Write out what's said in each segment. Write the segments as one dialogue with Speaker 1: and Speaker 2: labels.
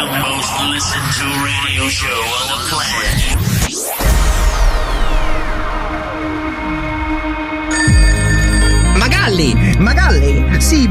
Speaker 1: most listened to radio show on the planet.
Speaker 2: Magalli! Magalli! Sì,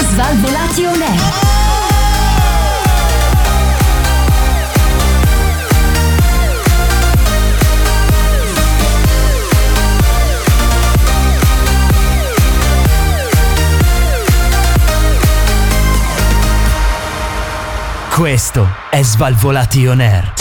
Speaker 3: Svalvolati on air.
Speaker 4: Questo è Svalvolati On Air.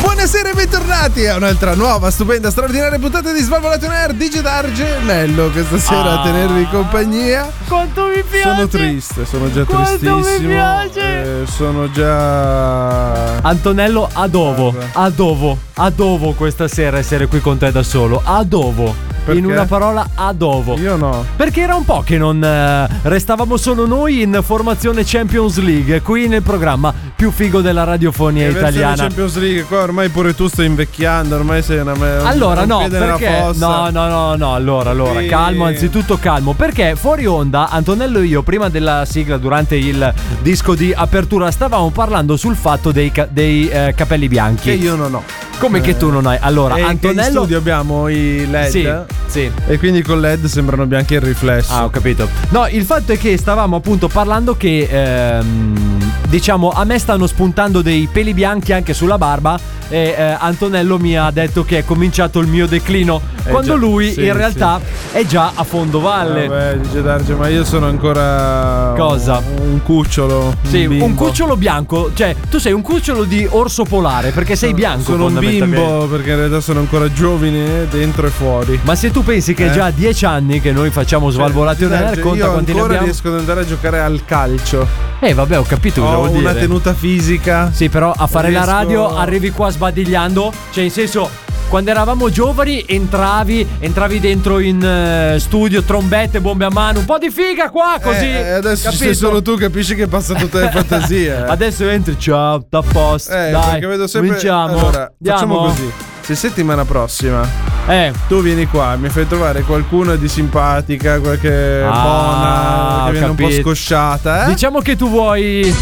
Speaker 5: Buonasera e bentornati a un'altra nuova, stupenda, straordinaria puntata di Svalvolato Air Digitarge Nello questa sera a tenervi compagnia
Speaker 6: Quanto mi piace!
Speaker 5: Sono triste, sono già
Speaker 6: Quanto mi
Speaker 5: tristissimo
Speaker 6: piace.
Speaker 5: eh, Sono già...
Speaker 6: Antonello Adovo, Adovo, Adovo questa sera essere qui con te da solo. Adovo.
Speaker 5: Perché?
Speaker 6: In una parola Adovo.
Speaker 5: Io no
Speaker 6: Perché era un po' che non eh, restavamo solo noi in formazione Champions League, qui nel programma più figo della radiofonia
Speaker 5: Che versione
Speaker 6: italiana.
Speaker 5: Champions League qua ormai pure tu stai invecchiando, ormai sei una... un-
Speaker 6: Allora,
Speaker 5: un
Speaker 6: no,
Speaker 5: piede nella
Speaker 6: perché?
Speaker 5: fossa.
Speaker 6: No, no, no, no. Allora, allora,
Speaker 5: Sì.
Speaker 6: calmo, anzitutto calmo. Perché fuori onda, Antonello e io, prima della sigla, durante il disco di apertura, stavamo parlando sul fatto dei, ca- dei, eh, capelli bianchi.
Speaker 5: Che io non ho
Speaker 6: Come che tu non hai? Allora,
Speaker 5: E che in
Speaker 6: Antonello.
Speaker 5: studio abbiamo i LED
Speaker 6: Sì, sì.
Speaker 5: E quindi con LED sembrano bianchi il riflesso
Speaker 6: Ah, ho capito. No, il fatto è che stavamo appunto parlando che, ehm, diciamo, a me stanno spuntando dei peli bianchi anche sulla barba. E eh, Antonello mi ha detto che è cominciato il mio declino.
Speaker 5: Eh
Speaker 6: quando
Speaker 5: già,
Speaker 6: lui
Speaker 5: sì,
Speaker 6: in realtà è già a fondo valle.
Speaker 5: Ah, Vabbè, dice Darge, ma io sono ancora.
Speaker 6: Cosa?
Speaker 5: Un, un cucciolo.
Speaker 6: Sì, un,
Speaker 5: bimbo.
Speaker 6: cucciolo bianco. Cioè, tu sei un cucciolo di orso polare perché sei bianco.
Speaker 5: Sono un
Speaker 6: fondamentalmente.
Speaker 5: bimbo perché in realtà sono ancora giovane dentro e fuori.
Speaker 6: Ma se tu pensi che
Speaker 5: Eh?
Speaker 6: è già a dieci anni che noi facciamo svalvolati on air,
Speaker 5: Darge,
Speaker 6: conta
Speaker 5: io
Speaker 6: quanti ne
Speaker 5: ancora
Speaker 6: abbiamo.
Speaker 5: riesco ad andare a giocare al calcio.
Speaker 6: Eh, vabbè, ho capito cosa
Speaker 5: Ho
Speaker 6: vuol
Speaker 5: una
Speaker 6: dire.
Speaker 5: tenuta fisica.
Speaker 6: Sì, però a fare la
Speaker 5: Riesco-
Speaker 6: radio arrivi qua sbadigliando. Cioè, in senso, quando eravamo giovani entravi, entravi dentro in eh, studio, trombette, bombe a mano, un po' di figa qua, così.
Speaker 5: Eh, e adesso
Speaker 6: capito?
Speaker 5: se solo tu capisci che passa tutte le fantasie. eh.
Speaker 6: Adesso entri, ciao, da posto.
Speaker 5: Eh,
Speaker 6: dai,
Speaker 5: perché vedo sempre.
Speaker 6: cominciamo.
Speaker 5: Allora,
Speaker 6: Andiamo.
Speaker 5: facciamo così. Se settimana prossima
Speaker 6: Eh,
Speaker 5: Tu vieni qua, mi fai trovare qualcuno di simpatica, qualche
Speaker 6: Ah,
Speaker 5: buona, che
Speaker 6: ho
Speaker 5: viene un po'
Speaker 6: capito.
Speaker 5: scosciata, eh?
Speaker 6: diciamo che tu vuoi.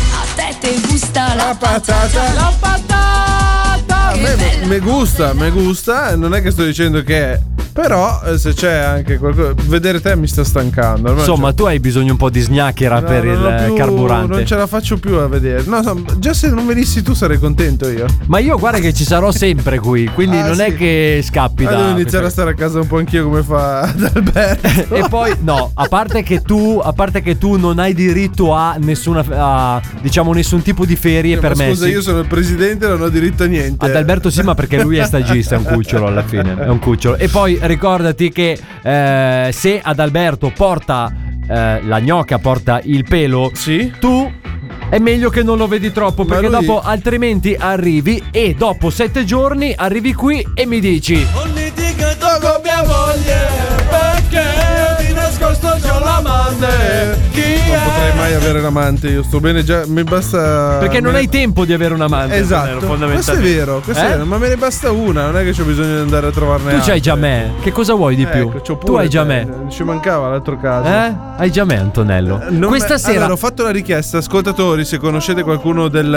Speaker 5: la patata.
Speaker 6: La patata!
Speaker 5: A me mi gusta, mi gusta, non è che sto dicendo che è. Però eh, se c'è anche qualcosa. Vedere te mi sta stancando. ormai
Speaker 6: Insomma, tu hai bisogno un po' di
Speaker 5: c'è-
Speaker 6: sgnacchera
Speaker 5: no,
Speaker 6: per
Speaker 5: non ho
Speaker 6: il
Speaker 5: più-
Speaker 6: carburante.
Speaker 5: Non ce la faccio più a vedere. No, no, già se non venissi tu sarei contento io.
Speaker 6: Ma io guarda che ci sarò sempre qui, quindi
Speaker 5: Ah,
Speaker 6: non è
Speaker 5: sì.
Speaker 6: che scappi
Speaker 5: Ma
Speaker 6: da
Speaker 5: devo
Speaker 6: questa-
Speaker 5: iniziare a stare a casa un po' anch'io come fa Adalberto.
Speaker 6: E poi no, a parte che tu, a parte che tu non hai diritto a nessuna a, diciamo nessun tipo di ferie
Speaker 5: Eh, Ma
Speaker 6: permessi.
Speaker 5: Scusa, io sono il presidente e non ho diritto a niente.
Speaker 6: Ad Alberto sì, ma perché lui è stagista, è un cucciolo alla fine, è un cucciolo. E poi ricordati che eh, se ad Alberto porta eh, la gnocca, porta il pelo,
Speaker 5: Sì.
Speaker 6: tu è meglio che non lo vedi troppo
Speaker 5: Ma
Speaker 6: perché
Speaker 5: lui-
Speaker 6: dopo altrimenti arrivi e dopo sette giorni arrivi qui e mi dici Non litigato con mia moglie perché di nascosto c'ho l'amante Chi
Speaker 5: Non potrei mai avere l'amante, io sto bene già, mi basta...
Speaker 6: Perché non
Speaker 5: me-
Speaker 6: hai tempo di avere un amante
Speaker 5: Esatto, questo è vero, questo è
Speaker 6: Eh?
Speaker 5: vero, ma me ne basta una, non è che c'ho bisogno di andare a trovarne
Speaker 6: Tu c'hai già
Speaker 5: altre.
Speaker 6: me, che cosa vuoi di più?
Speaker 5: Ecco, c'ho pure
Speaker 6: tu hai già
Speaker 5: te.
Speaker 6: me
Speaker 5: Ci mancava l'altro caso.
Speaker 6: Eh? Hai già me Antonello
Speaker 5: Eh, Non
Speaker 6: Questa
Speaker 5: me-
Speaker 6: sera
Speaker 5: Allora, ho fatto la richiesta, ascoltatori, se conoscete qualcuno del...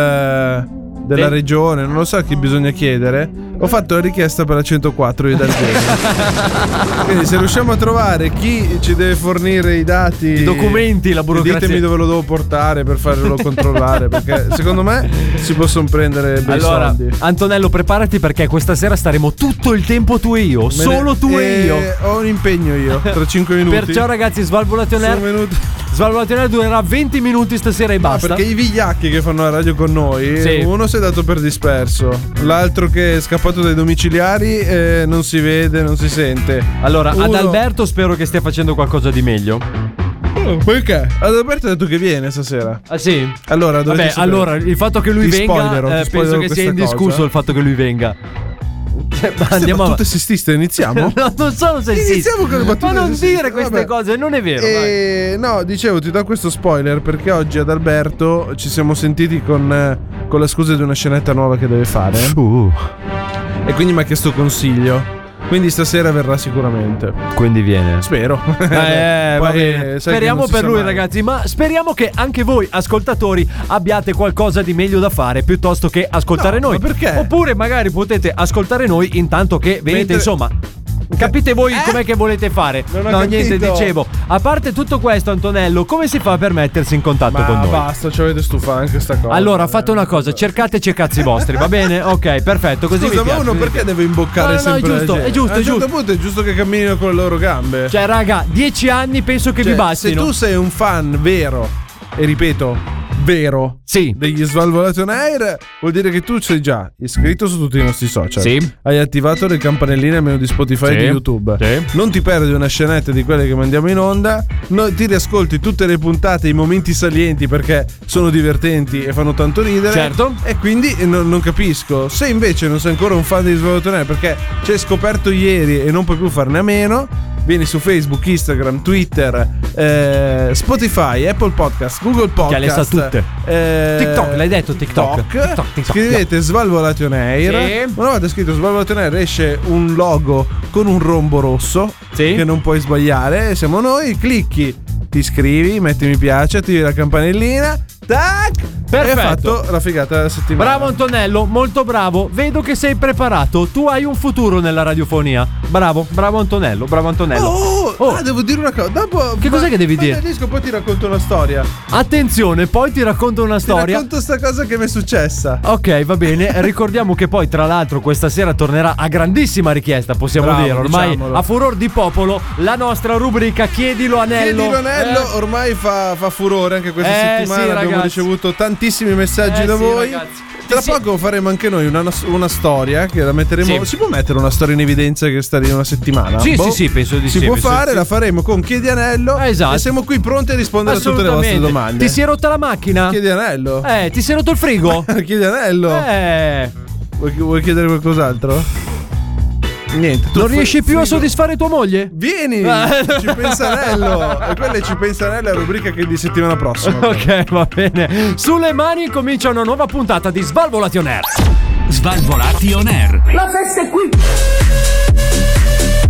Speaker 5: della
Speaker 6: Sì.
Speaker 5: regione, non lo so a chi bisogna chiedere, ho fatto la richiesta per la 104 di D'Argentina. Quindi se riusciamo a trovare chi ci deve fornire i dati...
Speaker 6: I documenti, la burocrazia.
Speaker 5: Ditemi dove lo devo portare per farlo controllare, perché secondo me si possono prendere bei
Speaker 6: Allora,
Speaker 5: soldi.
Speaker 6: Antonello, preparati perché questa sera staremo tutto il tempo tu e io.
Speaker 5: Me ne- Eh,
Speaker 6: solo tu e, io.
Speaker 5: Ho un impegno io, tra 5 minuti.
Speaker 6: Perciò, ragazzi, Svalvolation
Speaker 5: sono
Speaker 6: Air.
Speaker 5: venuto...
Speaker 6: Svalvolazione durerà 20 minuti stasera e basta.
Speaker 5: Ah, Perché i vigliacchi che fanno la radio con noi,
Speaker 6: Sì.
Speaker 5: uno si è dato per disperso, l'altro che è scappato dai domiciliari eh, non si vede, non si sente.
Speaker 6: Allora, ad
Speaker 5: Uno-
Speaker 6: Alberto spero che stia facendo qualcosa di meglio.
Speaker 5: Oh, Perché? Ad Alberto ha detto che viene stasera.
Speaker 6: Ah, sì.
Speaker 5: Allora, dovete
Speaker 6: Vabbè,
Speaker 5: sapere.
Speaker 6: allora, il fatto che lui
Speaker 5: Ti
Speaker 6: venga,
Speaker 5: spoilero,
Speaker 6: eh,
Speaker 5: ti
Speaker 6: penso
Speaker 5: spoilero
Speaker 6: che sia
Speaker 5: questa
Speaker 6: indiscusso
Speaker 5: cosa.
Speaker 6: il fatto che lui venga. Cioè, ma
Speaker 5: Queste
Speaker 6: andiamo
Speaker 5: battute
Speaker 6: avanti.
Speaker 5: sessiste, iniziamo?
Speaker 6: No, non sono sessista.
Speaker 5: Iniziamo con le battute
Speaker 6: Ma non
Speaker 5: sessiste.
Speaker 6: dire queste
Speaker 5: Vabbè. Eh.
Speaker 6: cose, non è vero. vai.
Speaker 5: E no, dicevo, ti do questo spoiler perché oggi ad Alberto ci siamo sentiti con, eh, con la scusa di una scenetta nuova che deve fare.
Speaker 6: Uh,
Speaker 5: E quindi mi ha chiesto consiglio. Quindi stasera verrà sicuramente.
Speaker 6: quindi viene.
Speaker 5: Spero.
Speaker 6: Eh,
Speaker 5: Poi,
Speaker 6: va
Speaker 5: sai
Speaker 6: bene.
Speaker 5: che
Speaker 6: Speriamo
Speaker 5: non si
Speaker 6: per
Speaker 5: sa
Speaker 6: lui,
Speaker 5: mai.
Speaker 6: ragazzi. Ma speriamo che anche voi, ascoltatori, abbiate qualcosa di meglio da fare piuttosto che ascoltare
Speaker 5: No,
Speaker 6: noi.
Speaker 5: ma perché?
Speaker 6: Oppure magari potete ascoltare noi intanto che venite,
Speaker 5: Mentre- Eh?
Speaker 6: insomma. Capite voi com'è che volete fare?
Speaker 5: Non ho
Speaker 6: no, niente,
Speaker 5: capito.
Speaker 6: dicevo. A parte tutto questo, Antonello, come si fa per mettersi in contatto
Speaker 5: Ma
Speaker 6: con noi?
Speaker 5: basta, ci avete stufato anche sta cosa. Eh.
Speaker 6: Allora, fate una cosa, cercateci i cazzi vostri, va bene? Ok, perfetto, così
Speaker 5: Scusa,
Speaker 6: mi
Speaker 5: ma
Speaker 6: piace,
Speaker 5: uno
Speaker 6: così mi
Speaker 5: perché
Speaker 6: piace.
Speaker 5: deve imboccare
Speaker 6: No, no, no, è
Speaker 5: sempre la
Speaker 6: giusto,
Speaker 5: gente?
Speaker 6: è giusto,
Speaker 5: A un
Speaker 6: è
Speaker 5: certo
Speaker 6: giusto.
Speaker 5: punto è giusto che camminino con le loro gambe.
Speaker 6: Cioè, raga, dieci anni penso che
Speaker 5: Cioè,
Speaker 6: vi bastino.
Speaker 5: Se tu sei un fan vero, e ripeto, vero,
Speaker 6: Sì.
Speaker 5: degli Svalvolati on Air, vuol dire che tu sei già iscritto su tutti i nostri social.
Speaker 6: Sì.
Speaker 5: Hai attivato le campanelline a meno di Spotify
Speaker 6: Sì.
Speaker 5: e di YouTube.
Speaker 6: Sì.
Speaker 5: Non ti perdi una scenetta di quelle che mandiamo in onda. No, ti riascolti tutte le puntate, i momenti salienti perché sono divertenti e fanno tanto ridere.
Speaker 6: Certo.
Speaker 5: E quindi eh, non, non capisco. Se invece non sei ancora un fan degli Svalvolati on Air perché ci hai scoperto ieri e non puoi più farne a meno. Vieni su Facebook, Instagram, Twitter, eh, Spotify, Apple Podcast, Google Podcast.
Speaker 6: le sa tutte.
Speaker 5: eh,
Speaker 6: TikTok, l'hai detto, TikTok. TikTok, TikTok.
Speaker 5: Scrivete Svalvolati on Air.
Speaker 6: Sì.
Speaker 5: Una volta scritto Svalvolati on Air esce un logo con un rombo rosso
Speaker 6: Sì.
Speaker 5: che non puoi sbagliare. Siamo noi, clicchi. Ti iscrivi, metti mi piace, attivi la campanellina. Tac!
Speaker 6: Perfetto.
Speaker 5: E hai fatto la figata della settimana.
Speaker 6: Bravo Antonello, molto bravo. Vedo che sei preparato. Tu hai un futuro nella radiofonia. Bravo, bravo Antonello, bravo Antonello.
Speaker 5: Oh,
Speaker 6: Oh,
Speaker 5: ah, devo dire una cosa. Dopo,
Speaker 6: Che cos'è che devi
Speaker 5: fai
Speaker 6: dire?
Speaker 5: il disco, poi ti racconto una storia.
Speaker 6: Attenzione, poi ti racconto una
Speaker 5: Ti
Speaker 6: storia.
Speaker 5: racconto sta cosa che mi è successa.
Speaker 6: Ok, va bene. Ricordiamo che poi, tra l'altro, questa sera tornerà a grandissima richiesta, possiamo
Speaker 5: Bravo,
Speaker 6: dire. Ormai
Speaker 5: diciamolo.
Speaker 6: a furor di popolo, la nostra rubrica Chiedilo Anello.
Speaker 5: Chiedilo Anello
Speaker 6: Eh,
Speaker 5: ormai fa, fa furore anche questa
Speaker 6: Eh,
Speaker 5: settimana.
Speaker 6: sì,
Speaker 5: Abbiamo
Speaker 6: ragazzi.
Speaker 5: ricevuto tantissimi messaggi
Speaker 6: Eh,
Speaker 5: da
Speaker 6: sì,
Speaker 5: voi.
Speaker 6: ragazzi.
Speaker 5: Tra
Speaker 6: Sì, sì.
Speaker 5: poco faremo anche noi una, una storia che la metteremo.
Speaker 6: Sì.
Speaker 5: Si può mettere una storia in evidenza che sta lì una settimana?
Speaker 6: Sì,
Speaker 5: Boh.
Speaker 6: sì, sì, penso di
Speaker 5: si
Speaker 6: sì,
Speaker 5: può
Speaker 6: penso di
Speaker 5: fare,
Speaker 6: sì.
Speaker 5: la faremo con Chiedi Anello.
Speaker 6: Eh, esatto.
Speaker 5: E siamo qui pronti a rispondere a tutte le vostre
Speaker 6: assolutamente.
Speaker 5: domande.
Speaker 6: Ti si è rotta la macchina?
Speaker 5: Chiedi Anello.
Speaker 6: Eh, ti si è rotto il frigo?
Speaker 5: Chiedi Anello.
Speaker 6: eh.
Speaker 5: Vuoi, vuoi chiedere qualcos'altro? Niente. tu
Speaker 6: Non
Speaker 5: fu-
Speaker 6: riesci più a
Speaker 5: frigo.
Speaker 6: soddisfare tua moglie?
Speaker 5: Vieni,
Speaker 6: Ah.
Speaker 5: ci pensanello. E quella è ci pensanello è la rubrica che è di settimana prossima. però.
Speaker 6: Ok, va bene. Sulle mani comincia una nuova puntata di Svalvolation Air.
Speaker 4: Svalvolati on air.
Speaker 7: La festa è qui!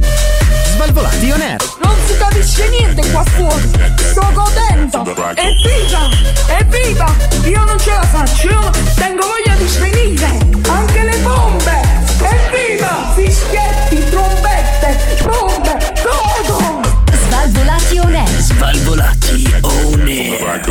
Speaker 4: Svalvolati on air.
Speaker 7: Non si capisce niente qua fuori! Sto godendo! Evviva! Evviva! Io non ce la faccio! Io tengo voglia di svenire! Anche le bombe! Evviva! Fischietti, trombette, bombe! Godo!
Speaker 3: Svalvolati on air.
Speaker 1: Svalvolati on air.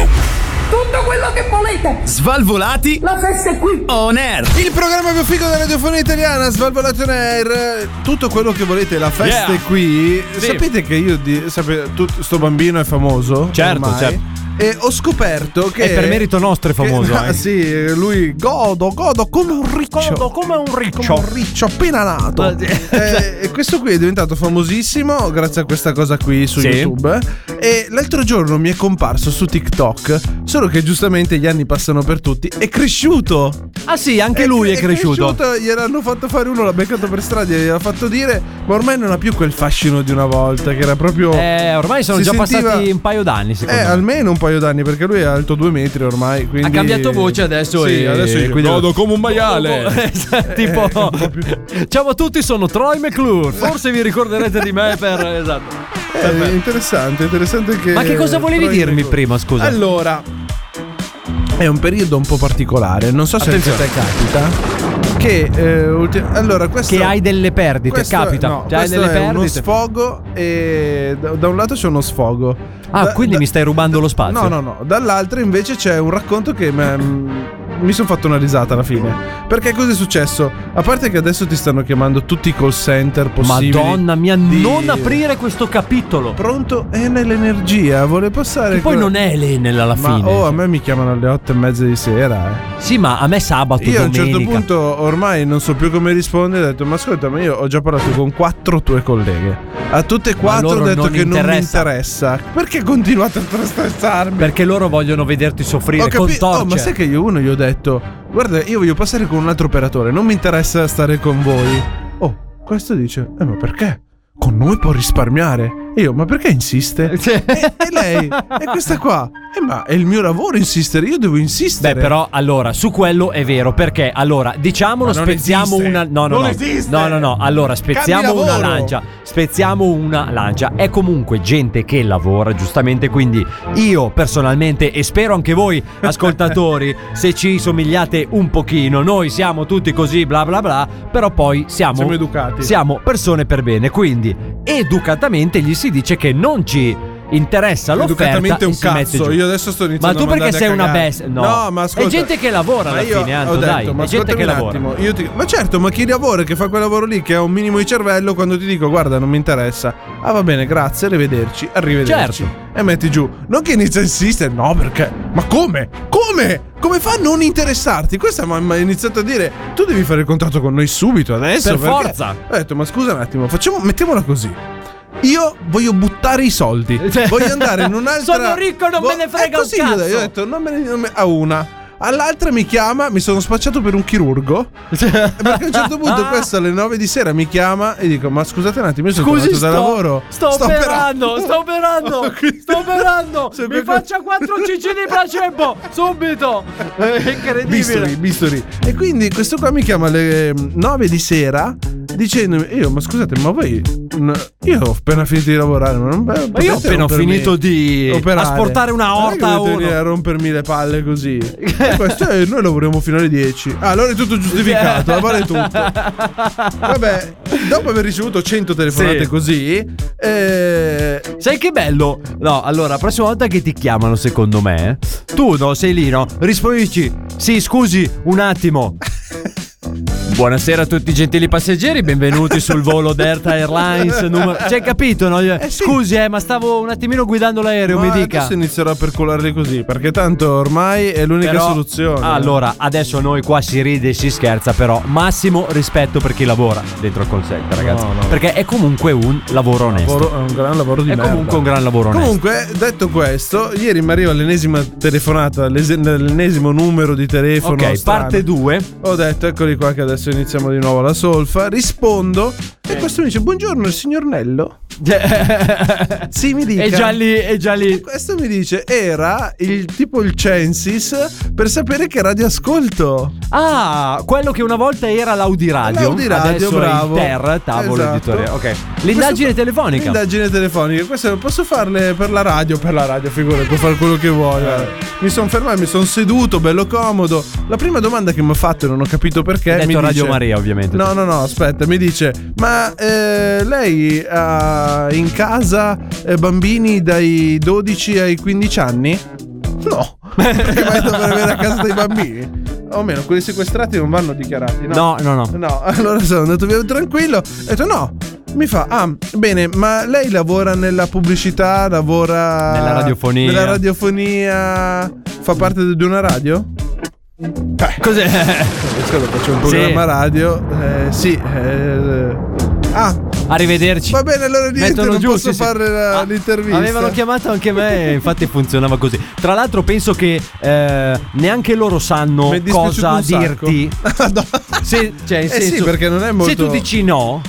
Speaker 7: Tutto quello che volete!
Speaker 4: Svalvolati
Speaker 7: La festa è qui!
Speaker 4: on air.
Speaker 5: Il programma più figo della radiofonia italiana, Svalvolato on Air. Tutto quello che volete, la festa
Speaker 6: Yeah.
Speaker 5: è qui.
Speaker 6: Sì.
Speaker 5: Sapete che io, di, sape- tu- sto bambino è famoso.
Speaker 6: Certo,
Speaker 5: ormai,
Speaker 6: certo.
Speaker 5: E ho scoperto che.
Speaker 6: E per merito nostro è famoso,
Speaker 5: Eh. Che,
Speaker 6: eh.
Speaker 5: Sì, lui godo, godo come un riccio.
Speaker 6: Godo come un riccio.
Speaker 5: Come un riccio appena nato.
Speaker 6: Ma-
Speaker 5: Eh, e questo qui è diventato famosissimo grazie a questa cosa qui su
Speaker 6: Sì.
Speaker 5: YouTube. E l'altro giorno mi è comparso su TikTok. Solo che giustamente gli anni passano per tutti. È cresciuto.
Speaker 6: Ah sì, anche lui è, cresciuto.
Speaker 5: Gliel'hanno fatto fare uno, l'ha beccato per strada, gliel'ha fatto dire, ma ormai non ha più quel fascino di una volta, che era proprio...
Speaker 6: Eh, ormai sono
Speaker 5: si
Speaker 6: già
Speaker 5: sentiva-
Speaker 6: passati un paio d'anni, secondo
Speaker 5: Eh,
Speaker 6: me.
Speaker 5: almeno un paio d'anni, perché lui è alto due metri ormai. quindi-
Speaker 6: cambiato voce adesso
Speaker 5: Sì,
Speaker 6: e-
Speaker 5: adesso
Speaker 6: e
Speaker 5: dice,
Speaker 6: quindi-
Speaker 5: "Godo come un maiale. Eh,
Speaker 6: Esatto, tipo Ciao a tutti, sono Troy McClure. Forse vi ricorderete di me per esatto.
Speaker 5: Eh, interessante, interessante che...
Speaker 6: Ma che cosa volevi
Speaker 5: Eh, Troy
Speaker 6: dirmi
Speaker 5: Nichols-
Speaker 6: prima, scusa?
Speaker 5: Allora, è un periodo un po' particolare, non so se anche a te cioè, capita. Che eh, ulti- allora questo
Speaker 6: Che hai delle perdite,
Speaker 5: Questo-
Speaker 6: capita.
Speaker 5: no,
Speaker 6: Cioè, hai
Speaker 5: questo
Speaker 6: delle
Speaker 5: è uno
Speaker 6: perdite.
Speaker 5: sfogo e da, da un lato c'è uno sfogo.
Speaker 6: Ah,
Speaker 5: Da-
Speaker 6: quindi
Speaker 5: da-
Speaker 6: mi stai rubando lo spazio.
Speaker 5: No, no, no. Dall'altro invece c'è un racconto che mi mi sono fatto una risata alla fine. Perché cosa è successo? A parte che adesso ti stanno chiamando tutti i call center possibili.
Speaker 6: Madonna mia,
Speaker 5: di-
Speaker 6: non aprire questo capitolo.
Speaker 5: Pronto? È nell'energia, vuole passare.
Speaker 6: Che poi
Speaker 5: con-
Speaker 6: non è Elena alla
Speaker 5: Ma
Speaker 6: fine.
Speaker 5: oh, a me mi chiamano alle otto e mezza di sera. eh.
Speaker 6: Sì, ma a me sabato,
Speaker 5: Io a un
Speaker 6: domenica.
Speaker 5: certo punto ormai non so più come rispondere. Ho detto, ma ascolta, ma io ho già parlato con quattro tue colleghe. A tutte e quattro
Speaker 6: loro
Speaker 5: ho detto
Speaker 6: non
Speaker 5: che non mi
Speaker 6: interessa.
Speaker 5: interessa. Perché continuate a stressarmi?
Speaker 6: Perché loro vogliono vederti soffrire
Speaker 5: Ho
Speaker 6: con
Speaker 5: capito,
Speaker 6: torce.
Speaker 5: oh, ma sai che io uno gli ho detto, guarda, io voglio passare con un altro operatore, non mi interessa stare con voi. Oh, questo dice, eh ma perché? Con noi può risparmiare. Io, ma perché insiste?
Speaker 6: Sì.
Speaker 5: E, e lei, e questa qua, eh ma è il mio lavoro insistere, io devo insistere.
Speaker 6: Beh, però allora, su quello è vero, perché allora, diciamolo,
Speaker 5: Ma non
Speaker 6: spezziamo
Speaker 5: esiste.
Speaker 6: una. No, no,
Speaker 5: Non
Speaker 6: no.
Speaker 5: esiste.
Speaker 6: No, no, no. Allora, spezziamo
Speaker 5: Cambi
Speaker 6: una
Speaker 5: lavoro.
Speaker 6: lancia. Spezziamo una lancia. È comunque gente che lavora, giustamente. Quindi io personalmente, e spero anche voi, ascoltatori, se ci somigliate un pochino, noi siamo tutti così, bla bla bla. Però poi siamo.
Speaker 5: Siamo educati.
Speaker 6: Siamo persone per bene. Quindi, educatamente gli si dice che non ci. Interessa l'offerta
Speaker 5: Educatamente
Speaker 6: e
Speaker 5: un
Speaker 6: si mette
Speaker 5: cazzo.
Speaker 6: giù.
Speaker 5: Io adesso sto
Speaker 6: Ma
Speaker 5: iniziando
Speaker 6: tu
Speaker 5: a
Speaker 6: perché
Speaker 5: mandarle
Speaker 6: sei
Speaker 5: a
Speaker 6: una
Speaker 5: cagare.
Speaker 6: bestia? No.
Speaker 5: no, ma
Speaker 6: È
Speaker 5: ascolta.
Speaker 6: gente che lavora
Speaker 5: Ma
Speaker 6: alla
Speaker 5: io
Speaker 6: fine,
Speaker 5: ho
Speaker 6: Anto,
Speaker 5: detto,
Speaker 6: dai.
Speaker 5: Ma
Speaker 6: È gente che
Speaker 5: ascoltami un
Speaker 6: lavora.
Speaker 5: attimo, io ti- Ma certo, ma chi lavora che fa quel lavoro lì che ha un minimo di cervello quando ti dico "Guarda, non mi interessa". Ah, va bene, grazie, arrivederci, arrivederci.
Speaker 6: Certo.
Speaker 5: E metti giù. Non che inizia a insistere, no, perché? Ma come? Come? Come fa a non interessarti? Questa mi ha- mi ha iniziato a dire "Tu devi fare il contratto con noi subito adesso".
Speaker 6: Per
Speaker 5: perché-"
Speaker 6: forza.
Speaker 5: Ho detto "Ma scusa un attimo, facciamo mettiamola così. Io voglio buttare i soldi.
Speaker 6: Cioè-
Speaker 5: Voglio andare in un'altra Boh,
Speaker 6: Sono ricco, non me ne frega
Speaker 5: è
Speaker 6: un
Speaker 5: così, io-
Speaker 6: cazzo.
Speaker 5: Io ho detto, non me ne, non me- a una. All'altra mi chiama, mi sono spacciato per un chirurgo.
Speaker 6: Cioè,
Speaker 5: Perché a un certo
Speaker 6: ah.
Speaker 5: punto, questo alle 9 di sera mi chiama e dico: Ma scusate un attimo, io sono
Speaker 6: Scusi,
Speaker 5: tornato
Speaker 6: sto,
Speaker 5: da lavoro.
Speaker 6: sto, operando, sto operando,
Speaker 5: Quindi-
Speaker 6: sto operando.
Speaker 5: Sono
Speaker 6: Mi
Speaker 5: proprio-
Speaker 6: faccia 4 cc di placebo subito. È
Speaker 5: Bisturi,
Speaker 6: incredibile.
Speaker 5: bisturi. E quindi questo qua mi chiama alle 9 di sera dicendomi: Io, ma scusate, ma voi. n- Io ho appena finito di lavorare. Ma, non, beh,
Speaker 6: Ma io ho
Speaker 5: potete
Speaker 6: appena
Speaker 5: rompermi-
Speaker 6: finito di asportare una
Speaker 5: Non è che
Speaker 6: orta a
Speaker 5: dovete
Speaker 6: uno.
Speaker 5: venire a rompermi le palle così. E questo è, noi lavoriamo fino alle 10. Ah, allora è tutto giustificato, eh, vale tutto. Vabbè, dopo aver ricevuto 100 telefonate
Speaker 6: Sì.
Speaker 5: così, eh,
Speaker 6: Sai che bello? No, allora, la prossima volta che ti chiamano, secondo me, tu no, sei lì, no? Rispondici. Sì, scusi, un attimo. Buonasera a tutti gentili passeggeri, benvenuti sul volo Delta Airlines. numero- Cioè, capito, no?
Speaker 5: sì.
Speaker 6: Scusi, eh, ma stavo un attimino guidando l'aereo,
Speaker 5: ma
Speaker 6: mi dica.
Speaker 5: adesso inizierò a percolarli così, perché tanto ormai è l'unica
Speaker 6: Però-
Speaker 5: soluzione. eh.
Speaker 6: Allora, adesso noi qua si ride e si scherza, però massimo rispetto per chi lavora dentro il call center, ragazzi.
Speaker 5: No, no.
Speaker 6: Perché è comunque un lavoro onesto.
Speaker 5: Lavoro- è un gran lavoro di
Speaker 6: è
Speaker 5: merda.
Speaker 6: comunque un gran lavoro onesto.
Speaker 5: Comunque, detto questo, ieri mi arriva l'ennesima telefonata, l'es- l'ennesimo numero di telefono.
Speaker 6: ok,
Speaker 5: strano.
Speaker 6: parte 2.
Speaker 5: Ho detto, eccoli qua che adesso iniziamo di nuovo la solfa. Rispondo e
Speaker 6: Eh.
Speaker 5: questo mi dice, buongiorno il signor Nello. Sì, mi dica.
Speaker 6: E già lì, e già lì.
Speaker 5: Questo mi dice, era il tipo il census per sapere che radio ascolto.
Speaker 6: Ah, quello che una volta era l'Audiradio.
Speaker 5: L'Audiradio,
Speaker 6: adesso
Speaker 5: bravo.
Speaker 6: È il TER, tavolo
Speaker 5: Esatto.
Speaker 6: editoriale. Ok. L'indagine
Speaker 5: Questo-
Speaker 6: telefonica.
Speaker 5: L'indagine telefonica. Questo posso farle per la radio, per la radio, figura, puoi fare quello che vuoi. guarda. Mi sono fermato, mi sono seduto, bello comodo. La prima domanda che mi ha fatto e non ho capito perché...
Speaker 6: Hai
Speaker 5: mi
Speaker 6: detto Radio
Speaker 5: dice-
Speaker 6: Maria, ovviamente.
Speaker 5: No, no, no, aspetta, mi dice, ma eh, lei ha in casa eh, bambini dai 12 ai 15 anni? No, perché mai dovrei avere a casa dei bambini? O meno, quelli sequestrati non vanno dichiarati, no?
Speaker 6: No, no, no.
Speaker 5: No, allora sono andato via tranquillo. Ho detto no. Mi fa, ah, bene, ma lei lavora nella pubblicità, lavora...
Speaker 6: Nella radiofonia.
Speaker 5: Nella radiofonia... Fa parte di- di una radio? Eh.
Speaker 6: Cos'è?
Speaker 5: Questo lo faccio un programma radio. Eh, sì. eh, ah,
Speaker 6: Arrivederci.
Speaker 5: va bene, allora niente,
Speaker 6: Mettono
Speaker 5: non
Speaker 6: giù,
Speaker 5: posso
Speaker 6: sì, sì.
Speaker 5: fare la-
Speaker 6: Ah,
Speaker 5: l'intervista.
Speaker 6: Avevano chiamato anche me, e infatti funzionava così. Tra l'altro, penso che eh, neanche loro sanno
Speaker 5: Mi è dispiaciuto
Speaker 6: cosa
Speaker 5: un sacco.
Speaker 6: dirti.
Speaker 5: Madonna.
Speaker 6: Se, cioè, in
Speaker 5: Eh sì,
Speaker 6: senso-
Speaker 5: perché non è
Speaker 6: Se
Speaker 5: molto-
Speaker 6: tu dici no,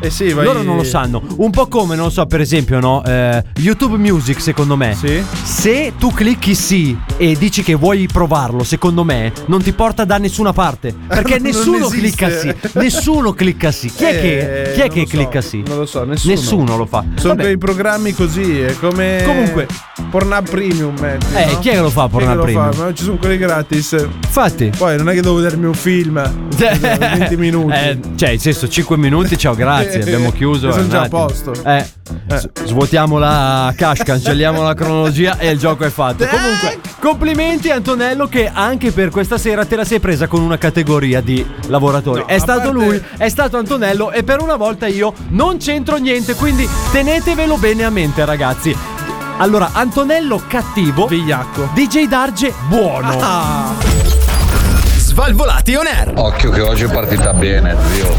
Speaker 5: Eh sì, vai.
Speaker 6: loro non lo sanno. Un po' come, non so, per esempio, no? eh, YouTube Music, secondo me.
Speaker 5: Sì.
Speaker 6: Se tu clicchi sì e dici che vuoi provarlo, secondo me, non ti porta da nessuna parte. Perché
Speaker 5: Non
Speaker 6: nessuno
Speaker 5: esiste.
Speaker 6: clicca sì. Nessuno clicca sì. Chi è
Speaker 5: Eh,
Speaker 6: che, chi è
Speaker 5: non
Speaker 6: che
Speaker 5: lo so,
Speaker 6: clicca sì?
Speaker 5: Non lo so, nessuno.
Speaker 6: Nessuno lo fa.
Speaker 5: Sono
Speaker 6: Vabbè.
Speaker 5: quei programmi così, è come.
Speaker 6: Comunque.
Speaker 5: Pornhub Premium, metti,
Speaker 6: Eh,
Speaker 5: no?
Speaker 6: chi è che lo fa
Speaker 5: Chi è che
Speaker 6: Pornhub
Speaker 5: lo fa?
Speaker 6: Premium?
Speaker 5: Ma ci sono quelli gratis.
Speaker 6: Infatti.
Speaker 5: Poi non è che devo vedermi un film. 20 minuti.
Speaker 6: Eh, cioè, in Eh, senso, 5 minuti, ciao, grazie.
Speaker 5: Eh,
Speaker 6: abbiamo chiuso.
Speaker 5: sono
Speaker 6: è un
Speaker 5: già a
Speaker 6: attimo.
Speaker 5: posto.
Speaker 6: Eh. S- Svuotiamo la cash, cancelliamo la cronologia e il gioco è fatto. Comunque, complimenti Antonello che anche per questa sera te la sei presa con una categoria di lavoratori.
Speaker 5: No,
Speaker 6: è
Speaker 5: a
Speaker 6: stato
Speaker 5: parte-
Speaker 6: lui, è stato Antonello e per una volta io non c'entro niente, quindi tenetevelo bene a mente ragazzi. Allora, Antonello cattivo,
Speaker 5: Vigliacco.
Speaker 6: DJ Darge buono.
Speaker 4: Svalvolati on air.
Speaker 8: Occhio che oggi è partita bene, zio.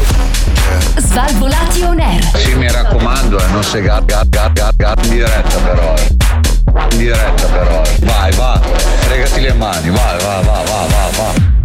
Speaker 3: Svalvolati on air.
Speaker 8: Sì, mi raccomando, eh, non sei gar, gar, gar, gar, gar- in diretta però. eh. In diretta però. eh. Vai, va. Fregati le mani, vai, va, va, va, va, va.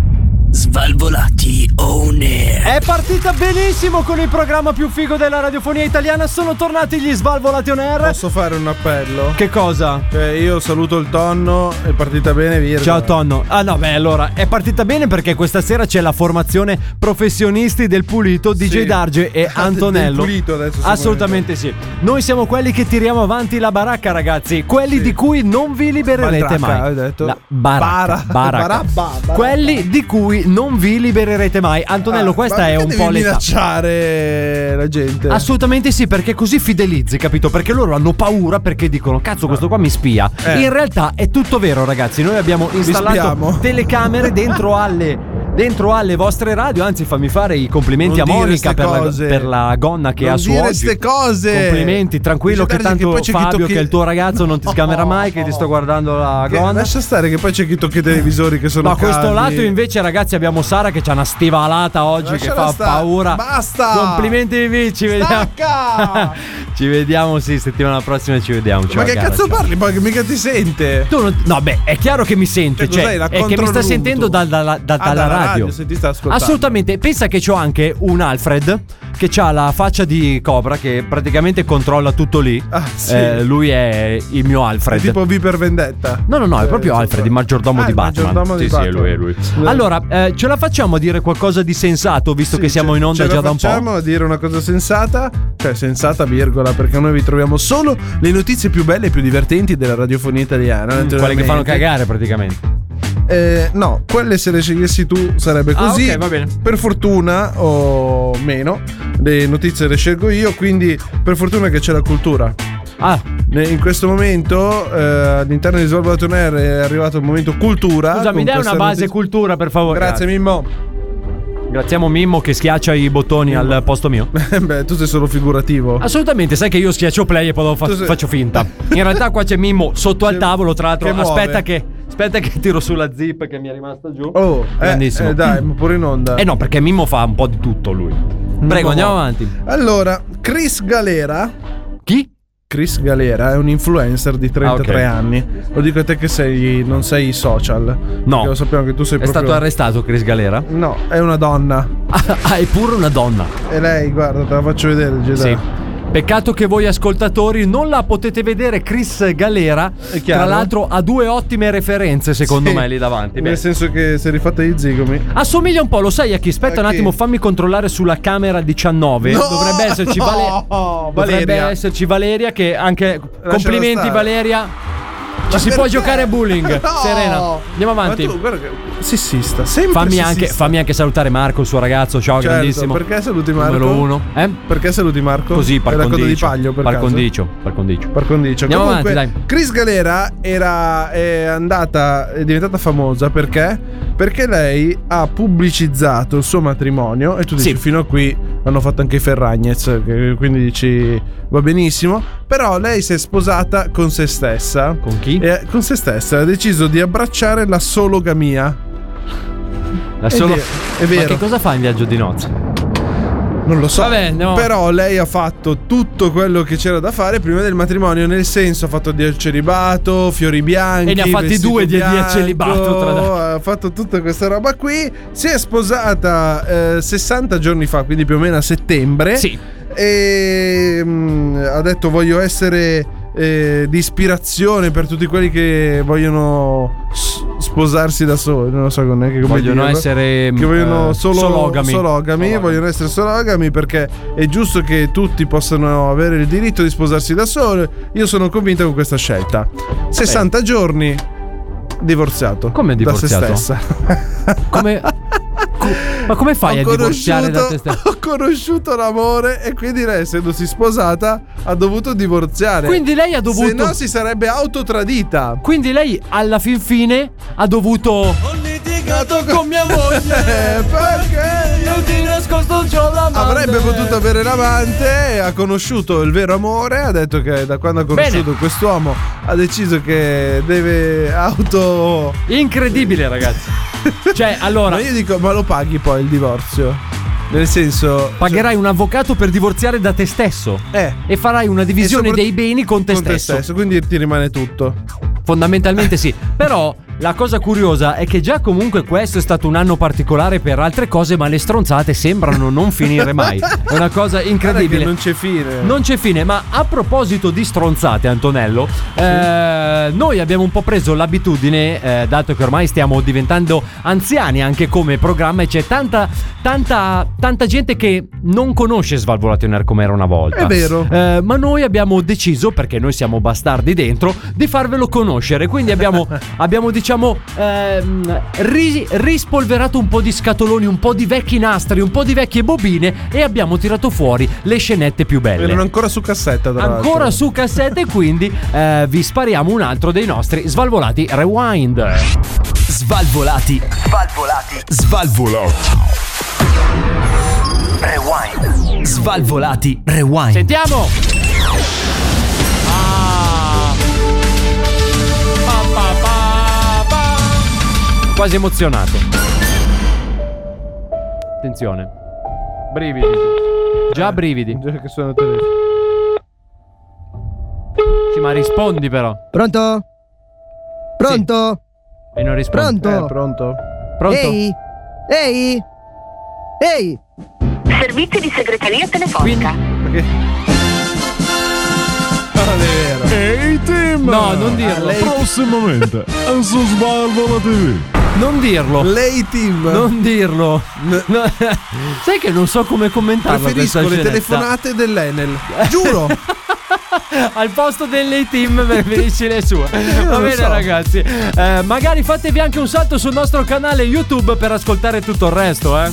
Speaker 1: Svalvolati on air.
Speaker 6: È partita benissimo con il programma più figo della radiofonia italiana. Sono tornati gli Svalvolati on air.
Speaker 5: Posso fare un appello?
Speaker 6: Che cosa?
Speaker 5: Cioè, io saluto il tonno, è partita bene, Virgo.
Speaker 6: Ciao Tonno. Ah no, beh, allora è partita bene perché questa sera c'è la formazione professionisti del pulito DJ
Speaker 5: Sì.
Speaker 6: Darge e
Speaker 5: Ah,
Speaker 6: Antonello.
Speaker 5: del pulito adesso siamo
Speaker 6: Assolutamente sì. Noi siamo quelli che tiriamo avanti la baracca, ragazzi, quelli di cui non vi libererete
Speaker 5: Baracca,
Speaker 6: mai.
Speaker 5: hai detto?
Speaker 6: La baracca,
Speaker 5: Bara-
Speaker 6: baracca.
Speaker 5: barabba, barabba.
Speaker 6: Quelli di cui non vi libererete mai. Antonello,
Speaker 5: Ah,
Speaker 6: questa
Speaker 5: ma
Speaker 6: è
Speaker 5: perché
Speaker 6: un
Speaker 5: devi
Speaker 6: po' l'età.
Speaker 5: minacciare la gente.
Speaker 6: Assolutamente sì, perché così fidelizzi, capito? Perché loro hanno paura perché dicono cazzo questo qua mi spia.
Speaker 5: Ah. Eh.
Speaker 6: In realtà è tutto vero ragazzi, noi abbiamo installato
Speaker 5: spiamo.
Speaker 6: telecamere dentro alle... Dentro alle vostre radio, anzi fammi fare i complimenti
Speaker 5: Non
Speaker 6: a
Speaker 5: dire
Speaker 6: Monica
Speaker 5: ste
Speaker 6: per la,
Speaker 5: cose.
Speaker 6: per la gonna che
Speaker 5: Non
Speaker 6: ha su
Speaker 5: dire
Speaker 6: oggi.
Speaker 5: ste cose.
Speaker 6: Complimenti, tranquillo
Speaker 5: Dice
Speaker 6: che
Speaker 5: Darsi che
Speaker 6: tanto
Speaker 5: poi c'è chi
Speaker 6: Fabio
Speaker 5: tocchi-
Speaker 6: che è il tuo ragazzo non ti scamerà mai che ti sto guardando la
Speaker 5: Che-
Speaker 6: gonna.
Speaker 5: lascia stare che poi c'è chi tocca i televisori che sono
Speaker 6: Ma a questo
Speaker 5: caldi.
Speaker 6: lato invece ragazzi abbiamo Sara che c'ha una stivalata oggi che
Speaker 5: Lasciala
Speaker 6: fa
Speaker 5: stare.
Speaker 6: paura.
Speaker 5: Basta.
Speaker 6: Complimenti Vivi, ci vediamo.
Speaker 5: Stacca.
Speaker 6: ci vediamo sì, settimana prossima ci vediamo. Ciao,
Speaker 5: Ma che
Speaker 6: cara,
Speaker 5: cazzo
Speaker 6: ciao.
Speaker 5: parli? Poi che mica ti sente.
Speaker 6: Tu non- no, beh, è chiaro che mi sente,
Speaker 5: Cioè,
Speaker 6: cioè,
Speaker 5: cos'è, la
Speaker 6: è che mi sta
Speaker 5: controluto?
Speaker 6: sentendo dal- dalla- da-
Speaker 5: Ah,
Speaker 6: dalla
Speaker 5: dalla
Speaker 6: radio.
Speaker 5: radio, se ti sta ascoltando.
Speaker 6: Assolutamente, pensa che c'ho anche un Alfred che ha la faccia di Cobra che praticamente controlla tutto lì. Eh,
Speaker 5: Ah, sì.
Speaker 6: lui è il mio Alfred.
Speaker 5: Tipo V per vendetta.
Speaker 6: No, no, no, è proprio
Speaker 5: Eh,
Speaker 6: Alfred,
Speaker 5: insomma.
Speaker 6: il maggiordomo
Speaker 5: Ah,
Speaker 6: di
Speaker 5: il
Speaker 6: Batman.
Speaker 5: maggiordomo
Speaker 6: sì,
Speaker 5: di
Speaker 6: sì, è lui, è lui.
Speaker 5: Batman.
Speaker 6: Allora, eh, ce la facciamo a dire qualcosa di sensato, visto
Speaker 5: Sì,
Speaker 6: che siamo
Speaker 5: ce-
Speaker 6: in onda
Speaker 5: ce la
Speaker 6: già da un
Speaker 5: facciamo
Speaker 6: po'.
Speaker 5: a dire una cosa sensata, cioè sensata virgola, perché noi vi troviamo solo le notizie più belle e più divertenti della radiofonia italiana.
Speaker 6: Mm, Quelle che
Speaker 5: naturalmente.
Speaker 6: fanno cagare praticamente.
Speaker 5: Eh, no, quelle se le scegliessi tu sarebbe
Speaker 6: Ah,
Speaker 5: così.
Speaker 6: ok, va bene.
Speaker 5: Per fortuna o meno, le notizie le scelgo io, quindi per fortuna che c'è la cultura.
Speaker 6: Ah,
Speaker 5: Ne- In questo momento eh, all'interno di Svalbard On Air è arrivato il momento cultura.
Speaker 6: scusa, mi
Speaker 5: Ah,
Speaker 6: dai
Speaker 5: con
Speaker 6: una
Speaker 5: questa
Speaker 6: base
Speaker 5: notizia-
Speaker 6: cultura, oh, per favore.
Speaker 5: Grazie Mimmo.
Speaker 6: Graziamo Mimmo che schiaccia i bottoni al posto mio.
Speaker 5: Beh, tu sei solo figurativo.
Speaker 6: Assolutamente, sai che io schiaccio play e poi dopo fa-
Speaker 5: Tu sei-
Speaker 6: faccio finta. In realtà qua c'è Mimmo sotto al
Speaker 5: Che-
Speaker 6: tavolo, tra l'altro.
Speaker 5: che muove.
Speaker 6: aspetta che aspetta che tiro sulla zip che mi è rimasta giù.
Speaker 5: Oh, eh,
Speaker 6: grandissimo.
Speaker 5: eh, dai, ma pure in onda.
Speaker 6: Eh no, perché Mimmo fa un po' di tutto lui. Prego, andiamo avanti.
Speaker 5: Allora, Chris Galera.
Speaker 6: Chi?
Speaker 5: Chris Galera è un influencer di 33
Speaker 6: Ah, ok.
Speaker 5: anni. Lo dico a te che sei, non sei social. Perché Lo sappiamo che tu sei
Speaker 6: È
Speaker 5: proprio...
Speaker 6: stato arrestato Chris Galera?
Speaker 5: No, è una donna.
Speaker 6: Ah, è pure una donna.
Speaker 5: E lei, guarda, te la faccio vedere, Geda.
Speaker 6: Sì. Peccato che voi ascoltatori non la potete vedere Chris Galera.
Speaker 5: È chiaro.
Speaker 6: Tra l'altro ha due ottime referenze secondo
Speaker 5: Sì.
Speaker 6: me lì davanti. Beh.
Speaker 5: Nel senso che si è rifatta gli zigomi.
Speaker 6: Assomiglia un po', lo sai a chi? Aspetta
Speaker 5: A
Speaker 6: un
Speaker 5: chi?
Speaker 6: attimo, fammi controllare sulla camera 19.
Speaker 5: No,
Speaker 6: dovrebbe esserci
Speaker 5: no,
Speaker 6: Vale- Dovrebbe
Speaker 5: Valeria.
Speaker 6: esserci Valeria che anche complimenti
Speaker 5: stare.
Speaker 6: Valeria. Ci si può
Speaker 5: perché?
Speaker 6: giocare a bullying.
Speaker 5: No!
Speaker 6: Serena. Andiamo avanti.
Speaker 5: Ma tu, guarda che sessista, sempre
Speaker 6: Fammi anche,
Speaker 5: sessista.
Speaker 6: fammi anche salutare Marco, il suo ragazzo. Ciao,
Speaker 5: Certo,
Speaker 6: grandissimo.
Speaker 5: perché saluti Marco?
Speaker 6: Numero uno. Eh?
Speaker 5: Perché saluti Marco?
Speaker 6: Così, par
Speaker 5: per la coda di
Speaker 6: condicio.
Speaker 5: paglio, per
Speaker 6: par
Speaker 5: caso?
Speaker 6: condicio, par condicio.
Speaker 5: Par condicio.
Speaker 6: Andiamo
Speaker 5: Comunque,
Speaker 6: avanti, dai.
Speaker 5: Chris Galera era è andata è diventata famosa perché perché lei ha pubblicizzato il suo matrimonio e tu dici
Speaker 6: Sì.
Speaker 5: fino a qui hanno fatto anche i Ferragnez, che- quindi dici va benissimo, però lei si è sposata con se stessa.
Speaker 6: Con chi?
Speaker 5: E con se stessa ha deciso di abbracciare la sologamia.
Speaker 6: La
Speaker 5: È
Speaker 6: solo-
Speaker 5: vero, è
Speaker 6: Ma
Speaker 5: vero.
Speaker 6: che cosa fa in viaggio di nozze?
Speaker 5: Non lo so.
Speaker 6: Vabbè, andiamo
Speaker 5: Però lei ha fatto tutto quello che c'era da fare prima del matrimonio, nel senso ha fatto del celibato, fiori bianchi.
Speaker 6: E ne ha fatti
Speaker 5: vestito
Speaker 6: due di- di
Speaker 5: bianco,
Speaker 6: celibato, tra l'altro.
Speaker 5: Ha fatto tutta questa roba qui. Si è sposata eh, 60 giorni fa, quindi più o meno a settembre.
Speaker 6: Sì.
Speaker 5: E mm, ha detto voglio essere eh, di ispirazione per tutti quelli che vogliono s- sposarsi da soli. Non lo so neanche come
Speaker 6: Vogliono
Speaker 5: dirlo.
Speaker 6: essere,
Speaker 5: Che vogliono
Speaker 6: eh,
Speaker 5: solo,
Speaker 6: sologami.
Speaker 5: sologami,
Speaker 6: Sologami.
Speaker 5: vogliono essere sologami perché è giusto che tutti possano avere il diritto di sposarsi da soli. Io sono convinta con questa scelta. 60 giorni divorziato.
Speaker 6: Come divorziato?
Speaker 5: Da se stessa.
Speaker 6: Come, cu- ma come fai a divorziare da te stesso?
Speaker 5: ho conosciuto l'amore e quindi lei, essendosi sposata, ha dovuto divorziare.
Speaker 6: Quindi lei ha dovuto-
Speaker 5: Se no si sarebbe autotradita.
Speaker 6: Quindi lei alla fin fine ha dovuto con mia moglie
Speaker 5: Eh, perché?
Speaker 6: Io ti nascosto già la mano
Speaker 5: Avrebbe potuto avere l'amante, ha conosciuto il vero amore, ha detto che da quando ha conosciuto
Speaker 6: Bene.
Speaker 5: quest'uomo ha deciso che deve auto...
Speaker 6: Incredibile ragazzi Cioè allora
Speaker 5: Ma io dico, ma lo paghi poi il divorzio? Nel senso...
Speaker 6: Pagherai un avvocato per divorziare da te stesso
Speaker 5: Eh.
Speaker 6: E farai una divisione
Speaker 5: sopra-
Speaker 6: dei beni con te
Speaker 5: con te
Speaker 6: stesso
Speaker 5: stesso, quindi ti rimane tutto.
Speaker 6: Fondamentalmente sì. Però la cosa curiosa è che già comunque questo è stato un anno particolare per altre cose, ma le stronzate sembrano non finire mai. È una cosa
Speaker 5: Guarda
Speaker 6: incredibile.
Speaker 5: che non c'è fine.
Speaker 6: Non c'è fine, ma a proposito di stronzate, Antonello, eh, noi abbiamo un po' preso l'abitudine, eh, dato che ormai stiamo diventando anziani anche come programma e c'è tanta, tanta, tanta gente che non conosce Svalvolationer come era una volta.
Speaker 5: È vero.
Speaker 6: Eh, ma noi abbiamo deciso, perché noi siamo bastardi dentro, di farvelo conoscere. Quindi abbiamo, abbiamo, diciamo, ehm, ri- rispolverato un po' di scatoloni, un po' di vecchi nastri, un po' di vecchie bobine e abbiamo tirato fuori le scenette più belle.
Speaker 5: Erano ancora su cassetta, tra l'altro.
Speaker 6: Ancora su cassette, e quindi eh, vi spariamo un altro dei nostri svalvolati rewind.
Speaker 1: Svalvolati. Svalvolati. Svalvolati. Rewind. Svalvolati. Rewind.
Speaker 6: Sentiamo! Ah. Pa, pa, pa, pa. Quasi emozionato. Attenzione. Brividi. Già brividi.
Speaker 5: Già che sono tedesco.
Speaker 6: Sì, ma rispondi però.
Speaker 2: Pronto? Pronto?
Speaker 6: E non rispondi.
Speaker 5: Eh, pronto?
Speaker 6: Pronto?
Speaker 2: Ehi? Ehi? Ehi?
Speaker 9: Servizio di segreteria telefonica.
Speaker 6: Quindi-
Speaker 5: Non è vero.
Speaker 6: No, non dirlo.
Speaker 10: Prossimamente, su Svalvola TV.
Speaker 6: Non dirlo.
Speaker 5: Lei team.
Speaker 6: Non dirlo. No. Sai che non so come commentarlo.
Speaker 5: Preferisco le
Speaker 6: questa scenetta.
Speaker 5: telefonate dell'Enel. Giuro.
Speaker 6: Al posto delle team preferisci le sue. Va
Speaker 5: lo
Speaker 6: bene
Speaker 5: so.
Speaker 6: ragazzi. Eh, magari fatevi anche un salto sul nostro canale YouTube per ascoltare tutto il resto, eh.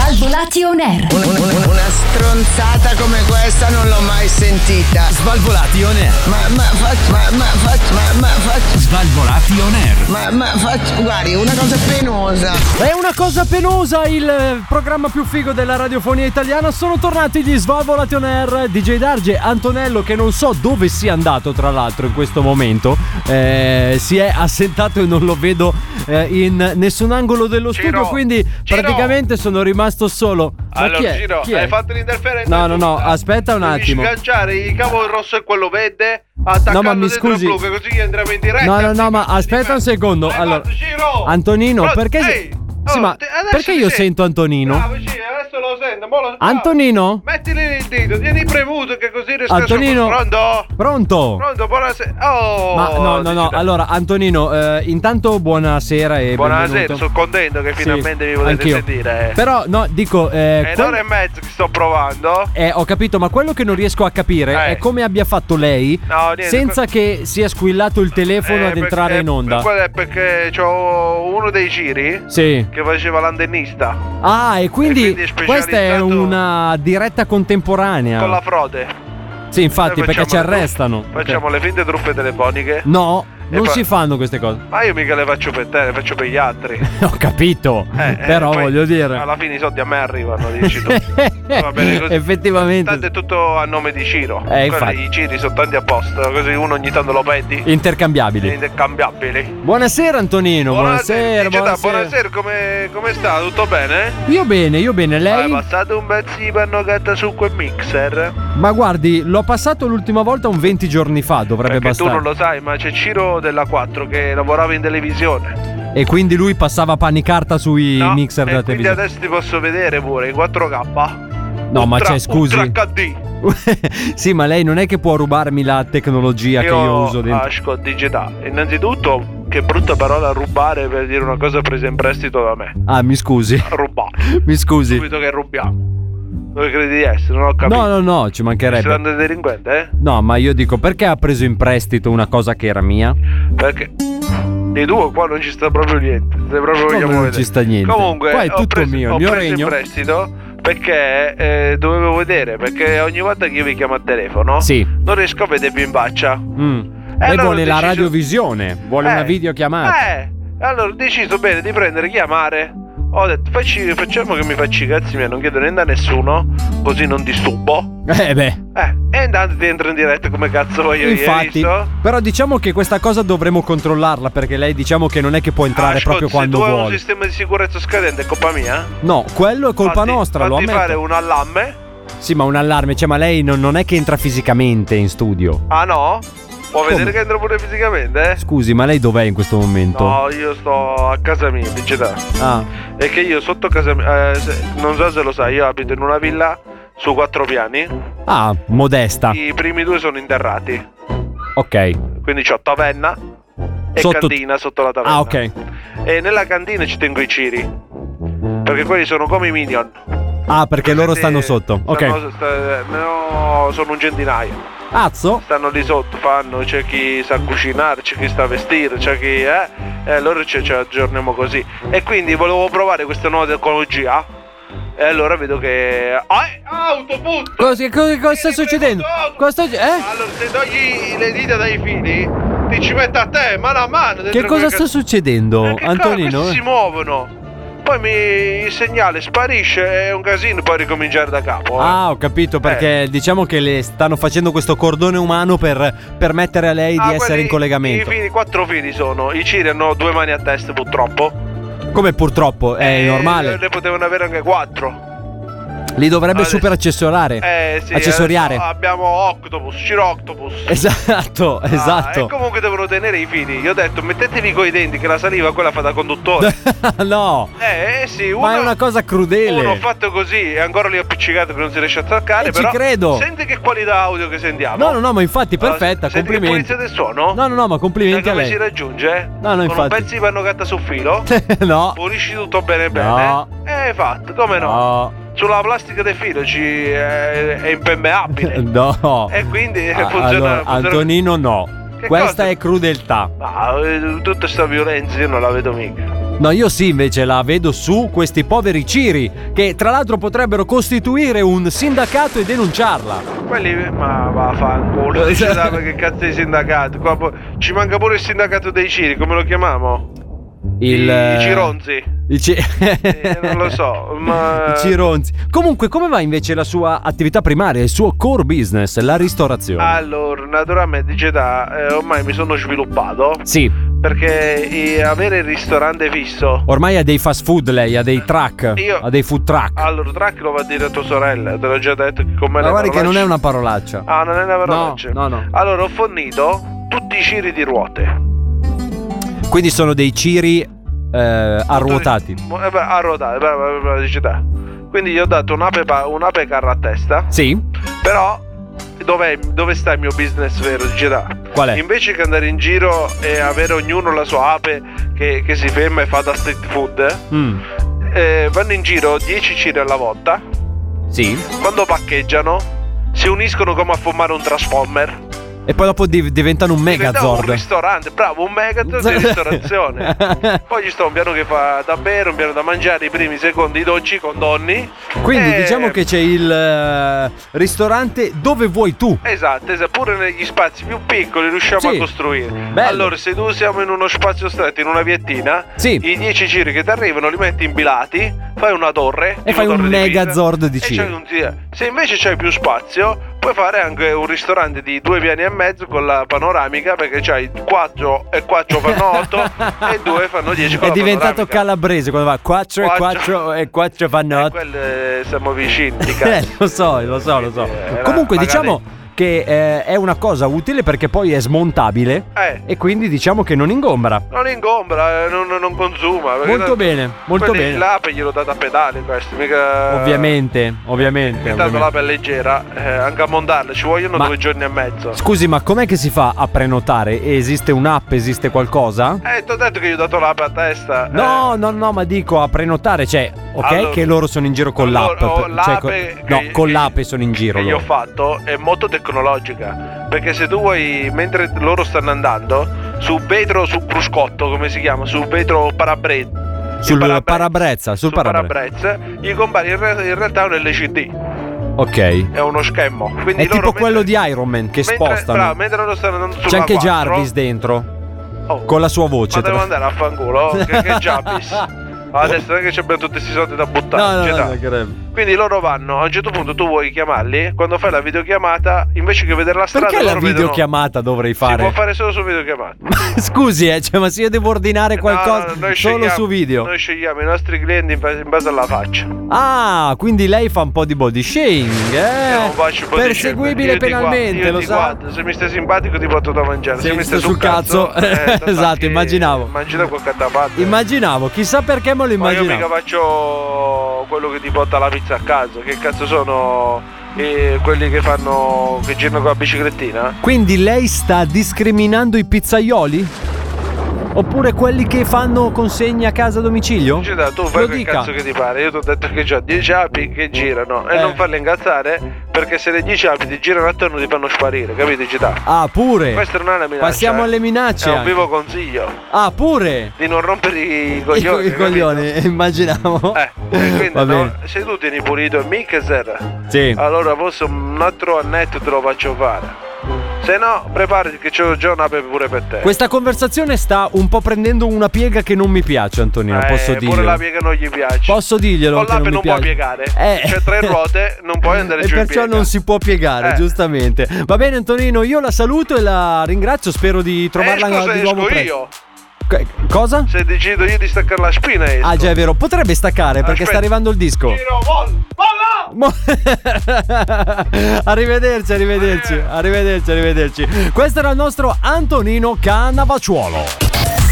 Speaker 3: Svalvolati on air.
Speaker 1: Una stronzata come questa non l'ho mai sentita. Svalvolati on air. Ma ma faccio, ma ma faccio, ma ma faccio. Svalvolati on air. Ma ma faccio, guardi, una cosa penosa.
Speaker 6: È una cosa penosa, il eh, programma più figo della radiofonia italiana. Sono tornati gli Svalvolati on Air, DJ Darge, Antonello che non so dove sia andato tra l'altro in questo momento. Eh, si è assentato e non lo vedo eh, in nessun angolo dello studio, quindi praticamente sono rimasto solo. Ma chi è? Chi è?
Speaker 5: l'interferenza.
Speaker 6: No, no, no, aspetta un attimo.
Speaker 5: sganciare il cavo rosso e quello verde. Attaccarlo
Speaker 6: No, ma mi dentro scusi. il blu, che
Speaker 5: così entriamo in
Speaker 6: No, no, no, ma aspetta un secondo. Allora, Antonino, perché se- Sì, ma perché io sento Antonino?
Speaker 5: eh, adesso lo sento. mo lo-
Speaker 6: Antonino?
Speaker 5: Mettili il dito, tieni premuto che così riesco a-
Speaker 6: Antonino?
Speaker 5: Pronto?
Speaker 6: Pronto?
Speaker 5: Pronto, buonasera. Oh,
Speaker 6: Ma no, no, no.
Speaker 5: digital.
Speaker 6: Allora, Antonino, eh, intanto buonasera e
Speaker 5: Buonasera,
Speaker 6: benvenuto.
Speaker 5: sono contento che
Speaker 6: Sì,
Speaker 5: finalmente mi potete
Speaker 6: anch'io.
Speaker 5: sentire. eh.
Speaker 6: Però, no, dico. eh,
Speaker 5: È
Speaker 6: quel-
Speaker 5: un'ora e mezzo che sto provando.
Speaker 6: eh, ho capito, ma quello che non riesco a capire
Speaker 5: Eh.
Speaker 6: è come abbia fatto lei
Speaker 5: No, niente,
Speaker 6: senza che sia squillato il telefono
Speaker 5: Eh,
Speaker 6: ad
Speaker 5: per-
Speaker 6: entrare
Speaker 5: eh,
Speaker 6: in onda.
Speaker 5: Quello è perché c'ho uno dei giri
Speaker 6: Sì.
Speaker 5: che faceva l'antennista
Speaker 6: Ah, e quindi,
Speaker 5: quindi è specializzato-
Speaker 6: questa è una diretta contemporanea.
Speaker 5: con la frode.
Speaker 6: Sì, infatti,
Speaker 5: Noi
Speaker 6: perché ci
Speaker 5: facciamo le
Speaker 6: arrestano.
Speaker 5: truppe- Facciamo le finte truppe telefoniche.
Speaker 6: No,
Speaker 5: E
Speaker 6: non
Speaker 5: poi-
Speaker 6: si fanno queste cose.
Speaker 5: Ma io mica le faccio per te, le faccio per gli altri.
Speaker 6: Ho
Speaker 5: Eh,
Speaker 6: capito.
Speaker 5: eh,
Speaker 6: Però
Speaker 5: poi
Speaker 6: voglio dire.
Speaker 5: Alla fine i soldi a me arrivano, dici tu. Va bene così.
Speaker 6: Effettivamente.
Speaker 5: Tanto è tutto a nome di Ciro.
Speaker 6: Eh,
Speaker 5: Guarda,
Speaker 6: infatti.
Speaker 5: I giri sono tanti apposta, così uno ogni tanto lo perdi.
Speaker 6: Intercambiabili.
Speaker 5: Intercambiabili.
Speaker 6: Buonasera Antonino, buonasera,
Speaker 5: Dice, "Dai,
Speaker 6: buonasera.
Speaker 5: buonasera, come, come sta? Tutto bene?
Speaker 6: Io bene, io bene,
Speaker 5: Hai
Speaker 6: lei?
Speaker 5: passato un pezzo di panno gatta su quel mixer?
Speaker 6: Ma guardi, l'ho passato l'ultima volta un 20 giorni fa, dovrebbe
Speaker 5: Perché tu
Speaker 6: bastare.
Speaker 5: non lo sai, ma c'è Ciro della 4 che lavorava in televisione.
Speaker 6: E quindi lui passava panicarta sui
Speaker 5: No,
Speaker 6: mixer
Speaker 5: e
Speaker 6: della
Speaker 5: quindi
Speaker 6: televisione.
Speaker 5: adesso ti posso vedere pure in 4K.
Speaker 6: No, ma
Speaker 5: Ultra-
Speaker 6: c'è, scusi.
Speaker 5: Ultra HD.
Speaker 6: sì, ma lei non è che può rubarmi la tecnologia che io uso dentro.
Speaker 5: asco digitale. Innanzitutto, che brutta parola rubare per dire una cosa presa in prestito da me.
Speaker 6: Ah, mi scusi.
Speaker 5: Rubare.
Speaker 6: mi scusi.
Speaker 5: Subito che rubiamo. Dove credi di essere? Non ho capito.
Speaker 6: No, no, no, ci
Speaker 5: Sei
Speaker 6: mancherebbe.
Speaker 5: tanto delinquente, eh?
Speaker 6: No, ma io dico, perché ha preso in prestito una cosa che era mia?
Speaker 5: Perché? Dei due qua non ci sta proprio niente. Se proprio
Speaker 6: Come
Speaker 5: vogliamo
Speaker 6: non
Speaker 5: vedere.
Speaker 6: ci sta niente?
Speaker 5: Comunque,
Speaker 6: Qua è
Speaker 5: ho
Speaker 6: tutto
Speaker 5: preso-
Speaker 6: mio, il
Speaker 5: ho
Speaker 6: mio
Speaker 5: preso
Speaker 6: regno.
Speaker 5: in prestito perché eh, dovevo vedere. Perché ogni volta che io vi chiamo al telefono,
Speaker 11: Sì.
Speaker 5: non riesco a vedere Bimbaccia.
Speaker 6: Mm.
Speaker 11: Lei vuole
Speaker 5: allora ho
Speaker 11: la
Speaker 5: Eh, deciso-
Speaker 11: radiovisione, vuole
Speaker 5: Eh.
Speaker 11: una videochiamata.
Speaker 5: Eh, allora ho deciso bene di prendere chiamare. Ho detto, facci- facciamo che mi facci i cazzi miei, non chiedo niente a nessuno, così non disturbo.
Speaker 11: Eh, beh.
Speaker 5: Eh, e intanto ti entro in diretta come cazzo voglio io, hai
Speaker 11: Infatti,
Speaker 5: visto?
Speaker 6: però diciamo che questa cosa dovremmo controllarla perché lei diciamo che non è che può entrare
Speaker 5: Ascolti,
Speaker 6: proprio quando
Speaker 5: Ah, se tu hai un
Speaker 6: vuole.
Speaker 5: sistema di sicurezza scadente è colpa mia?
Speaker 6: No, quello è colpa
Speaker 5: Fatti-
Speaker 6: nostra, lo
Speaker 5: fatti
Speaker 6: ammetto.
Speaker 5: fare un allarme?
Speaker 6: Sì, ma un allarme, cioè ma lei non, non è che entra fisicamente in studio.
Speaker 5: Ah no? Può
Speaker 6: Come?
Speaker 5: vedere che entro pure fisicamente? eh?
Speaker 6: Scusi, ma lei dov'è in questo momento?
Speaker 5: No, io sto a casa mia, Piccietà.
Speaker 6: Ah,
Speaker 5: È che io sotto casa mia, eh, se- non so se lo sai, io abito in una villa su quattro piani.
Speaker 6: ah, modesta.
Speaker 5: I primi due sono interrati.
Speaker 6: Ok.
Speaker 5: Quindi c'ho tavenna e
Speaker 6: Sotto-
Speaker 5: cantina sotto la tavenna.
Speaker 6: Ah, ok.
Speaker 5: E nella cantina ci tengo i ciri. Perché quelli sono come i minion.
Speaker 6: Ah, perché loro stanno sotto. Ok.
Speaker 5: Stanno- sta- eh, no, sono un centinaio.
Speaker 6: Azzo.
Speaker 5: Stanno lì sotto, fanno, c'è chi sa cucinare, c'è chi sta a vestire, c'è chi... Eh, e allora ci, ci aggiorniamo così. E quindi volevo provare questa nuova tecnologia. E allora vedo che... Ah, autobus!
Speaker 11: Cosa, cosa- cosa sta succedendo? Cosa sta- eh?
Speaker 5: Allora se togli le dita dai fili, ti ci metto a te, mano a mano. dentro
Speaker 6: Che cosa
Speaker 5: quel
Speaker 6: sta
Speaker 5: cazzo-
Speaker 6: succedendo,
Speaker 5: Eh, Che cosa?
Speaker 6: Antonino? eh.
Speaker 5: Questi si muovono. Poi mi- il segnale sparisce, è un casino, poi ricominciare da capo. eh.
Speaker 6: Ah, ho capito perché diciamo che le stanno facendo questo cordone umano per permettere a lei
Speaker 5: Ah,
Speaker 6: di essere
Speaker 5: quelli-
Speaker 6: in
Speaker 5: I
Speaker 6: collegamento.
Speaker 5: fili, quattro fili sono. I Ciri hanno due mani a testa, purtroppo.
Speaker 6: Come purtroppo è
Speaker 5: Eh,
Speaker 6: normale.
Speaker 5: Ne potevano avere anche quattro.
Speaker 6: Li dovrebbe
Speaker 5: adesso-
Speaker 6: super accessorare.
Speaker 5: Eh, sì,
Speaker 6: accessoriare.
Speaker 5: adesso Abbiamo Octopus, Ciroctopus.
Speaker 6: Esatto,
Speaker 5: Ah,
Speaker 6: esatto.
Speaker 5: e comunque devono tenere i fili. Io ho detto, mettetevi coi denti, che la saliva quella fa da conduttore.
Speaker 6: no,
Speaker 5: eh, eh, sì, uno,
Speaker 6: ma è una cosa
Speaker 5: uno
Speaker 6: crudele.
Speaker 5: fatto così e ancora lì appiccicato che non si riesce a attaccare.
Speaker 6: Eh, ci
Speaker 5: però
Speaker 6: credo.
Speaker 5: Senti che qualità audio che sentiamo. Cioè,
Speaker 6: No, no, no, ma infatti perfetta,
Speaker 5: Senti che
Speaker 6: complimenti.
Speaker 5: pulizia del suono?
Speaker 6: No, no, no, ma
Speaker 5: Sai
Speaker 6: complimenti a
Speaker 5: come si
Speaker 6: lei.
Speaker 5: raggiunge?
Speaker 6: No, no,
Speaker 5: Con un
Speaker 6: infatti.
Speaker 5: pezzo di pannocatta sul filo?
Speaker 6: no.
Speaker 5: Pulisci tutto bene bene?
Speaker 6: Ah. No.
Speaker 5: Eh, fatto, come no?
Speaker 6: No.
Speaker 5: Sulla plastica del filo ci, eh, è impermeabile.
Speaker 6: No.
Speaker 5: E quindi eh,
Speaker 6: Ah,
Speaker 5: funziona...
Speaker 6: allora,
Speaker 5: funziona-
Speaker 6: Antonino no.
Speaker 5: Che
Speaker 6: Questa
Speaker 5: cosa?
Speaker 6: è crudeltà.
Speaker 5: Ma eh, tutta sta violenza io non la vedo mica.
Speaker 6: No, io sì, invece la vedo su questi poveri Ciri, che tra l'altro potrebbero costituire un sindacato e denunciarla.
Speaker 5: Quelli, ma va a fanculo, dice, "Dai, ma che cazzo di sindacato? Qua po- ci manca pure il sindacato dei Ciri, come lo chiamiamo?
Speaker 6: Il,
Speaker 5: I
Speaker 6: eh,
Speaker 5: Cironzi.
Speaker 6: I ci-
Speaker 5: Eh, non lo so, ma-
Speaker 6: I Cironzi. Comunque, come va invece la sua attività primaria, il suo core business, la ristorazione?
Speaker 5: Allora, naturalmente, dice, "Dai, eh, ormai mi sono sviluppato.
Speaker 6: Sì,
Speaker 5: Perché eh, avere il ristorante fisso.
Speaker 6: ormai ha dei fast food lei, ha dei truck,
Speaker 5: Io- Ah,
Speaker 6: ha dei food truck.
Speaker 5: Allora, track lo va a dire a tua sorella, te l'ho già detto che con me
Speaker 6: Ma
Speaker 5: le
Speaker 6: guardi che non
Speaker 5: parolacce-
Speaker 6: è una parolaccia.
Speaker 5: Ah, non è una parolaccia.
Speaker 6: No, no, no.
Speaker 5: Allora, ho fornito tutti i giri di ruote.
Speaker 6: Quindi sono dei Ciri eh, arruotati.
Speaker 5: Eh, beh, Arruotati, brava, brava, brava, dici te. Quindi gli ho dato un'ape, pa- un'ape carra a testa.
Speaker 6: Sì,
Speaker 5: Però, dov'è- dove sta il mio business vero, dici te?
Speaker 6: qual è?
Speaker 5: Invece che andare in giro e avere ognuno la sua ape che, che si ferma e fa da street food, eh,
Speaker 6: Mm,
Speaker 5: eh, vanno in giro 10 giri alla volta.
Speaker 6: Sì.
Speaker 5: Quando paccheggiano, si uniscono come a formare un transformer.
Speaker 6: E poi dopo div- diventano un
Speaker 5: Diventava
Speaker 6: megazord.
Speaker 5: un ristorante, bravo, un megazord di ristorazione. Poi ci sta un piano che fa da bere, un piano da mangiare, i primi, i secondi, i dolci, i condonni.
Speaker 6: Quindi
Speaker 5: Eh,
Speaker 6: diciamo che c'è il eh, ristorante dove vuoi tu.
Speaker 5: Esatto, esatto, pure negli spazi più piccoli riusciamo
Speaker 6: Sì.
Speaker 5: a costruire.
Speaker 6: Bello.
Speaker 5: Allora, se tu siamo in uno spazio stretto, in una viettina,
Speaker 6: Sì.
Speaker 5: i 10 giri che ti arrivano li metti in bilati, fai una torre. tipo
Speaker 6: fai un
Speaker 5: torre di pizza,
Speaker 6: megazord di
Speaker 5: e
Speaker 6: giri.
Speaker 5: c'hai un- Se invece c'hai più spazio, puoi fare anche un ristorante di due piani e mezzo con la panoramica, perché c'hai 4 e 4 fanno 8 e 2 fanno 10 con
Speaker 6: È
Speaker 5: la
Speaker 6: diventato
Speaker 5: panoramica.
Speaker 6: calabrese quando va 4 e 4 e 4 fanno
Speaker 5: Eh,
Speaker 6: 8.
Speaker 5: quelle siamo vicini, di
Speaker 6: Eh,
Speaker 5: cazzo.
Speaker 6: lo so, lo so, lo so.
Speaker 5: Eh,
Speaker 6: Comunque
Speaker 5: magari-
Speaker 6: diciamo che eh, è una cosa utile perché poi è smontabile
Speaker 5: Eh.
Speaker 6: e quindi diciamo che non ingombra.
Speaker 5: Non ingombra, eh, non, non consuma. perché
Speaker 6: Molto
Speaker 5: tanto-
Speaker 6: bene, molto
Speaker 5: quelli
Speaker 6: bene.
Speaker 5: L'ape glielo date a pedale questo, mica...
Speaker 6: Ovviamente, ovviamente.
Speaker 5: Intanto
Speaker 6: ovviamente.
Speaker 5: l'ape è leggera, eh, anche a montarla ci vogliono
Speaker 6: Ma-
Speaker 5: due giorni e mezzo.
Speaker 6: Scusi, ma com'è che si fa a prenotare? Esiste un'app, esiste qualcosa?
Speaker 5: Eh, ti ho detto che gli ho dato l'ape a testa. eh.
Speaker 6: No, no, no, ma dico a prenotare, cioè, ok,
Speaker 5: Allora,
Speaker 6: che loro sono in giro con
Speaker 5: allora,
Speaker 6: l'app.
Speaker 5: ho
Speaker 6: per- cioè,
Speaker 5: l'ape
Speaker 6: co-
Speaker 5: che-
Speaker 6: no, con
Speaker 5: che-
Speaker 6: l'ape sono in giro
Speaker 5: che gli
Speaker 6: loro.
Speaker 5: ho fatto è molto tecnologica perché se tu vuoi mentre loro stanno andando su vetro, su cruscotto, come si chiama? Su vetro parabretto.
Speaker 6: Sul parabrezza, sul parabrezza.
Speaker 5: Parabrezza, gli compare in, re- in realtà un LCD,
Speaker 6: Ok.
Speaker 5: è uno schemmo. Quindi
Speaker 6: È
Speaker 5: loro
Speaker 6: tipo
Speaker 5: mentre-
Speaker 6: quello di Iron Man che
Speaker 5: mentre, bravo,
Speaker 6: spostano.
Speaker 5: mentre loro stanno andando sulla
Speaker 6: C'è anche
Speaker 5: 4,
Speaker 6: Jarvis dentro.
Speaker 5: Oh.
Speaker 6: Con la sua voce.
Speaker 5: Ma devo
Speaker 6: tra-
Speaker 5: andare a fanculo, oh, che, che Jarvis. Ma adesso non è che ci abbiamo tutti questi soldi da buttare.
Speaker 6: No, no,
Speaker 5: ci
Speaker 6: no,
Speaker 5: dà.
Speaker 6: mancherebbe.
Speaker 5: Quindi loro vanno, a un certo punto tu vuoi chiamarli, quando fai la videochiamata, invece che vedere la strada...
Speaker 6: Perché la
Speaker 5: loro vedono-
Speaker 6: videochiamata dovrei
Speaker 5: Si può
Speaker 6: fare?
Speaker 5: fare solo su videochiamata.
Speaker 6: Scusi, eh, cioè, ma se io devo ordinare qualcosa
Speaker 5: No, no,
Speaker 6: solo
Speaker 5: noi scegliamo-
Speaker 6: su video.
Speaker 5: Noi scegliamo i nostri clienti in base, in base alla faccia.
Speaker 6: Ah, quindi lei fa un po' di body shaming,
Speaker 5: Io
Speaker 6: eh?
Speaker 5: non faccio body
Speaker 6: Perseguibile
Speaker 5: shaming. Io ti guardo,
Speaker 6: penalmente,
Speaker 5: io
Speaker 6: lo
Speaker 5: ti
Speaker 6: sa?
Speaker 5: guardo. Se mi stai simpatico ti porto da mangiare.
Speaker 6: Se mi
Speaker 5: stai
Speaker 6: sto sul cazzo,
Speaker 5: eh, t'attacchi-
Speaker 6: esatto, immaginavo.
Speaker 5: Mangi da qualche altra parte.
Speaker 6: Immaginavo, chissà perché me lo
Speaker 5: Ma io mica
Speaker 6: immaginavo.
Speaker 5: faccio quello che ti porta la pizza a casa. Che cazzo sono eh, quelli che fanno. che girano con la biciclettina?
Speaker 6: Quindi lei sta discriminando i pizzaioli? Oppure quelli che fanno consegna a casa a domicilio?
Speaker 5: Dice, dai, tu fai
Speaker 6: Lo
Speaker 5: quel
Speaker 6: dica.
Speaker 5: cazzo che ti pare. Io ti ho detto che ho 10 api che girano. E
Speaker 6: Eh.
Speaker 5: non farle ingazzare. Perché se le 10 api ti girano attorno ti fanno sparire, capito? Gita?
Speaker 6: Ah, pure.
Speaker 5: Questa non è una minaccia.
Speaker 6: Passiamo
Speaker 5: eh.
Speaker 6: alle minacce.
Speaker 5: È un
Speaker 6: anche.
Speaker 5: vivo consiglio
Speaker 6: Ah, pure.
Speaker 5: di non rompere i
Speaker 6: I, co-
Speaker 5: coglioni.
Speaker 6: i coglioni, eh, immaginavo.
Speaker 5: capito? Eh, e
Speaker 6: Va
Speaker 5: quindi
Speaker 6: bene.
Speaker 5: no, Ah. se tu tieni pulito il mixer,
Speaker 6: Sì.
Speaker 5: allora forse un altro annetto te lo faccio fare. Se no, preparati che c'ho già una pe- pure per te.
Speaker 6: Questa conversazione sta un po' prendendo una piega che non mi piace, Antonino.
Speaker 5: Eh,
Speaker 6: posso
Speaker 5: Pure
Speaker 6: dirglielo.
Speaker 5: la piega non gli piace.
Speaker 6: Posso dirglielo
Speaker 5: Con
Speaker 6: che
Speaker 5: l'ape
Speaker 6: non mi
Speaker 5: non, puoi
Speaker 6: piace.
Speaker 5: piegare.
Speaker 6: Eh.
Speaker 5: C'è tre ruote, non puoi andare
Speaker 6: E
Speaker 5: giù in
Speaker 6: perciò
Speaker 5: piega.
Speaker 6: non si può piegare,
Speaker 5: Eh.
Speaker 6: giustamente. Va bene, Antonino, io la saluto e la ringrazio. Spero di trovarla
Speaker 5: esco Eh, se
Speaker 6: di nuovo
Speaker 5: esco
Speaker 6: presto.
Speaker 5: io.
Speaker 6: Co- cosa?
Speaker 5: Se decido io di staccare la spina, esco.
Speaker 6: Ah, già è vero, potrebbe staccare perché
Speaker 5: ecco. Aspetta.
Speaker 6: sta arrivando il disco.
Speaker 5: Tiro, vol- vola!
Speaker 6: Mo- arrivederci, arrivederci, arrivederci, arrivederci. Questo era il nostro Antonino Cannavacciuolo.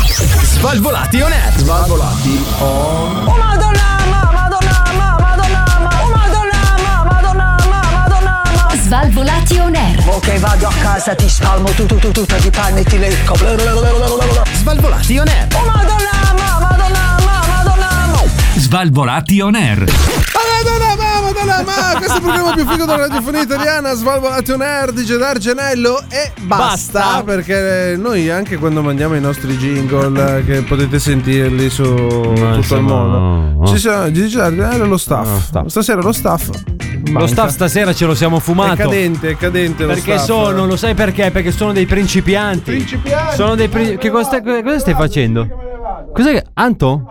Speaker 6: Svalvolati on air. Svalvolati on
Speaker 7: Oh madonna, ma, madonna, ma, madonna, ma, oh madonna, ma, madonna, ma, madonna, ma.
Speaker 3: Svalvolati on air.
Speaker 1: Ok, vado a casa, ti spalmo tu tu tu tu ti panni e ti lecco. Svalvolati on air.
Speaker 7: Oh madonna, ma, madonna, ma, madonna, ma.
Speaker 4: Svalvolati on air.
Speaker 5: Madonna, ma, madonna, ma questo è il programma più figo della radiofonia italiana. Svalvolate on air di Gedar Genello e basta,
Speaker 6: Basta.
Speaker 5: Perché noi, anche quando mandiamo i nostri jingle, eh, che potete sentirli su tutto il
Speaker 6: insomma,
Speaker 5: mondo,
Speaker 6: no, no. Ah,
Speaker 5: ci sono di Gedar Genello e lo staff.
Speaker 6: staff.
Speaker 5: Stasera lo staff
Speaker 6: Lo
Speaker 5: manca.
Speaker 6: staff stasera ce lo siamo
Speaker 5: è
Speaker 6: fumato.
Speaker 5: cadente, è cadente. lo
Speaker 6: Perché
Speaker 5: staff. eh.
Speaker 6: sono, lo sai perché? Perché sono dei principianti.
Speaker 5: Principianti.
Speaker 6: Sono dei pri- che cosa, cosa stai facendo? Cos'è che- Anto?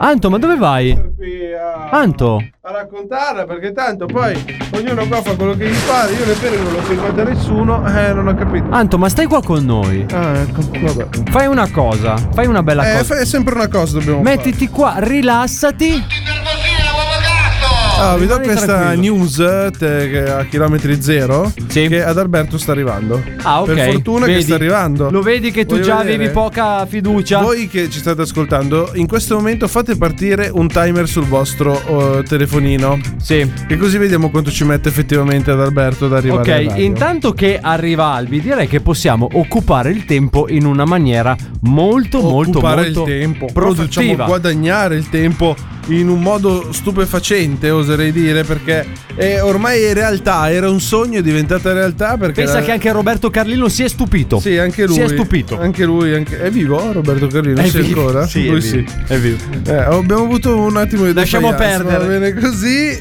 Speaker 6: Anto, ma dove vai?
Speaker 5: Qui a-
Speaker 6: Anto?
Speaker 5: a raccontarla perché tanto poi ognuno qua fa quello che gli pare io le pere non lo guarda nessuno eh non ho capito
Speaker 6: Anto, ma stai qua con noi.
Speaker 5: ah ecco vabbè
Speaker 6: Fai una cosa, fai una bella
Speaker 5: Eh,
Speaker 6: cosa.
Speaker 5: fa- è sempre una cosa dobbiamo
Speaker 6: Mettiti qua, rilassati.
Speaker 5: fare. Ah, vi do
Speaker 6: rimani
Speaker 5: questa
Speaker 6: tranquillo.
Speaker 5: news eh, che- a chilometri zero
Speaker 6: Sì.
Speaker 5: che ad Alberto sta arrivando.
Speaker 6: Ah, ok.
Speaker 5: Per fortuna che
Speaker 6: Vedi?
Speaker 5: sta arrivando.
Speaker 6: Lo vedi che tu
Speaker 5: Voglio
Speaker 6: già
Speaker 5: vedere.
Speaker 6: avevi poca fiducia.
Speaker 5: Voi che ci state ascoltando, in questo momento fate partire un timer sul vostro eh, telefonino.
Speaker 6: Sì.
Speaker 5: Che così vediamo quanto ci mette effettivamente ad Alberto ad arrivare. alla
Speaker 6: Ok,
Speaker 5: radio.
Speaker 6: intanto che arriva Albi, direi che possiamo occupare il tempo in una maniera molto, molto,
Speaker 5: occupare
Speaker 6: molto
Speaker 5: il tempo, però facciamo
Speaker 6: produttiva.
Speaker 5: guadagnare il tempo in un modo stupefacente, oserei dire, perché è ormai è realtà, era un sogno è diventata realtà perché
Speaker 6: Pensa
Speaker 5: era-
Speaker 6: che anche Roberto Carlino si è stupito.
Speaker 5: sì, anche lui
Speaker 6: Si è stupito.
Speaker 5: Anche lui anche- è vivo Roberto Carlino,
Speaker 6: È
Speaker 5: sì,
Speaker 6: vivo.
Speaker 5: ancora?
Speaker 6: Sì, è
Speaker 5: Lui
Speaker 6: vivo.
Speaker 5: sì.
Speaker 6: È vivo.
Speaker 5: Eh, abbiamo avuto un attimo di
Speaker 6: Lasciamo
Speaker 5: defiance,
Speaker 6: perdere.
Speaker 5: Va bene così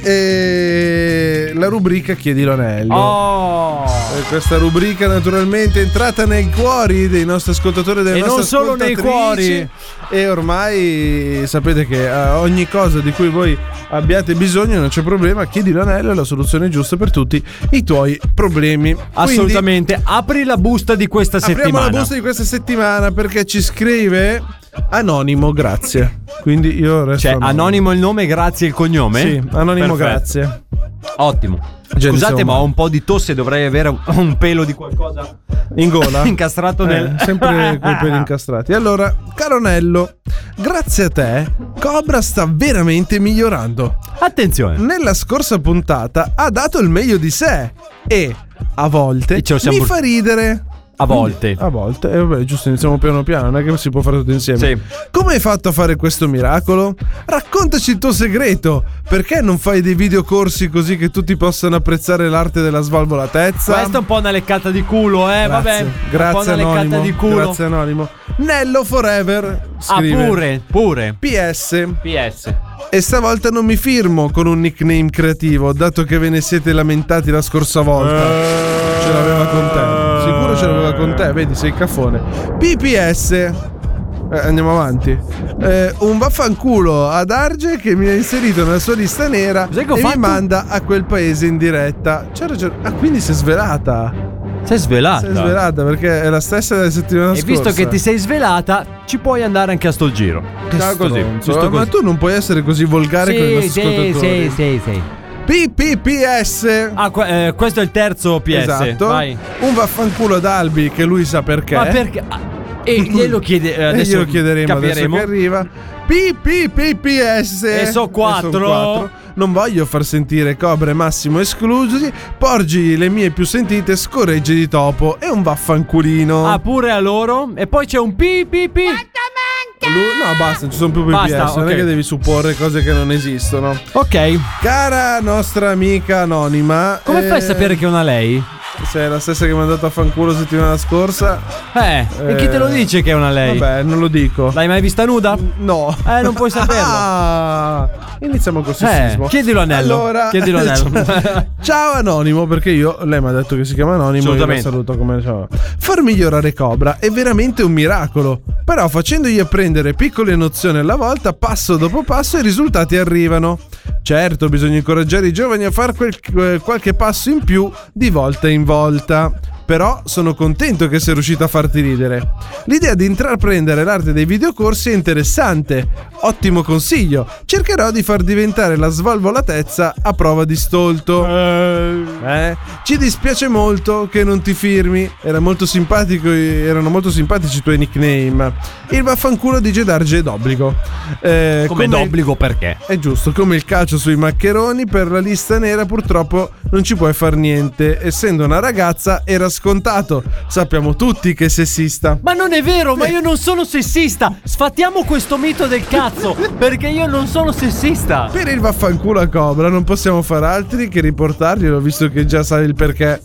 Speaker 5: e la rubrica chiedilo anello.
Speaker 6: Oh!
Speaker 5: E Eh, Questa rubrica naturalmente è entrata nei cuori dei nostri ascoltatori e delle
Speaker 6: E non
Speaker 5: nostre
Speaker 6: solo nei
Speaker 5: ascoltatrici. E ormai sapete che a ogni cosa di cui voi abbiate bisogno, non c'è problema, chiedi l'anello è la soluzione giusta per tutti i tuoi problemi. Quindi,
Speaker 6: Assolutamente. Apri la busta di questa
Speaker 5: apriamo
Speaker 6: settimana.
Speaker 5: la busta di questa settimana perché ci scrive Anonimo, grazie. Quindi io resto
Speaker 6: Cioè, anonimo il nome, grazie il cognome.
Speaker 5: Sì, anonimo,
Speaker 6: Perfetto.
Speaker 5: grazie.
Speaker 6: Ottimo.
Speaker 5: Già
Speaker 6: Scusate,
Speaker 5: insomma.
Speaker 6: ma ho un po' di tosse, dovrei avere un, un pelo di qualcosa
Speaker 5: In gola?
Speaker 6: incastrato nel.
Speaker 5: Eh, sempre coi peli incastrati. Allora, Caronello, grazie a te, Cobra sta veramente migliorando.
Speaker 6: Attenzione.
Speaker 5: Nella scorsa puntata ha dato il meglio di sé e a volte
Speaker 6: E ce lo siamo
Speaker 5: mi
Speaker 6: pur-
Speaker 5: fa ridere.
Speaker 6: A volte.
Speaker 5: A volte, e vabbè, giusto, iniziamo piano piano, non è che si può fare tutto insieme.
Speaker 6: Sì.
Speaker 5: Come hai fatto a fare questo miracolo? Raccontaci il tuo segreto. Perché non fai dei videocorsi così che tutti possano apprezzare l'arte della svalvolatezza?
Speaker 6: Questa è un po' una leccata di culo, eh. Vabbè. un po'
Speaker 5: Grazie
Speaker 6: una leccata
Speaker 5: anonimo.
Speaker 6: di culo.
Speaker 5: Grazie anonimo. Nello Forever. Scrive.
Speaker 6: Ah, pure, pure.
Speaker 5: PS.
Speaker 6: PS.
Speaker 5: E stavolta non mi firmo con un nickname creativo, dato che ve ne siete lamentati la scorsa volta. Ce l'aveva con te. Sicuro ce l'aveva con te, vedi, sei caffone. PPS. Eh, andiamo avanti. Eh, un vaffanculo ad Arge che mi ha inserito nella sua lista nera e
Speaker 6: che ho
Speaker 5: mi
Speaker 6: fatto?
Speaker 5: manda a quel paese in diretta. C'è ragione. Ah, quindi si è svelata.
Speaker 6: Sei svelata.
Speaker 5: Si è svelata perché è la stessa della settimana
Speaker 6: E
Speaker 5: scorsa.
Speaker 6: visto che ti sei svelata, ci puoi andare anche a sto giro.
Speaker 5: Ciao,
Speaker 6: Giusto così.
Speaker 5: stronzo.
Speaker 6: Giusto
Speaker 5: Ma
Speaker 6: così.
Speaker 5: tu non puoi essere così volgare con i nostri
Speaker 6: sì,
Speaker 5: ascoltatori.
Speaker 6: sì, sì, sì.
Speaker 5: PPPS.
Speaker 6: Ah, que- eh, questo è il terzo PS.
Speaker 5: Esatto.
Speaker 6: Vai.
Speaker 5: Un vaffanculo ad Albi che lui sa perché.
Speaker 6: Ma perché? ah, E glielo chiede, eh,
Speaker 5: E
Speaker 6: adesso
Speaker 5: glielo chiederemo
Speaker 6: capiremo.
Speaker 5: adesso che arriva. PPPPS.
Speaker 6: E so quattro.
Speaker 5: E son Non voglio far sentire Cobre Massimo esclusi. Porgi le mie più sentite, scorreggi di topo e un vaffanculino.
Speaker 6: Ah, pure a loro. E poi c'è un pi pi pi.
Speaker 5: Lu- no, basta, non ci sono più PPS.
Speaker 6: Basta,
Speaker 5: Non è
Speaker 6: ok.
Speaker 5: che devi supporre cose che non esistono.
Speaker 6: Ok.
Speaker 5: Cara nostra amica anonima.
Speaker 6: Come fai a
Speaker 5: eh,
Speaker 6: sapere che è una lei?
Speaker 5: Se è la stessa che mi ha mandato a fanculo settimana scorsa.
Speaker 6: Eh, e chi te lo
Speaker 5: Eh,
Speaker 6: dice che è una lei?
Speaker 5: Vabbè, non lo dico.
Speaker 6: L'hai mai vista nuda?
Speaker 5: No.
Speaker 6: Eh, non puoi saperlo.
Speaker 5: Ah, iniziamo col sessismo.
Speaker 6: Eh, chiedilo a Nello.
Speaker 5: Allora, diciamo-
Speaker 6: Chiedilo a Nello.
Speaker 5: Ciao Anonimo, perché io, lei mi ha detto che si chiama Anonimo, io la
Speaker 6: Assolutamente.
Speaker 5: saluto come diciamo. Far migliorare Cobra è veramente un miracolo, però facendogli apprendere piccole nozioni alla volta, passo dopo passo i risultati arrivano. Certo, bisogna incoraggiare i giovani a fare quel- eh, qualche passo in più di volta in volta. Però sono contento che sei riuscito a farti ridere. L'idea di intraprendere l'arte dei videocorsi è interessante. Ottimo consiglio. Cercherò di far diventare la svalvolatezza a prova di stolto. Eh, ci dispiace molto che non ti firmi. Era molto simpatico, erano molto simpatici i tuoi nickname. Il vaffanculo di Gedarge è d'obbligo. Eh,
Speaker 6: Come d'obbligo perché?
Speaker 5: È giusto, come il calcio sui maccheroni, per la lista nera purtroppo non ci puoi far niente. Essendo una ragazza era scontato. Sappiamo tutti che è sessista.
Speaker 6: Ma non è vero, ma io non sono sessista. Sfattiamo questo mito del cazzo, perché io non sono sessista.
Speaker 5: Per il vaffanculo a Cobra non possiamo far altri che riportarglielo visto che già sai il perché.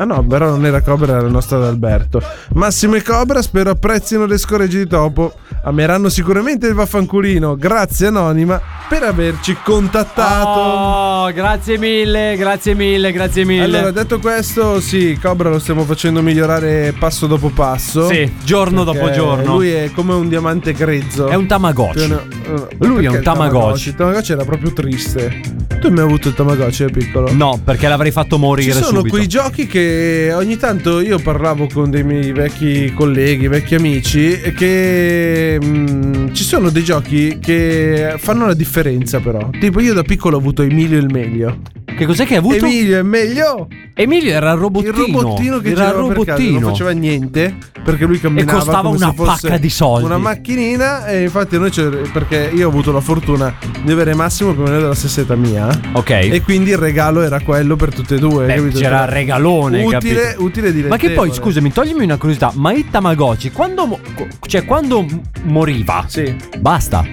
Speaker 5: Ah no, però non era Cobra, era la nostra ad Alberto. Massimo e Cobra spero apprezzino le scoregge di topo. Ameranno sicuramente il vaffanculino. Grazie Anonima per averci contattato.
Speaker 6: Oh, grazie mille, grazie mille, grazie mille.
Speaker 5: Allora, detto questo, sì, Cobra lo stiamo facendo migliorare passo dopo passo.
Speaker 6: sì, giorno dopo
Speaker 5: Perché
Speaker 6: giorno.
Speaker 5: Lui è come un diamante grezzo.
Speaker 6: È un Tamagotchi.
Speaker 5: Cioè, no, no,
Speaker 6: Lui è
Speaker 5: perché
Speaker 6: un
Speaker 5: il Tamagotchi?
Speaker 6: Tamagotchi.
Speaker 5: Il Tamagotchi era proprio triste. Tu hai mai avuto il Tamagotchi da piccolo?
Speaker 6: No, perché l'avrei fatto
Speaker 5: Ci
Speaker 6: morire
Speaker 5: sono
Speaker 6: subito.
Speaker 5: quei giochi che ogni tanto io parlavo con dei miei vecchi colleghi, vecchi amici, e che mm, ci sono dei giochi che fanno la differenza però. Tipo io da piccolo ho avuto Emilio il meglio.
Speaker 6: Che cos'è che hai avuto?
Speaker 5: Emilio il meglio!
Speaker 6: Emilio era il robottino.
Speaker 5: Il robottino che
Speaker 6: era il
Speaker 5: girava per casa,
Speaker 6: robottino.
Speaker 5: non faceva niente perché lui camminava
Speaker 6: E costava
Speaker 5: come se
Speaker 6: una
Speaker 5: fosse
Speaker 6: pacca di soldi.
Speaker 5: Una macchinina e infatti noi c'è- perché io ho avuto la fortuna di avere Massimo come noi della stessa età mia
Speaker 6: Ok.
Speaker 5: e quindi il regalo era quello per tutte e due,
Speaker 6: Beh,
Speaker 5: capito? cioè,
Speaker 6: c'era il regalone,
Speaker 5: utile,
Speaker 6: capito?
Speaker 5: utile dire.
Speaker 6: Ma che poi, scusami, toglimi una curiosità, ma il Tamagotchi quando mo- cioè quando m- moriva?
Speaker 5: Sì.
Speaker 6: Basta.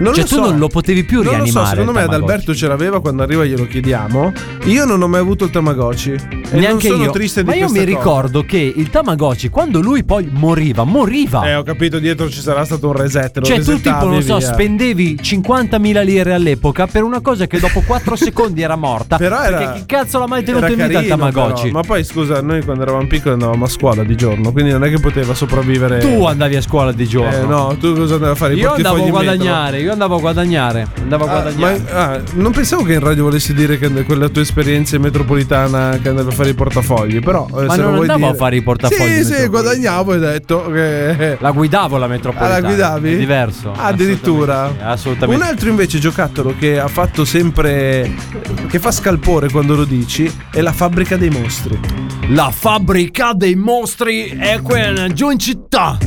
Speaker 5: Non
Speaker 6: Cioè,
Speaker 5: lo
Speaker 6: tu
Speaker 5: so.
Speaker 6: non lo potevi più
Speaker 5: Non lo so,
Speaker 6: rianimare,
Speaker 5: secondo
Speaker 6: il
Speaker 5: me ad
Speaker 6: Tamagotchi.
Speaker 5: Alberto ce l'aveva quando arriva glielo chiediamo. Io non ho mai avuto il Tamagotchi. E
Speaker 6: Neanche
Speaker 5: non sono
Speaker 6: io.
Speaker 5: triste di
Speaker 6: ma io mi
Speaker 5: questa cosa.
Speaker 6: ricordo che il Tamagotchi quando lui poi moriva, moriva.
Speaker 5: Eh, ho capito, dietro ci sarà stato un reset. lo
Speaker 6: Cioè, tu tipo, non
Speaker 5: resettavi,
Speaker 6: so,
Speaker 5: via.
Speaker 6: spendevi 50.000 lire all'epoca per una cosa che dopo 4 secondi era morta.
Speaker 5: Però era.
Speaker 6: Perché chi cazzo l'ha mai tenuto
Speaker 5: era
Speaker 6: in vita il
Speaker 5: carino,
Speaker 6: Tamagotchi?
Speaker 5: però. Ma poi scusa, noi quando eravamo piccoli andavamo a scuola di giorno, quindi non è che poteva sopravvivere.
Speaker 6: Tu andavi a scuola di giorno.
Speaker 5: Eh, no, tu cosa andavi a fare? I
Speaker 6: Io andavo
Speaker 5: portafogli
Speaker 6: a
Speaker 5: in vetro?
Speaker 6: guadagnare, io andavo a guadagnare. Andavo a
Speaker 5: Ah,
Speaker 6: guadagnare.
Speaker 5: ma- ah, non pensavo che in radio volessi dire che and- quella tua esperienza in metropolitana che andavi a fare i portafogli, però eh,
Speaker 6: Ma
Speaker 5: se
Speaker 6: non
Speaker 5: lo vuoi
Speaker 6: andavo a
Speaker 5: dire-
Speaker 6: fare i portafogli in
Speaker 5: Sì, sì,
Speaker 6: metropolitana.
Speaker 5: guadagnavo hai detto che
Speaker 6: La guidavo la
Speaker 5: Ah,
Speaker 6: metropolitana.
Speaker 5: la guidavi?
Speaker 6: È diverso.
Speaker 5: Ah, addirittura.
Speaker 6: Assolutamente. sì, assolutamente.
Speaker 5: Un altro invece giocattolo che ha fatto sempre. che fa scalpore quando lo dici è la fabbrica dei mostri.
Speaker 6: La fabbrica dei mostri è quella giù in città.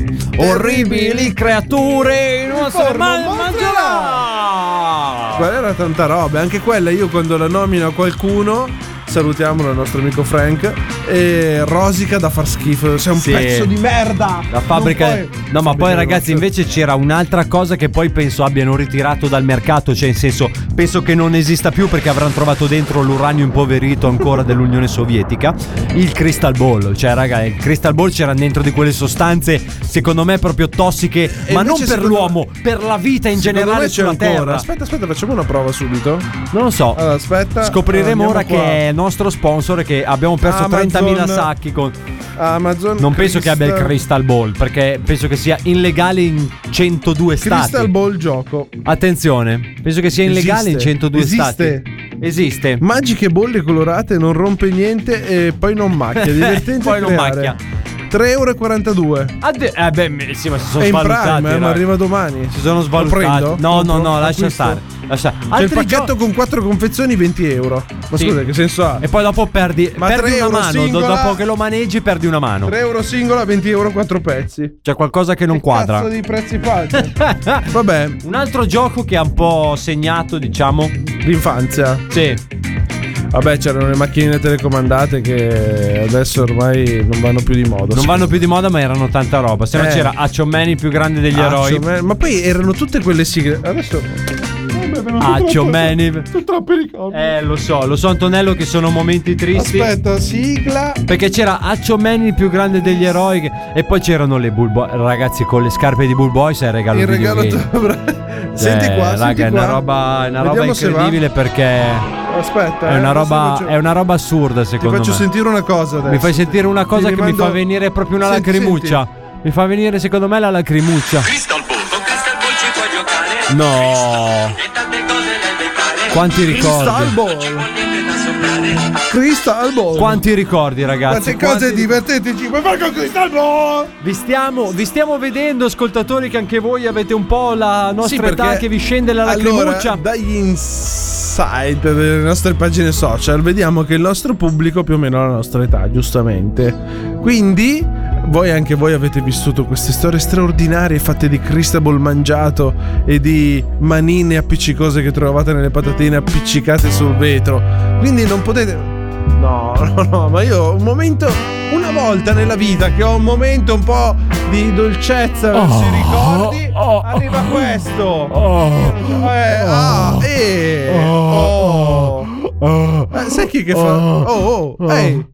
Speaker 6: Orribili creature non si
Speaker 5: forno
Speaker 6: man-
Speaker 5: mangerà.
Speaker 6: mangerà.
Speaker 5: Qual era tanta roba? Anche quella io quando la nomino a qualcuno. Salutiamo il nostro amico Frank. E Rosica da far schifo. Sei un
Speaker 6: Sì.
Speaker 5: pezzo di merda.
Speaker 6: La fabbrica.
Speaker 5: Non puoi-
Speaker 6: No, ma
Speaker 5: Fabbrica
Speaker 6: poi,
Speaker 5: di
Speaker 6: ragazzi,
Speaker 5: mazzette.
Speaker 6: invece c'era un'altra cosa che poi penso abbiano ritirato dal mercato. Cioè, in senso, penso che non esista più perché avranno trovato dentro l'uranio impoverito ancora dell'Unione Sovietica. Il Crystal Ball. Cioè, raga, il Crystal Ball c'era dentro di quelle sostanze, secondo me, proprio tossiche.
Speaker 5: E
Speaker 6: ma non
Speaker 5: invece
Speaker 6: per
Speaker 5: secondo-
Speaker 6: l'uomo, per la vita in
Speaker 5: Secondo
Speaker 6: generale
Speaker 5: me c'è
Speaker 6: sulla
Speaker 5: ancora.
Speaker 6: Terra.
Speaker 5: Aspetta, aspetta, facciamo una prova subito.
Speaker 6: Non lo so.
Speaker 5: Allora, aspetta.
Speaker 6: Scopriremo
Speaker 5: Andiamo
Speaker 6: ora
Speaker 5: qua.
Speaker 6: che è nostro sponsor e che abbiamo perso
Speaker 5: Amazon-
Speaker 6: 30.000 sacchi con.
Speaker 5: Amazon.
Speaker 6: Non penso che abbia il Crystal Ball, perché penso che sia illegale in 102 stati.
Speaker 5: Crystal Ball gioco.
Speaker 6: Attenzione, penso che sia illegale in
Speaker 5: Esiste.
Speaker 6: 102
Speaker 5: Esiste.
Speaker 6: stati. Esiste.
Speaker 5: Magiche bolle colorate, non rompe niente e poi non macchia. Divertente
Speaker 6: Poi
Speaker 5: da
Speaker 6: non
Speaker 5: creare.
Speaker 6: macchia.
Speaker 5: 3,42 euro.
Speaker 6: Adde- eh beh, sì, ma si sono
Speaker 5: È in
Speaker 6: svalutati.
Speaker 5: prime, eh,
Speaker 6: raga.
Speaker 5: ma arriva domani.
Speaker 6: Si sono
Speaker 5: Lo
Speaker 6: svalutati.
Speaker 5: prendo?
Speaker 6: No,
Speaker 5: Compro?
Speaker 6: no, no, lascia
Speaker 5: Acquisto?
Speaker 6: stare. Lascia.
Speaker 5: C'è il
Speaker 6: Altri
Speaker 5: pacchetto
Speaker 6: gio-
Speaker 5: con 4 confezioni 20 euro. Ma
Speaker 6: Sì.
Speaker 5: scusa, che senso ha?
Speaker 6: E poi dopo perdi,
Speaker 5: Ma
Speaker 6: perdi
Speaker 5: tre
Speaker 6: una
Speaker 5: euro
Speaker 6: mano. do-
Speaker 5: singola-
Speaker 6: Dopo che lo maneggi, perdi una mano.
Speaker 5: 3 euro singola, 20 euro 4 pezzi.
Speaker 6: C'è qualcosa che non quadra.
Speaker 5: Cazzo di prezzi falsi. Vabbè,
Speaker 6: Un altro gioco che ha un po' segnato, diciamo.
Speaker 5: l'infanzia.
Speaker 6: Sì.
Speaker 5: Vabbè, c'erano le macchinine telecomandate che adesso ormai non vanno più di moda.
Speaker 6: Non vanno più di moda, ma erano tanta roba. Se no
Speaker 5: Eh.
Speaker 6: c'era Action Man, il più grande degli eroi.
Speaker 5: Action Ah, Man. Ma poi erano tutte quelle sigle. Adesso.
Speaker 6: Action Man. i-
Speaker 5: Sono troppi ricordi.
Speaker 6: Eh, lo so, lo so, Antonello, che sono momenti tristi.
Speaker 5: Aspetta, sigla.
Speaker 6: Perché c'era Action Man, il più grande degli eroi. che- E poi c'erano le Bull Boys. Ragazzi, con le scarpe di Bull Boys è il regalo
Speaker 5: Il
Speaker 6: di
Speaker 5: regalo.
Speaker 6: videogame.
Speaker 5: Bra- senti
Speaker 6: Eh,
Speaker 5: qua,
Speaker 6: raga,
Speaker 5: senti
Speaker 6: è
Speaker 5: qua.
Speaker 6: una roba, è una roba
Speaker 5: Vediamo se va.
Speaker 6: incredibile perché
Speaker 5: Aspetta,
Speaker 6: è
Speaker 5: eh,
Speaker 6: una,
Speaker 5: adesso
Speaker 6: roba,
Speaker 5: faccio-
Speaker 6: è una roba assurda,
Speaker 5: Ti
Speaker 6: secondo
Speaker 5: faccio
Speaker 6: me.
Speaker 5: sentire una cosa adesso.
Speaker 6: Mi fai sentire una cosa
Speaker 5: Ti
Speaker 6: che mi
Speaker 5: rimando-
Speaker 6: fa venire proprio una
Speaker 5: Senti,
Speaker 6: lacrimuccia. Mi fa venire, secondo me, la lacrimuccia. No. Quanti
Speaker 5: Crystal
Speaker 6: ricordi?
Speaker 5: Ball. Crystal Ball.
Speaker 6: Quanti ricordi, ragazzi?
Speaker 5: Quante cose
Speaker 6: Quanti-
Speaker 5: divertenti ci puoi fare con Crystal Ball?
Speaker 6: Vi stiamo, vi stiamo vedendo, ascoltatori, che anche voi avete un po' la nostra
Speaker 5: perché-
Speaker 6: età che vi scende la lacrimuccia.
Speaker 5: Allora, dagli insight delle nostre pagine social vediamo che il nostro pubblico è più o meno ha la nostra età, giustamente. Quindi voi anche voi avete vissuto queste storie straordinarie fatte di cristabol mangiato e di manine appiccicose che trovate nelle patatine appiccicate sul vetro. Quindi non potete No, no, no, ma io ho un momento una volta nella vita che ho un momento un po' di dolcezza,
Speaker 10: Oh.
Speaker 5: si ricordi? arriva questo. Eh, ah, eh, oh. Eh, sai chi che fa? Oh, oh, ehi.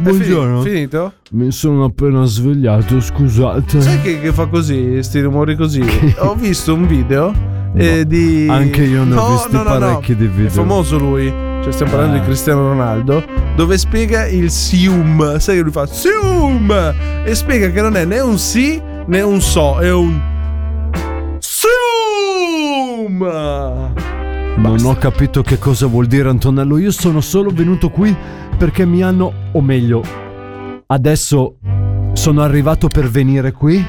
Speaker 5: Buongiorno. finito?
Speaker 10: Oh. Mi sono appena svegliato, scusate.
Speaker 5: Sai chi che fa così, sti rumori così? Ho visto un video eh, di...
Speaker 10: Anche io ne ho visti parecchi di video.
Speaker 5: È famoso lui, cioè stiamo parlando
Speaker 10: Ah.
Speaker 5: di Cristiano Ronaldo, dove spiega il sium. Sai che lui fa sium? E spiega che non è né un sì né un so, è un... Sium!
Speaker 10: Non ho capito che cosa vuol dire Antonello, io sono solo venuto qui perché mi hanno, o meglio, adesso sono arrivato per venire qui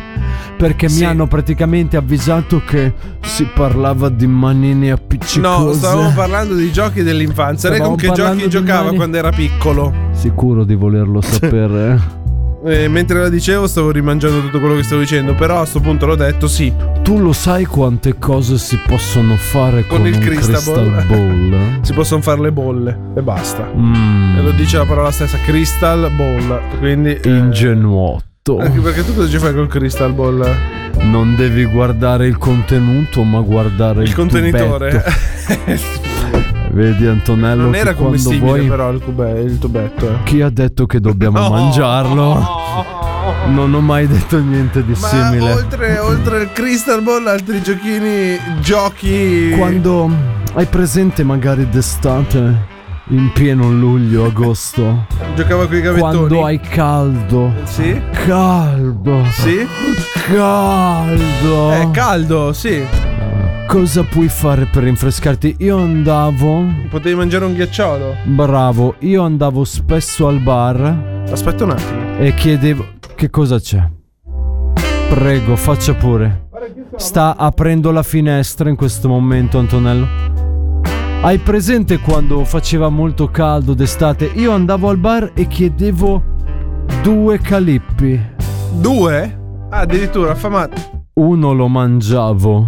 Speaker 10: perché mi hanno praticamente avvisato che si parlava di manine appiccicose.
Speaker 5: No, stavamo parlando di giochi dell'infanzia. Lei
Speaker 10: Stavamo
Speaker 5: con che giochi
Speaker 10: parlando di
Speaker 5: giocava
Speaker 10: mani-
Speaker 5: quando era piccolo?
Speaker 10: Sicuro di volerlo sapere. eh?
Speaker 5: Eh, mentre la dicevo stavo rimangiando tutto quello che stavo dicendo, però a sto punto l'ho detto sì.
Speaker 10: Tu lo sai quante cose si possono fare
Speaker 5: Con
Speaker 10: con,
Speaker 5: il
Speaker 10: un
Speaker 5: Crystal Ball.
Speaker 10: Crystal Ball?
Speaker 5: Si possono fare le bolle e basta.
Speaker 10: Mm,
Speaker 5: E lo dice la parola stessa, Crystal Ball. Quindi... eh,
Speaker 10: ingenuotto.
Speaker 5: anche perché tu cosa ci fai col Crystal Ball?
Speaker 10: Non devi guardare il contenuto, ma guardare il,
Speaker 5: Il contenitore.
Speaker 10: tubetto. Vedi Antonello
Speaker 5: non
Speaker 10: che
Speaker 5: era
Speaker 10: quando
Speaker 5: commestibile
Speaker 10: vuoi-
Speaker 5: però il, cube- il tubetto. eh.
Speaker 10: Chi ha detto che dobbiamo
Speaker 5: No.
Speaker 10: mangiarlo? Non ho mai detto niente di
Speaker 5: Ma
Speaker 10: simile.
Speaker 5: oltre, oltre il Crystal Ball, altri giochini... Giochi...
Speaker 10: Quando hai presente magari d'estate, in pieno luglio, agosto,
Speaker 5: Giocava con i gavettoni.
Speaker 10: quando hai caldo,
Speaker 5: Sì?
Speaker 10: caldo,
Speaker 5: Sì?
Speaker 10: Oh.
Speaker 5: Eh,
Speaker 10: caldo.
Speaker 5: È caldo, sì.
Speaker 10: Cosa puoi fare per rinfrescarti? Io andavo
Speaker 5: Potevi mangiare un ghiacciolo.
Speaker 10: Bravo, io andavo spesso al bar
Speaker 5: Aspetta un attimo.
Speaker 10: e chiedevo che cosa c'è. Prego, faccia pure. Sta aprendo la finestra in questo momento, Antonello. Hai presente quando faceva molto caldo d'estate? Io andavo al bar e chiedevo due calippi.
Speaker 5: Due? Ah, addirittura affamato.
Speaker 10: Uno lo mangiavo,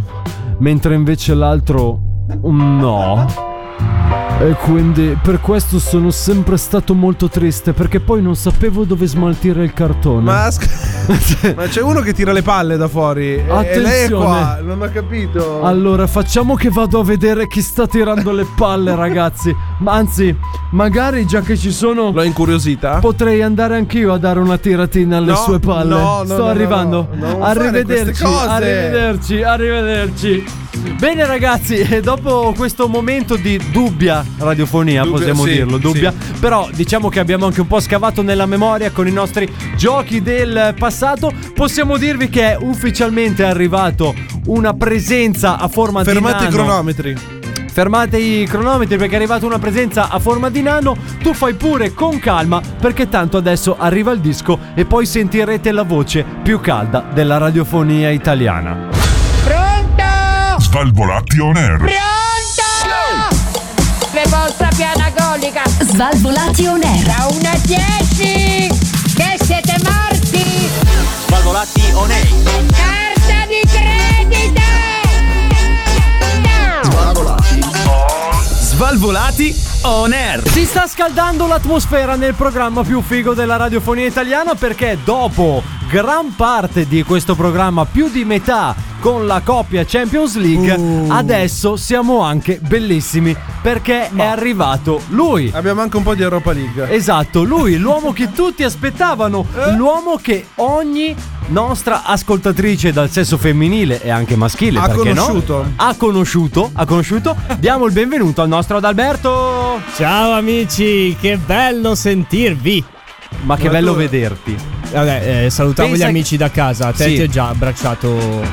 Speaker 10: mentre invece l'altro no. E quindi per questo sono sempre stato molto triste perché poi non sapevo dove smaltire il cartone.
Speaker 5: Ma, ma c'è uno che tira le palle da fuori. e- E lei è qua.
Speaker 10: Attenzione.
Speaker 5: Non ho capito.
Speaker 10: Allora, facciamo che vado a vedere chi sta tirando le palle, ragazzi. Ma anzi, magari già che ci sono.
Speaker 5: L'ho incuriosita.
Speaker 10: Potrei andare anch'io a dare una tiratina alle
Speaker 5: No,
Speaker 10: sue palle.
Speaker 5: no, no,
Speaker 10: Sto
Speaker 5: no, no,
Speaker 10: arrivando.
Speaker 5: no, non fare
Speaker 10: Arrivederci.
Speaker 5: queste cose.
Speaker 10: Arrivederci. Arrivederci.
Speaker 6: Bene ragazzi, e dopo questo momento di dubbia radiofonia,
Speaker 10: Dubbia,
Speaker 6: possiamo
Speaker 10: sì,
Speaker 6: dirlo, dubbia, però diciamo che abbiamo anche un po' scavato nella memoria con i nostri giochi del passato, possiamo dirvi che è ufficialmente arrivato una presenza a forma
Speaker 5: Fermate
Speaker 6: di
Speaker 5: i
Speaker 6: nano.
Speaker 5: cronometri.
Speaker 6: Fermate i cronometri perché è arrivata una presenza a forma di nano. Tu fai pure con calma perché tanto adesso arriva il disco e poi sentirete la voce più calda della radiofonia italiana.
Speaker 12: Pronto?
Speaker 13: Svalvolati on air.
Speaker 12: Le vostra piana golica.
Speaker 3: Svalvolati on air.
Speaker 12: Da 1 a 10. Che siete morti.
Speaker 14: Svalvolati on air.
Speaker 12: Carta di credito.
Speaker 14: Svalvolati on air.
Speaker 6: Si sta scaldando l'atmosfera nel programma più figo della radiofonia italiana perché dopo gran parte di questo programma, più di metà con la coppia Champions League,
Speaker 14: Uh.
Speaker 6: adesso siamo anche bellissimi perché è arrivato lui.
Speaker 5: Abbiamo anche un po' di Europa League.
Speaker 6: Esatto, lui, l'uomo che tutti aspettavano,
Speaker 5: Eh?
Speaker 6: l'uomo che ogni nostra ascoltatrice dal sesso femminile e anche maschile
Speaker 5: Ha
Speaker 6: perché no?
Speaker 5: conosciuto.
Speaker 6: ha conosciuto, ha conosciuto. Diamo il benvenuto al nostro Adalberto.
Speaker 15: Ciao amici, che bello sentirvi.
Speaker 6: Ma che bello vederti.
Speaker 15: Vabbè, eh, salutavo
Speaker 6: Pensa
Speaker 15: gli
Speaker 6: che-
Speaker 15: amici da casa. Te
Speaker 6: Sì.
Speaker 15: ti ho già abbracciato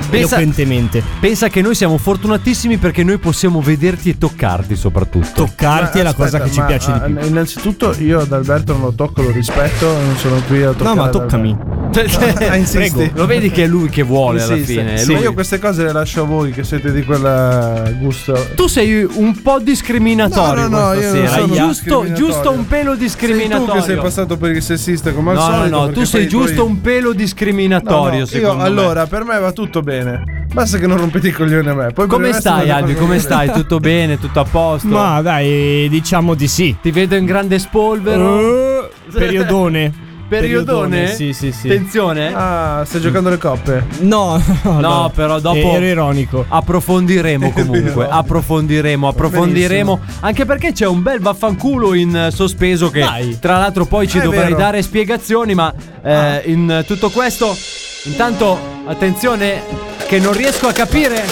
Speaker 6: Pensa-
Speaker 15: eloquentemente.
Speaker 6: Pensa che noi siamo fortunatissimi perché noi possiamo vederti e toccarti soprattutto.
Speaker 5: Ma aspetta, ma, ah, Innanzitutto io ad Alberto non lo tocco, lo rispetto, non sono qui a toccare.
Speaker 6: ma
Speaker 5: ad
Speaker 6: toccami.
Speaker 5: Alberto. Ah, insisti.
Speaker 6: Cioè, Prego, lo vedi che è lui che vuole alla
Speaker 5: Insiste.
Speaker 6: fine, è
Speaker 5: Sì,
Speaker 6: lui.
Speaker 5: io queste cose le lascio a voi che siete di quel eh, gusto.
Speaker 6: Tu sei un po' discriminatorio
Speaker 5: No, no, no,
Speaker 6: questa
Speaker 5: io non
Speaker 6: sera.
Speaker 5: sono
Speaker 6: giusto,
Speaker 5: discriminatorio.
Speaker 6: giusto un pelo discriminatorio.
Speaker 5: Sei tu che sei passato per il sessista come al
Speaker 6: No, no,
Speaker 5: solito.
Speaker 6: no,
Speaker 5: perché
Speaker 6: tu sei
Speaker 5: poi- poi-
Speaker 6: giusto un pelo
Speaker 5: No, no,
Speaker 6: discriminatorio, secondo
Speaker 5: io,
Speaker 6: me.
Speaker 5: Allora, per me va tutto bene. Basta che non rompete i coglioni a me. Poi per
Speaker 6: Come
Speaker 5: il resto
Speaker 6: stai,
Speaker 5: fate
Speaker 6: Albi?
Speaker 5: cosa
Speaker 6: Come
Speaker 5: volete.
Speaker 6: stai? Tutto bene? Tutto a posto?
Speaker 15: Ma dai, diciamo di sì.
Speaker 6: Ti vedo in grande spolvero.
Speaker 5: Uh,
Speaker 15: Eh, periodone.
Speaker 6: Periodone?
Speaker 15: Sì, sì, sì.
Speaker 6: Attenzione.
Speaker 5: Ah, stai giocando le coppe?
Speaker 15: No, no,
Speaker 6: No, però dopo
Speaker 15: Ero ironico.
Speaker 6: approfondiremo comunque.
Speaker 15: ironico.
Speaker 6: approfondiremo, approfondiremo. Anche perché c'è un bel vaffanculo in eh, sospeso che tra l'altro poi ci
Speaker 15: È
Speaker 6: dovrai
Speaker 15: vero.
Speaker 6: dare spiegazioni, ma eh, in eh, tutto questo intanto attenzione che non riesco a capire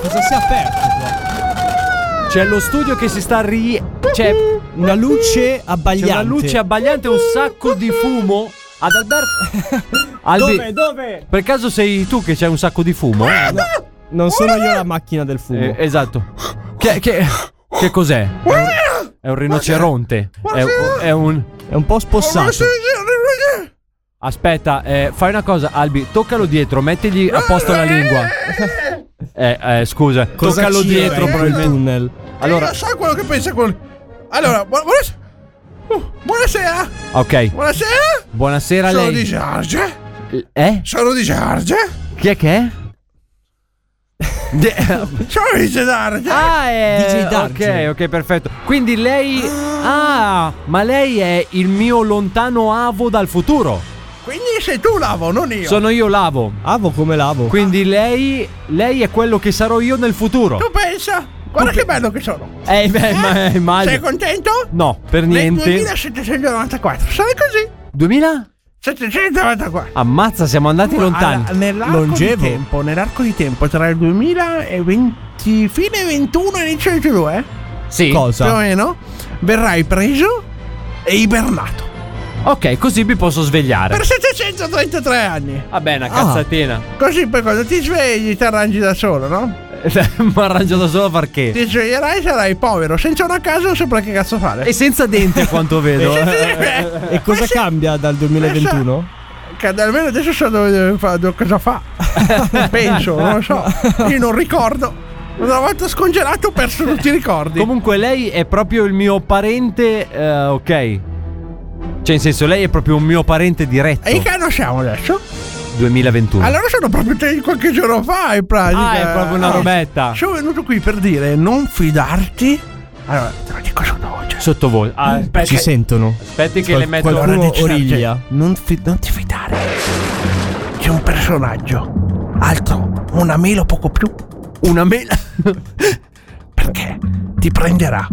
Speaker 15: cosa si è aperto.
Speaker 6: C'è lo studio che si sta ri c'è
Speaker 15: una luce abbagliante.
Speaker 6: C'è una luce abbagliante, un sacco di fumo ad Alberto Albi,
Speaker 15: Dove, dove?
Speaker 6: Per caso sei tu che c'hai un sacco di fumo?
Speaker 15: Non sono io la macchina del fumo.
Speaker 6: Eh, esatto. Che, che- che cos'è? È un, è un rinoceronte. È, un- è un.
Speaker 15: È un po' spossato.
Speaker 6: Aspetta, eh, fai una cosa, Albi, toccalo dietro, mettigli a posto la lingua. Eh, eh, scusa,
Speaker 15: Cosa
Speaker 6: toccalo
Speaker 15: ci
Speaker 6: dietro
Speaker 15: era in quel
Speaker 6: probabilmente.
Speaker 15: tunnel?
Speaker 6: Allora,
Speaker 5: Io so quello che pensa quello. Allora, buona- buonasera. Oh, buonasera.
Speaker 6: ok.
Speaker 5: Buonasera.
Speaker 6: Buonasera a
Speaker 5: Sono
Speaker 6: lei.
Speaker 5: di Giorgia.
Speaker 6: Eh?
Speaker 5: Sono di Giorgia.
Speaker 6: Chi è che è?
Speaker 5: Sono di Giorgia.
Speaker 6: Ah, è
Speaker 5: DJ Darge.
Speaker 6: Ok, ok, perfetto. Quindi lei Ah, ma lei è il mio lontano avo dal futuro.
Speaker 5: Quindi sei tu Lavo, non io.
Speaker 6: Sono io l'avo.
Speaker 15: Avo come l'avo.
Speaker 6: Quindi lei lei è quello che sarò io nel futuro.
Speaker 5: Tu pensa? Guarda che bello che sono.
Speaker 6: Eh beh, ma eh, immagino-
Speaker 5: Sei contento?
Speaker 6: No, per niente.
Speaker 5: Nel 2794. Sai così?
Speaker 6: 2000?
Speaker 5: 794.
Speaker 6: Ammazza, siamo andati lontani.
Speaker 5: Alla- nell'arco
Speaker 6: Longevo.
Speaker 5: di tempo, nell'arco di tempo tra il 2020 fine 21 e inizio 22,
Speaker 6: Sì.
Speaker 5: più o meno, verrai preso e ibernato
Speaker 6: Ok, così mi posso svegliare.
Speaker 5: per 733 anni. Ah,
Speaker 6: Vabbè, una cazzatina.
Speaker 5: Così poi quando ti svegli ti arrangi da solo, no?
Speaker 6: Mi arrangio da solo perché.
Speaker 5: Ti sveglierai sarai povero, senza una casa non saprai che cazzo fare.
Speaker 6: E senza dente a quanto vedo.
Speaker 15: E cosa cambia dal 2021?
Speaker 5: Che almeno adesso so dove deve fa- dove- cosa fa. Penso, non lo so. Io non ricordo. Una volta scongelato ho perso tutti i ricordi.
Speaker 6: Comunque lei è proprio il mio parente, eh, ok. Cioè, in senso, lei è proprio un mio parente diretto.
Speaker 5: E in che anno siamo adesso?
Speaker 6: 2021.
Speaker 5: Allora sono proprio te qualche giorno fa in pratica.
Speaker 6: Ah, è proprio una
Speaker 5: Ah,
Speaker 6: robetta.
Speaker 5: Sono venuto qui per dire non fidarti Allora, te lo dico Mm, sottovoce.
Speaker 6: Sottovoce. Ah, aspetta.
Speaker 15: Ci sentono.
Speaker 6: Aspetti che
Speaker 15: Qual-
Speaker 6: le metto
Speaker 15: Qualcuno origlia.
Speaker 5: Non, fi- non ti fidare. C'è un personaggio. Alto. Una mela o poco più. Una mela. Perché ti prenderà.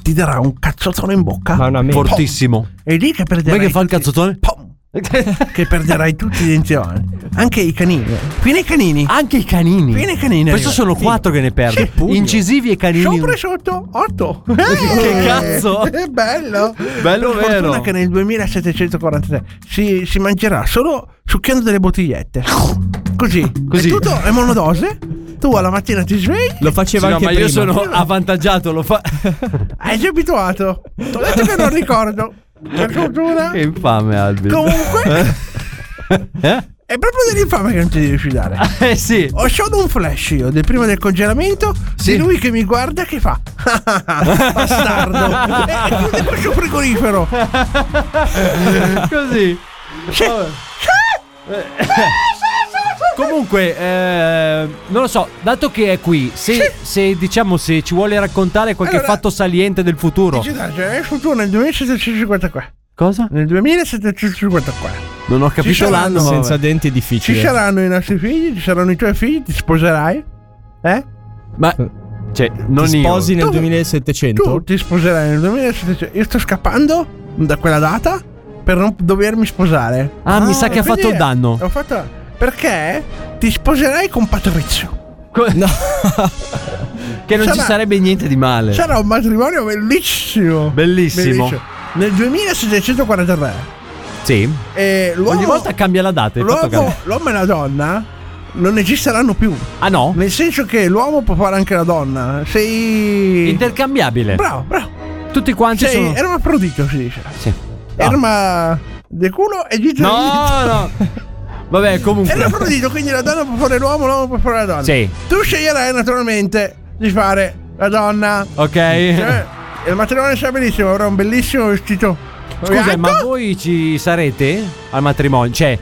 Speaker 5: Ti darà un cazzottone in bocca.
Speaker 15: Ma una mela.
Speaker 6: Fortissimo.
Speaker 5: E lì che perderai.
Speaker 6: Guarda che fa il
Speaker 5: tutti-
Speaker 6: cazzottone?
Speaker 5: Pom. che perderai tutti i dentioni. Anche i canini. Fino ai canini.
Speaker 6: Anche i canini.
Speaker 5: Fino ai canini.
Speaker 6: Questo sono quattro che ne perde.
Speaker 5: Sì.
Speaker 6: Incisivi e canini.
Speaker 5: Sopra e sotto, 8.
Speaker 6: Che cazzo?
Speaker 5: Eh, È bello.
Speaker 6: Bello,
Speaker 5: per
Speaker 6: vero?
Speaker 5: fortuna che nel 2743 si, si mangerà solo succhiando delle bottigliette. Così.
Speaker 6: Così.
Speaker 5: È tutto è monodose. Tu alla mattina ti svegli.
Speaker 15: Lo faceva
Speaker 6: Sì, no,
Speaker 15: anche
Speaker 6: ma
Speaker 15: prima.
Speaker 6: io sono avvantaggiato, lo fa.
Speaker 5: Hai già abituato. Ti ho detto che non ricordo. Per fortuna.
Speaker 6: che infame, Albi.
Speaker 5: Comunque.
Speaker 6: Eh?
Speaker 5: È proprio dell'infame che non ti devi fidare.
Speaker 6: Eh sì.
Speaker 5: Ho solo un flash io del prima del congelamento di lui che mi guarda che fa bastardo e chiude questo frigorifero.
Speaker 6: Eh. Così. Eh. Comunque, eh, non lo so, dato che è qui, se, se, diciamo se ci vuole raccontare qualche
Speaker 5: Allora-
Speaker 6: fatto saliente del futuro.
Speaker 5: Cioè, il futuro nel 2753.
Speaker 6: Cosa?
Speaker 5: Nel 2753
Speaker 6: Non ho capito
Speaker 5: saranno
Speaker 6: l'anno. ma
Speaker 15: Senza
Speaker 6: vabbè.
Speaker 15: denti è
Speaker 5: ci
Speaker 15: difficile.
Speaker 5: saranno i nostri figli, ci saranno i tuoi figli, ti sposerai. Eh?
Speaker 6: Ma cioè, non
Speaker 15: Ti sposi
Speaker 6: io.
Speaker 15: nel
Speaker 5: Tu-
Speaker 15: 2700.
Speaker 5: Tu ti sposerai nel 2700. Io sto scappando da quella data per non dovermi sposare.
Speaker 6: Ah, mi sa che ha
Speaker 5: Quindi
Speaker 6: fatto il danno.
Speaker 5: Ho fatto perché ti sposerai con Patrizio.
Speaker 6: Co- che non ci
Speaker 5: Sarà-
Speaker 6: sarebbe niente di male.
Speaker 5: Sarà un matrimonio bellissimo.
Speaker 6: Bellissimo.
Speaker 5: Nel 2743.
Speaker 6: Sì.
Speaker 5: E l'uomo,
Speaker 6: Ogni volta cambia la data. il fatto
Speaker 5: l'uomo,
Speaker 6: cambia.
Speaker 5: l'uomo e la donna non esisteranno più.
Speaker 6: Ah no?
Speaker 5: Nel senso che l'uomo può fare anche la donna. Sei.
Speaker 6: Intercambiabile.
Speaker 5: bravo, bravo.
Speaker 6: Tutti quanti
Speaker 5: Sei
Speaker 6: sono.
Speaker 5: ermafrodito, si dice.
Speaker 6: Sì. Ah.
Speaker 5: Erma del culo e di
Speaker 6: No, no. Vabbè, comunque.
Speaker 5: Ermafrodito, quindi la donna può fare l'uomo, l'uomo può fare la donna.
Speaker 6: Sì.
Speaker 5: Tu sceglierai naturalmente di fare la donna.
Speaker 6: Ok.
Speaker 5: Cioè, il matrimonio sarà bellissimo, avrà un bellissimo vestito. Ecco,
Speaker 6: Scusa,
Speaker 5: bianco.
Speaker 6: ma voi ci sarete al matrimonio? Cioè,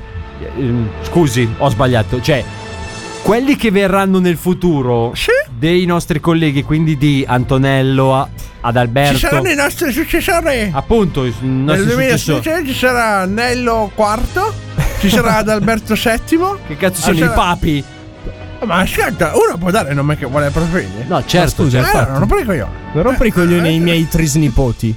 Speaker 6: ehm, scusi, ho sbagliato. Cioè, quelli che verranno nel futuro
Speaker 5: Sì.
Speaker 6: dei nostri colleghi, quindi di Antonello a- ad Alberto.
Speaker 5: Ci saranno i nostri successori.
Speaker 6: Appunto, i
Speaker 5: Nel cioè,
Speaker 6: nostri successori.
Speaker 5: 2016 ci sarà Nello IV, ci sarà Adalberto VII.
Speaker 6: Che cazzo
Speaker 5: Ah,
Speaker 6: sono
Speaker 5: sarà-
Speaker 6: i papi?
Speaker 5: Ma scelta, uno può dare il nome che vuole ai propri figli.
Speaker 6: No, certo.
Speaker 15: scusa,
Speaker 6: cioè,
Speaker 5: Eh,
Speaker 15: infatti.
Speaker 5: non prego io.
Speaker 15: Non rompere i coglioni ai miei trisnipoti.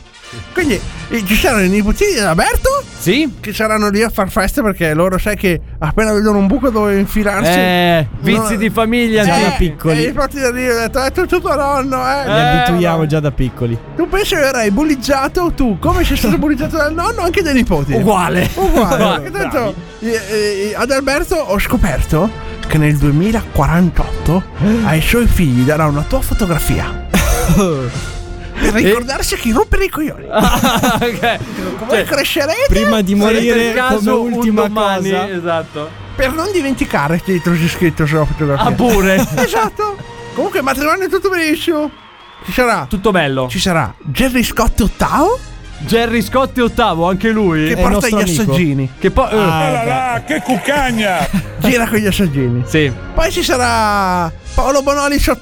Speaker 5: Quindi eh, ci saranno i nipotini di Adalberto
Speaker 6: Sì?
Speaker 5: che saranno lì a far festa perché loro sai che appena vedono un buco dove infilarsi.
Speaker 6: Eh, vizi
Speaker 5: No.
Speaker 6: di famiglia.
Speaker 5: eh,
Speaker 15: già
Speaker 6: sì.
Speaker 15: da piccoli.
Speaker 5: E infatti da lì ho detto, è tutto tuo nonno, eh.
Speaker 15: Li abituiamo già da piccoli.
Speaker 5: Tu pensi che verrai bullizzato tu, come sei stato bullizzato dal nonno, anche dai nipoti.
Speaker 6: Uguale.
Speaker 5: Uguale.
Speaker 6: Uguale,
Speaker 5: perché tanto, eh, eh, ad Alberto ho scoperto che nel 2048 ai suoi figli darà una tua fotografia. per ricordarsi che rompere i coglioni.
Speaker 6: Ok.
Speaker 5: Come crescerete?
Speaker 15: Ah, Cioè, Prima di
Speaker 6: Sarete il
Speaker 15: morire come
Speaker 6: caso un
Speaker 15: ultima
Speaker 6: domani,
Speaker 15: cosa.
Speaker 6: Esatto.
Speaker 5: Per non dimenticare che dietro c'è scritto sulla fotografia.
Speaker 6: Ah, pure.
Speaker 5: Esatto. Comunque il matrimonio è tutto benissimo. Ci sarà.
Speaker 6: Tutto bello.
Speaker 5: Ci sarà Jerry Scott VIII
Speaker 6: Jerry Scotti ottavo, anche lui.
Speaker 5: che
Speaker 6: Che,
Speaker 15: il
Speaker 5: porta gli
Speaker 15: nostro amico.
Speaker 5: assaggini. Ah,
Speaker 6: poi. eh,
Speaker 5: Gira con gli assaggini.
Speaker 6: Sì,
Speaker 5: Poi ci sarà Paolo Bonolis VIII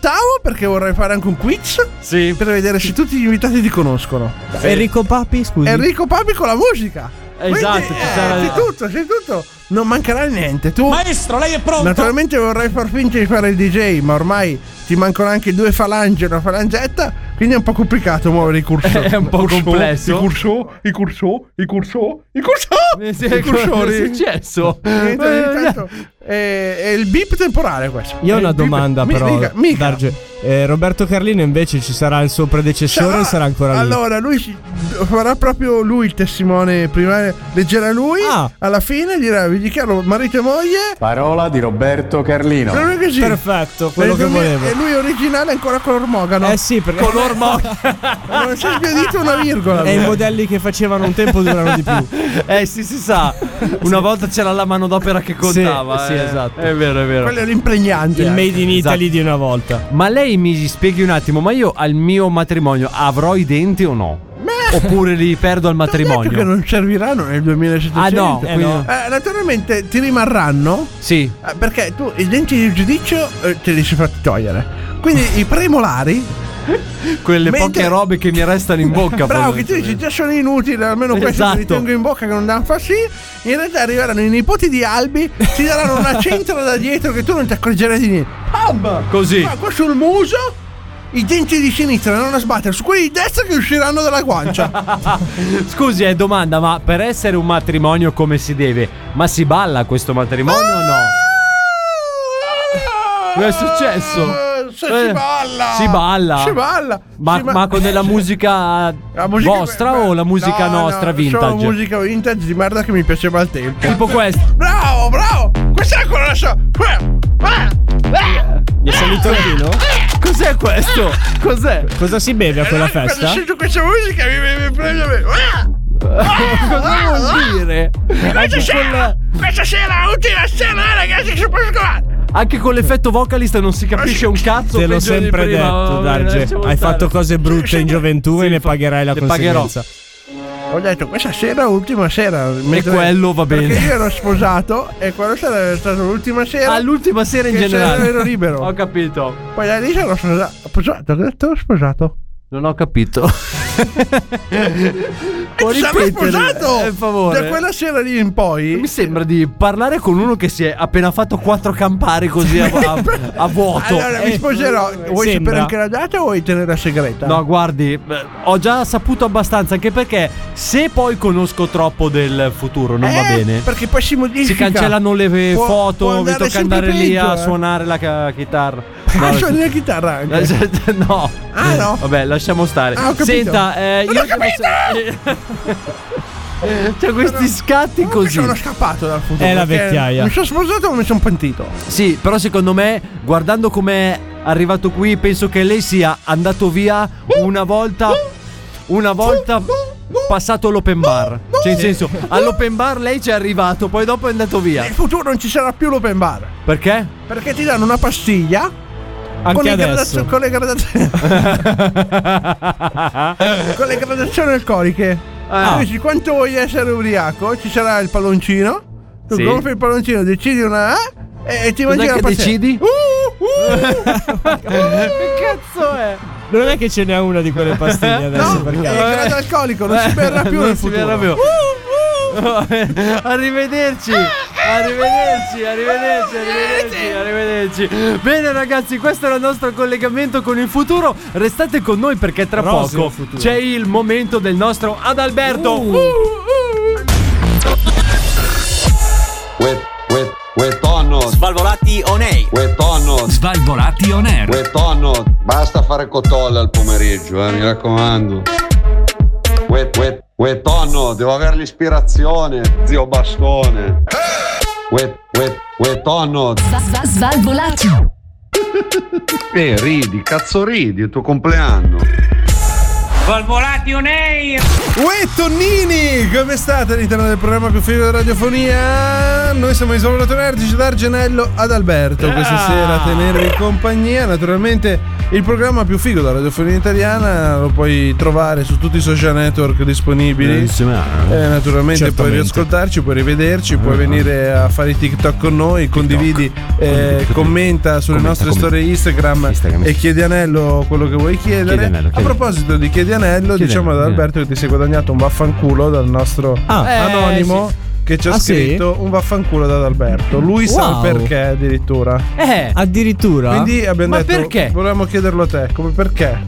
Speaker 5: perché vorrei fare anche un quiz
Speaker 6: sì.
Speaker 5: per vedere se tutti gli invitati ti conoscono.
Speaker 15: Enrico Papi, scusi.
Speaker 5: Enrico Papi con la musica.
Speaker 6: Esatto, ci
Speaker 5: Quindi, eh,
Speaker 6: sarà-
Speaker 5: c'è tutto, c'è tutto. Non mancherà niente. Tu
Speaker 14: Maestro, lei è pronto?
Speaker 5: Naturalmente vorrei far finta di fare il DJ, ma ormai ti mancano anche due falangi e una falangetta, quindi è un po' complicato muovere i cursori.
Speaker 6: È un po' complesso.
Speaker 5: I cursori, i cursori, i cursori, i cursori,
Speaker 6: Eh, sì,
Speaker 5: i
Speaker 6: cosa è
Speaker 5: cursori.
Speaker 6: successo?
Speaker 5: Niente, ogni
Speaker 6: Eh,
Speaker 5: tanto eh, È, è il beep temporale questo.
Speaker 15: Io ho
Speaker 5: È
Speaker 15: una
Speaker 5: il beep-
Speaker 15: domanda,
Speaker 5: mi-
Speaker 15: però.
Speaker 5: Mica, mica.
Speaker 15: Darge. Eh, Roberto Carlino invece ci sarà il suo predecessore o sarà ancora lì?
Speaker 5: Allora, lui si- farà proprio lui il testimone primario. Leggerà lui.
Speaker 15: Ah.
Speaker 5: Alla fine dirà: Vi dichiaro marito e moglie.
Speaker 14: Parola di Roberto Carlino.
Speaker 5: Proprio così.
Speaker 15: Perfetto,
Speaker 6: eh,
Speaker 15: quello che volevo.
Speaker 5: E lui originale è ancora color mogano.
Speaker 15: Eh sì, perché
Speaker 6: Color mo-
Speaker 5: Non si è sbiadito una virgola.
Speaker 15: e i modelli che facevano un tempo durano di più.
Speaker 6: eh sì, si sa. Una volta c'era la manodopera che contava.
Speaker 15: sì,
Speaker 6: eh.
Speaker 15: esatto.
Speaker 6: È vero, è vero.
Speaker 5: Quello è l'impregnante.
Speaker 15: Il
Speaker 5: anche.
Speaker 15: made in Italy di una volta.
Speaker 6: Ma lei mi spieghi un attimo, ma io al mio matrimonio avrò i denti o no? Oppure li perdo al
Speaker 5: T'ho detto che
Speaker 6: matrimonio?
Speaker 5: non serviranno nel 2700.
Speaker 6: Ah no,
Speaker 15: Eh,
Speaker 6: quindi-
Speaker 15: no.
Speaker 5: Eh, naturalmente ti rimarranno
Speaker 6: Sì.
Speaker 5: eh, perché tu i denti di giudizio eh, te li sei fatti togliere. Quindi i premolari
Speaker 6: Quelle poche robe che mi restano in bocca.
Speaker 5: Bravo, che tu dici già sono inutili, almeno questi
Speaker 6: Esatto.
Speaker 5: me li tengo in bocca che non danno fastidio. In realtà arriveranno i nipoti di Albi, ti daranno una centra da dietro che tu non ti accorgerai di niente. Pam!
Speaker 6: Così.
Speaker 5: Ma qua sul muso, i denti di sinistra non a sbattere, su quelli di destra che usciranno dalla guancia.
Speaker 6: Scusi, è domanda, ma per essere un matrimonio come si deve, ma si balla questo matrimonio o no? Che è successo?
Speaker 5: Se
Speaker 6: Eh,
Speaker 5: si balla!
Speaker 6: Si balla?
Speaker 5: Si balla!
Speaker 6: Ma,
Speaker 5: Si ba-
Speaker 6: ma con della musica,
Speaker 5: musica-
Speaker 6: vostra o la musica
Speaker 5: No, no,
Speaker 6: nostra
Speaker 5: Solo
Speaker 6: vintage?
Speaker 5: musica vintage di merda che mi piaceva al tempo.
Speaker 6: Tipo questa.
Speaker 5: Bravo, bravo! Questa è quella la so.
Speaker 15: Mi è salito il vino?
Speaker 6: Cos'è questo? Cos'è?
Speaker 15: Cosa si beve a quella
Speaker 5: Quando
Speaker 15: festa?
Speaker 5: sento questa musica mi, mi, mi prende.
Speaker 6: Cosa vuol dire?
Speaker 5: Questa
Speaker 6: Anche
Speaker 5: sera, questa sera, ultima scena, eh, ragazzi, ci può scovare.
Speaker 6: Anche con l'effetto vocalist non si capisce un cazzo.
Speaker 15: Te l'ho
Speaker 6: peggio di
Speaker 15: sempre
Speaker 6: prima.
Speaker 15: detto,
Speaker 6: Vabbè,
Speaker 15: Darge.
Speaker 6: lasciamo
Speaker 15: Hai
Speaker 6: stare.
Speaker 15: fatto cose brutte in gioventù e ne pagherai la
Speaker 6: le pagherò.
Speaker 15: conseguenza.
Speaker 5: Ho detto questa sera, ultima sera. Mentre-
Speaker 6: quello va bene.
Speaker 5: Perché io ero sposato e quella sera è stata l'ultima sera.
Speaker 6: Ah, l'ultima sera in
Speaker 5: che
Speaker 6: generale.
Speaker 5: Ero libero.
Speaker 6: Ho capito.
Speaker 5: Poi da lì sono sposato. Sposato, che ho detto sposato.
Speaker 6: Non ho capito. Può
Speaker 5: Sono
Speaker 6: ripetere,
Speaker 15: Eh,
Speaker 5: sposato!
Speaker 6: Per favore.
Speaker 5: Da quella sera lì in poi.
Speaker 6: Mi sembra di parlare con uno che si è appena fatto quattro campari così a, a- a vuoto.
Speaker 5: Allora, mi
Speaker 6: Eh,
Speaker 5: sposerò. Vuoi
Speaker 6: sembra.
Speaker 5: sapere anche la data o vuoi tenerla segreta?
Speaker 6: No, guardi, beh, ho già saputo abbastanza, anche perché se poi conosco troppo del futuro non va
Speaker 5: Eh,
Speaker 6: bene.
Speaker 5: Perché poi si modifica.
Speaker 6: Si cancellano le
Speaker 5: Può- può
Speaker 6: foto, mi
Speaker 5: andare
Speaker 6: tocca
Speaker 5: sempre
Speaker 6: andare lì
Speaker 5: peggio,
Speaker 6: a
Speaker 5: eh.
Speaker 6: suonare la ca- chitarra.
Speaker 5: Ah,
Speaker 6: No,
Speaker 5: suoni la chitarra anche.
Speaker 6: lascia- no.
Speaker 5: Ah, no?
Speaker 6: Vabbè, lasciamo stare.
Speaker 5: Ah, ho capito.
Speaker 6: Senta, eh,
Speaker 5: Non
Speaker 6: io
Speaker 5: ho
Speaker 6: devo- eh, C'è questi scatti
Speaker 5: Comunque
Speaker 6: così.
Speaker 5: Sono scappato dal futuro.
Speaker 6: È la
Speaker 5: perché
Speaker 6: vecchiaia.
Speaker 5: Mi sono sposato ma mi sono pentito.
Speaker 6: Sì, però secondo me, guardando come è arrivato qui, penso che lei sia andato via una volta. Una volta passato l'open bar. Cioè, in senso, all'open bar lei ci è arrivato, poi dopo è andato via.
Speaker 5: Nel futuro non ci sarà più l'open bar.
Speaker 6: Perché?
Speaker 5: Perché ti danno una pastiglia. con, le gradazio- con le gradazioni, con le gradazioni alcoliche.
Speaker 6: Ah.
Speaker 5: Tu dici quanto vuoi essere ubriaco? Ci sarà il palloncino. Tu
Speaker 6: Sì.
Speaker 5: compri il palloncino, decidi una eh? A e, e ti mangi
Speaker 6: Cos'è
Speaker 5: la
Speaker 6: che
Speaker 5: pastiglia.
Speaker 6: decidi?
Speaker 5: Uh, uh.
Speaker 6: Che cazzo è?
Speaker 15: Non è che ce n'è una di quelle pastiglie adesso.
Speaker 5: no, è
Speaker 15: perché...
Speaker 5: il grado alcolico, non si berrà più
Speaker 6: non
Speaker 5: nel
Speaker 6: si
Speaker 5: futuro. Uh,
Speaker 6: verrà più. arrivederci, arrivederci, arrivederci, arrivederci, arrivederci. Bene ragazzi, questo era il nostro collegamento con il futuro. Restate con noi perché tra
Speaker 15: Roseo
Speaker 6: poco
Speaker 15: futuro.
Speaker 6: c'è il momento del nostro Adalberto.
Speaker 5: Uh.
Speaker 8: Uè, uè, uè, tonno. Svalvolati on air. Uè, tonno.
Speaker 4: Svalvolati on air.
Speaker 8: Uè, tonno. Basta fare cotolla al pomeriggio, eh, mi raccomando. Uè, uè, uè, tonno. Devo avere l'ispirazione, zio bastone. Uè, uè, uè, tonno.
Speaker 3: Sva- Svalvolati.
Speaker 8: Eh, ridi, cazzo ridi, è il tuo compleanno.
Speaker 11: Svalvolati on air.
Speaker 5: Uè Tonnini, come state all'interno del programma più figo della radiofonia? Noi siamo i Svalvolato Energici d'Argenello ad Alberto
Speaker 6: Ah.
Speaker 5: questa sera a tenervi compagnia. Naturalmente il programma più figo della radiofonia italiana lo puoi trovare su tutti i social network disponibili. Eh, naturalmente puoi
Speaker 15: Certamente.
Speaker 5: riascoltarci, puoi rivederci, puoi venire a fare i TikTok con noi, condividi, eh, commenta sulle nostre storie Instagram, e chiedi anello quello che vuoi chiedere.
Speaker 11: Chiedi anello, chiedi.
Speaker 5: A proposito di chiedi anello,
Speaker 11: Chiedi
Speaker 5: diciamo
Speaker 11: anello,
Speaker 5: ad Alberto che ti sei guadagnato un vaffanculo dal nostro
Speaker 15: Ah. Eh,
Speaker 5: anonimo. Che ci ha
Speaker 15: Ah, sì?
Speaker 5: scritto un vaffanculo ad Alberto. Lui sa
Speaker 15: Wow.
Speaker 5: il perché addirittura.
Speaker 6: Eh,
Speaker 15: Addirittura.
Speaker 5: Quindi abbiamo
Speaker 6: Ma
Speaker 5: detto:
Speaker 6: perché?
Speaker 5: Volevamo chiederlo a te, come perché?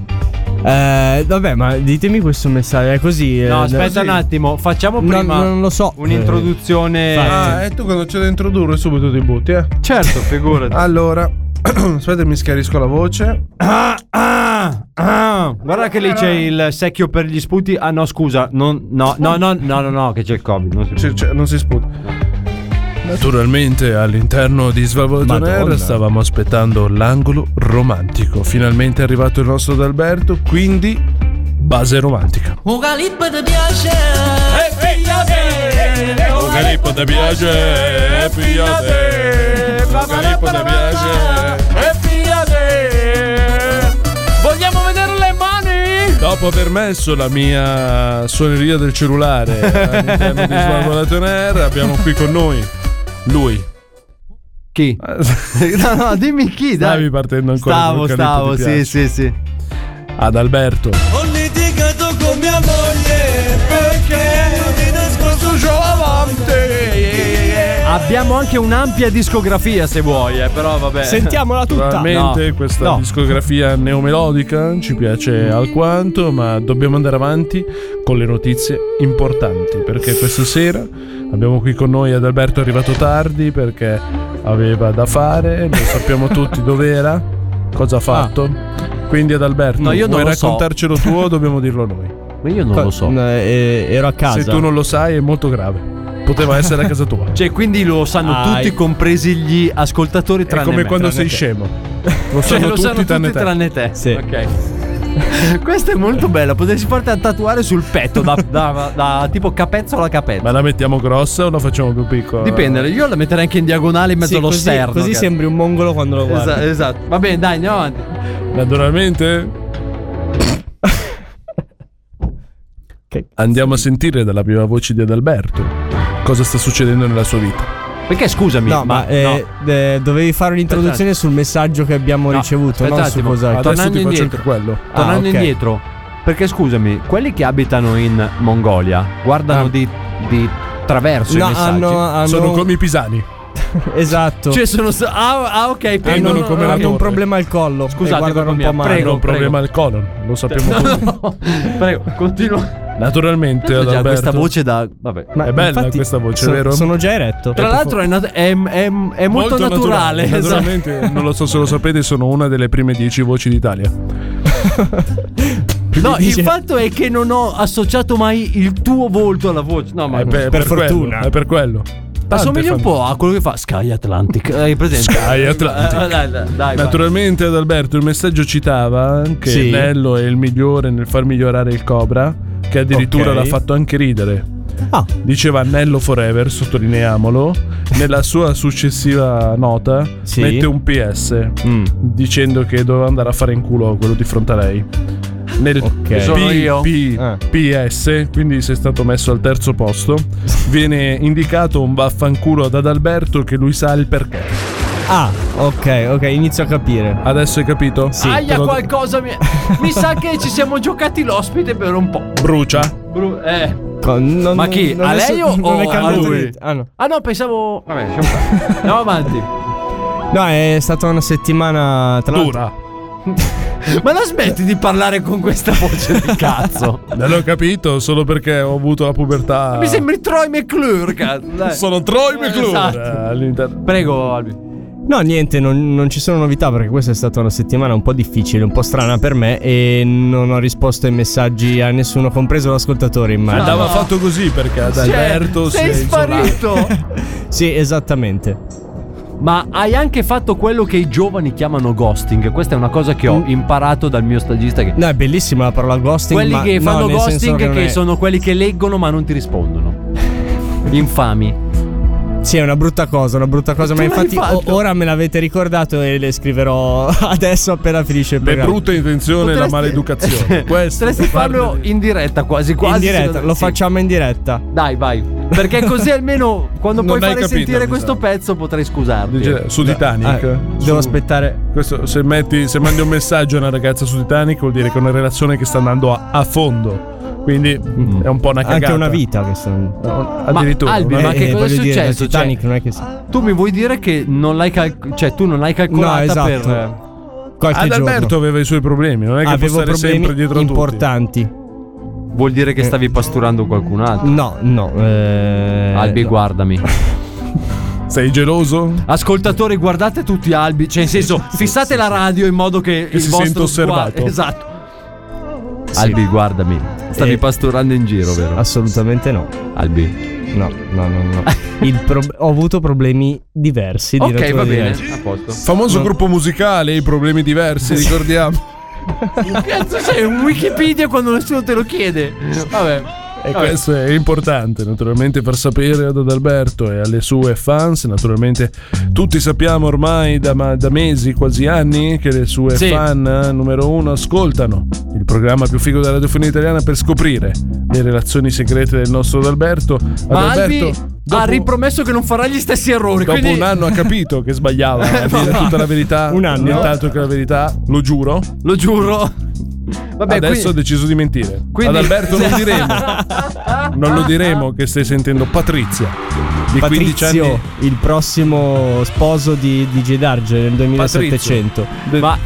Speaker 15: Eh, vabbè, ma ditemi questo messaggio. È così.
Speaker 6: no,
Speaker 15: eh,
Speaker 6: aspetta
Speaker 15: sì.
Speaker 6: un attimo, facciamo
Speaker 15: No,
Speaker 6: prima
Speaker 15: non lo so.
Speaker 6: un'introduzione. eh.
Speaker 5: Ah, e tu quando c'è da introdurre subito ti butti, eh?
Speaker 6: Certo, figurati.
Speaker 5: Allora, aspetta, mi schiarisco la voce.
Speaker 6: Ah, ah, ah. Guarda che lì c'è il secchio per gli sputi. Ah no, scusa, non- no, no, no, no, no, no, che c'è il Covid. Non si può.
Speaker 5: Cioè, cioè, non si sputa. Naturalmente all'interno di Svalvolato
Speaker 15: Madonna.
Speaker 5: Air stavamo aspettando l'angolo romantico. Finalmente è arrivato il nostro D'Alberto, quindi base romantica.
Speaker 6: Eh,
Speaker 11: Vogliamo vedere le mani?
Speaker 5: Dopo aver messo la mia suoneria del cellulare all'interno di Svalvolato Air, abbiamo qui con noi lui.
Speaker 6: Chi? no, no, dimmi chi, dai.
Speaker 5: Stavi partendo ancora
Speaker 6: Stavo,
Speaker 5: col Calippo,
Speaker 6: stavo,
Speaker 5: ti
Speaker 6: sì,
Speaker 5: piace.
Speaker 6: sì, sì.
Speaker 5: ad Alberto.
Speaker 11: Ho litigato con mia moglie perché mi nascosto giovante.
Speaker 6: Abbiamo anche un'ampia discografia se vuoi, eh, però vabbè.
Speaker 5: Naturalmente
Speaker 6: No,
Speaker 5: questa
Speaker 6: no.
Speaker 5: discografia neomelodica ci piace alquanto, ma dobbiamo andare avanti con le notizie importanti, perché questa sera abbiamo qui con noi Adalberto è arrivato tardi perché aveva da fare, lo sappiamo tutti dove era, cosa ha fatto. Quindi Adalberto,
Speaker 6: Ah. No, io non
Speaker 5: vuoi
Speaker 6: lo so.
Speaker 5: raccontarcelo tu o dobbiamo dirlo noi?
Speaker 6: Ma io non lo so.
Speaker 5: ero a
Speaker 6: casa.
Speaker 5: Se tu non lo sai è molto grave. Poteva essere a casa tua.
Speaker 6: Cioè, quindi lo sanno
Speaker 5: Ah,
Speaker 6: tutti,
Speaker 5: hai-
Speaker 6: compresi gli ascoltatori
Speaker 5: È
Speaker 6: tranne
Speaker 5: come
Speaker 6: me.
Speaker 5: quando sei
Speaker 6: Tranne te.
Speaker 5: scemo. Lo
Speaker 6: Lo
Speaker 5: sanno
Speaker 6: lo
Speaker 5: tutti,
Speaker 6: sanno tutti
Speaker 5: tranne
Speaker 6: tranne
Speaker 5: te.
Speaker 6: te. Ok. Questa è molto bella, potresti farti a tatuare sul petto da, da- da- tipo capezzola a capezzo.
Speaker 5: Ma la mettiamo grossa o la facciamo più piccola?
Speaker 6: Dipende, io la metterei anche in diagonale in mezzo
Speaker 5: Sì,
Speaker 6: allo
Speaker 5: così-
Speaker 6: sterno.
Speaker 5: così sembri
Speaker 6: un mongolo quando lo
Speaker 5: guardi.
Speaker 6: Esatto, Va bene, dai, andiamo avanti.
Speaker 5: Naturalmente. Andiamo a sentire dalla viva voce di Adalberto cosa sta succedendo nella sua vita.
Speaker 6: Perché scusami,
Speaker 15: No, ma, eh, eh, dovevi fare un'introduzione sul messaggio che abbiamo
Speaker 6: No,
Speaker 15: ricevuto,
Speaker 6: aspetta
Speaker 15: non
Speaker 6: un
Speaker 15: su
Speaker 6: attimo.
Speaker 15: cosa.
Speaker 6: Tornando indietro. Tornando
Speaker 15: Ah, ok.
Speaker 6: indietro, perché scusami, quelli che abitano in Mongolia guardano di, di traverso
Speaker 15: No,
Speaker 6: i messaggi.
Speaker 15: hanno- hanno- Sono come
Speaker 5: i pisani.
Speaker 15: esatto.
Speaker 6: Cioè sono sta- ah, ah, ok,
Speaker 15: hanno,
Speaker 6: prendono
Speaker 15: hanno un problema al collo.
Speaker 6: Scusate,
Speaker 15: e guardano un
Speaker 6: proprio
Speaker 15: po'
Speaker 6: mia,
Speaker 15: male.
Speaker 6: prego,
Speaker 5: un problema al colon, lo sappiamo tutti.
Speaker 6: Prego, continua.
Speaker 5: Naturalmente,
Speaker 6: Tanto già
Speaker 5: Adalberto.
Speaker 6: questa voce da vabbè.
Speaker 5: Ma è bella
Speaker 15: infatti
Speaker 5: questa voce,
Speaker 15: so-
Speaker 5: vero?
Speaker 15: sono già eretto.
Speaker 6: Tra l'altro è, nat- è- è- è molto, naturale. esatto.
Speaker 5: Naturalmente, non lo so se lo sapete, sono una delle prime dieci voci d'Italia.
Speaker 6: No, il fatto è che non ho associato mai il tuo volto alla voce. No, ma
Speaker 5: È per, per quello, è per quello.
Speaker 6: Ma somiglia un po' a quello che fa Sky Atlantic. Hai presente?
Speaker 5: Sky Atlantic.
Speaker 6: Eh, dai, dai, dai, vai.
Speaker 5: Naturalmente ad Alberto il messaggio citava che
Speaker 6: Sì.
Speaker 5: Nello è il migliore nel far migliorare il Cobra, che
Speaker 6: Ok.
Speaker 5: addirittura
Speaker 6: Ah.
Speaker 5: l'ha fatto anche ridere. Diceva Nello Forever, sottolineiamolo, nella sua successiva nota
Speaker 6: Sì. Mm.
Speaker 5: mette un PS dicendo che doveva andare a fare in culo quello di fronte a lei. Nel
Speaker 6: Sono io.
Speaker 5: PS, quindi sei stato messo al terzo posto, viene indicato un vaffanculo ad Adalberto che lui sa il perché.
Speaker 15: Ah, ok, ok, inizio a capire.
Speaker 5: Adesso hai capito? Sì.
Speaker 6: Aia, qualcosa mi... mi sa che ci siamo giocati l'ospite per un po'.
Speaker 5: Brucia.
Speaker 6: Bru- eh.
Speaker 15: non-
Speaker 6: Ma chi?
Speaker 15: non
Speaker 6: a
Speaker 15: è
Speaker 6: lei
Speaker 15: so-
Speaker 6: o,
Speaker 15: non è
Speaker 6: o a
Speaker 15: cambiato
Speaker 6: lui?
Speaker 15: niente. Ah, no.
Speaker 6: pensavo. Vabbè, lasciamo stare. Andiamo avanti.
Speaker 15: No, è stata una settimana tra l'altro-
Speaker 5: Dura.
Speaker 6: Ma la smetti di parlare con questa voce del cazzo?
Speaker 5: Non l'ho capito solo perché ho avuto la pubertà.
Speaker 6: Mi sembri Troy McClure, cazzo. dai.
Speaker 5: Sono Troy Eh, McClure.
Speaker 6: Esatto.
Speaker 5: all'interno.
Speaker 6: Prego, Albi.
Speaker 15: No, niente, non, non ci sono novità perché questa è stata una settimana un po' difficile, un po' strana per me e non ho risposto ai messaggi a nessuno, compreso l'ascoltatore, immagino.
Speaker 5: Andava fatto così perché ad Alberto si
Speaker 6: sei
Speaker 5: è isolato.
Speaker 6: sparito.
Speaker 15: Sì, esattamente.
Speaker 6: Ma hai anche fatto quello che i giovani chiamano ghosting. Questa è una cosa che ho imparato dal mio stagista. Che...
Speaker 15: No, è bellissima la parola ghosting.
Speaker 6: Quelli
Speaker 15: ma-
Speaker 6: che
Speaker 15: no,
Speaker 6: fanno
Speaker 15: nel senso
Speaker 6: ghosting,
Speaker 15: che
Speaker 6: che,
Speaker 15: non è-
Speaker 6: sono quelli che leggono ma non ti rispondono. Infami.
Speaker 15: Sì, è una brutta cosa, una brutta cosa, ma
Speaker 6: Tu l'hai
Speaker 15: infatti o-
Speaker 6: fatto.
Speaker 15: ora me l'avete ricordato e le scriverò adesso appena finisce il
Speaker 5: Le
Speaker 15: programma.
Speaker 5: brutte intenzioni e la
Speaker 6: Potresti-
Speaker 5: maleducazione. Questo.
Speaker 6: Potresti farlo in diretta quasi quasi.
Speaker 15: in diretta,
Speaker 6: secondo-
Speaker 15: lo
Speaker 6: sì.
Speaker 15: facciamo in diretta.
Speaker 6: Dai, vai. Perché così almeno quando
Speaker 5: Non
Speaker 6: puoi
Speaker 5: hai
Speaker 6: fare
Speaker 5: capito,
Speaker 6: sentire
Speaker 5: mi
Speaker 6: questo
Speaker 5: sa.
Speaker 6: pezzo potrai scusarti.
Speaker 5: Dice- Cioè, Su Titanic.
Speaker 15: Eh,
Speaker 5: Su-
Speaker 15: devo aspettare.
Speaker 5: Questo, se, metti- se mandi un messaggio a una ragazza su Titanic vuol dire che è una relazione che sta andando a, a fondo. Quindi è un po' una cagata.
Speaker 15: Mm. Anche una vita che sono.
Speaker 5: No, addirittura.
Speaker 6: Ma, Albi,
Speaker 5: una-
Speaker 6: ma che
Speaker 15: Eh,
Speaker 6: cosa è
Speaker 15: voglio dire, da
Speaker 6: successo?
Speaker 15: Titanic
Speaker 6: Cioè-
Speaker 15: non è che si-
Speaker 6: Tu mi vuoi dire che non l'hai, cal- cioè, tu non l'hai calcolata
Speaker 15: No, esatto.
Speaker 6: per.
Speaker 15: Qualche
Speaker 5: Ad
Speaker 15: giorno.
Speaker 5: Alberto eh? aveva i suoi problemi, non è che
Speaker 15: Avevo
Speaker 5: può stare sempre
Speaker 15: problemi
Speaker 5: dietro a tutti.
Speaker 15: importanti.
Speaker 6: Vuol dire che stavi pasturando qualcun altro.
Speaker 15: No, no. eh,
Speaker 6: Albi,
Speaker 15: no.
Speaker 6: guardami.
Speaker 5: Sei geloso?
Speaker 6: Ascoltatori, guardate tutti Albi. Cioè, in senso, fissate la radio in modo che, il
Speaker 5: si
Speaker 6: vostro
Speaker 5: senta osservato.
Speaker 6: sguardo- Esatto. Albi, guardami. Stavi
Speaker 15: Eh.
Speaker 6: pasturando in giro, vero?
Speaker 15: Assolutamente no.
Speaker 6: Albi.
Speaker 15: No, no, no, no. Il pro- ho avuto problemi diversi. di
Speaker 6: Ok,
Speaker 15: natura
Speaker 6: va bene.
Speaker 15: diversa.
Speaker 6: A posto.
Speaker 5: Famoso gruppo musicale, i problemi diversi, ricordiamo.
Speaker 6: Cazzo, sei un Wikipedia quando nessuno te lo chiede. Vabbè.
Speaker 5: E questo è importante, naturalmente, far sapere ad Adalberto e alle sue fans. Naturalmente, tutti sappiamo ormai da, ma- da mesi, quasi anni, che le sue
Speaker 6: Sì.
Speaker 5: fan eh, numero uno ascoltano il programma più figo della radiofonia italiana per scoprire le relazioni segrete del nostro Adalberto.
Speaker 6: Ma
Speaker 5: Adalberto,
Speaker 6: Albi
Speaker 5: dopo-
Speaker 6: ha ripromesso che non farà gli stessi errori.
Speaker 5: Dopo
Speaker 6: quindi...
Speaker 5: un anno ha capito che sbagliava a dire tutta la verità.
Speaker 15: Un anno?
Speaker 5: Nient'altro che la verità, lo giuro.
Speaker 6: Lo giuro.
Speaker 5: Vabbè, Adesso
Speaker 6: quindi-
Speaker 5: ho deciso di mentire.
Speaker 6: Quindi-
Speaker 5: Ad Alberto non diremo. non lo diremo che stai sentendo Patrizia. Di 15
Speaker 15: Patrizio,
Speaker 5: anni.
Speaker 15: il prossimo sposo di, di J. Darge nel 2700.
Speaker 6: Esatto. Ma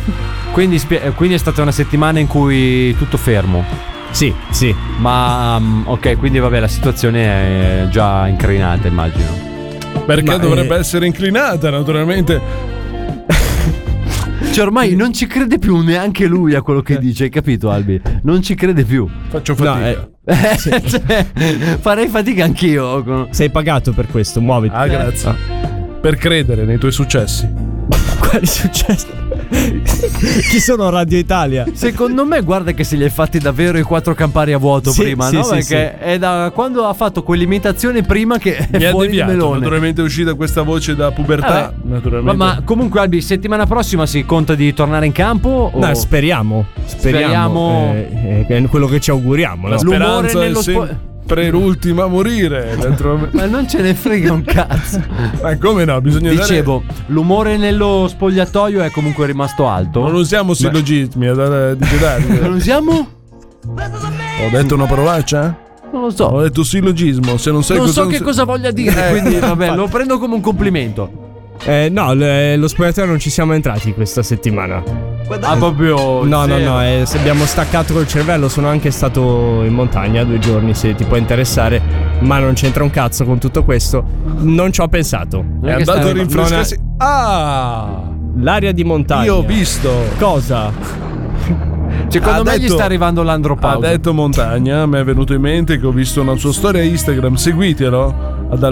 Speaker 6: quindi, spie- eh, quindi è stata una settimana in cui tutto fermo.
Speaker 15: Sì, sì.
Speaker 6: Ma mm, ok, quindi vabbè, la situazione è già incrinata, immagino.
Speaker 5: Perché
Speaker 6: Ma,
Speaker 5: dovrebbe
Speaker 6: eh,
Speaker 5: essere inclinata, naturalmente.
Speaker 6: Cioè, ormai non ci crede più neanche lui a quello che dice, hai capito, Albi? Non ci crede più.
Speaker 5: Faccio
Speaker 6: fatica.
Speaker 15: eh.
Speaker 6: farei fatica anch'io.
Speaker 15: Sei pagato per questo, muoviti.
Speaker 5: Ah, grazie. Per credere nei tuoi successi.
Speaker 15: Quali successi? Chi sono Radio Italia?
Speaker 6: Secondo me, guarda che se li hai fatti davvero i quattro campari a vuoto
Speaker 15: Sì,
Speaker 6: prima,
Speaker 15: sì,
Speaker 6: no?
Speaker 15: sì,
Speaker 6: Perché
Speaker 15: sì.
Speaker 6: è da quando ha fatto quell'imitazione prima che è
Speaker 5: Mi ha
Speaker 6: fuori di
Speaker 5: deviato.
Speaker 6: melone.
Speaker 5: Naturalmente è uscita questa voce da pubertà.
Speaker 6: Vabbè. Ma,
Speaker 5: Naturalmente.
Speaker 6: ma comunque, Albi, settimana prossima si conta di tornare in campo? O...
Speaker 5: Certo.
Speaker 15: No, Ah, speriamo. Speriamo.
Speaker 6: Speriamo.
Speaker 15: eh, eh, è quello che ci auguriamo.
Speaker 5: La
Speaker 15: no?
Speaker 6: L'umore
Speaker 5: speranza è
Speaker 6: nello spo-
Speaker 5: sempre l'ultima a morire. naturalmente.
Speaker 6: Ma non ce ne frega un cazzo.
Speaker 5: Ma come no? Bisogna dare-
Speaker 6: Dicevo, l'umore nello spogliatoio è comunque rimasto alto.
Speaker 5: Non usiamo sillogismi. eh, ad- ad- di Gedarge.
Speaker 6: Non usiamo?
Speaker 5: Ho detto una parolaccia?
Speaker 6: Non lo so.
Speaker 5: Ho detto sillogismo. Se non sai
Speaker 6: non
Speaker 5: cosa
Speaker 6: so che cosa voglia dire,
Speaker 5: Eh,
Speaker 6: quindi vabbè,
Speaker 5: infatti.
Speaker 6: lo prendo come un complimento.
Speaker 15: Eh, no, l- lo spogliatoio non ci siamo entrati questa settimana.
Speaker 6: Ah, proprio.
Speaker 15: No, no,
Speaker 6: zero.
Speaker 15: no, eh, se abbiamo staccato col cervello. Sono anche stato in montagna due giorni, se ti può interessare. Ma non c'entra un cazzo con tutto questo. Non ci ho pensato.
Speaker 5: È
Speaker 15: che
Speaker 5: andato
Speaker 15: sta-
Speaker 5: a rinfrescarsi. Ah!
Speaker 15: L'area di montagna.
Speaker 5: Io ho visto.
Speaker 15: Cosa?
Speaker 6: Secondo
Speaker 5: Ha
Speaker 6: me gli
Speaker 5: detto-
Speaker 6: sta arrivando
Speaker 5: Ha
Speaker 6: l'andropausa.
Speaker 5: detto montagna, mi è venuto in mente che ho visto una sua storia Instagram, seguitelo ad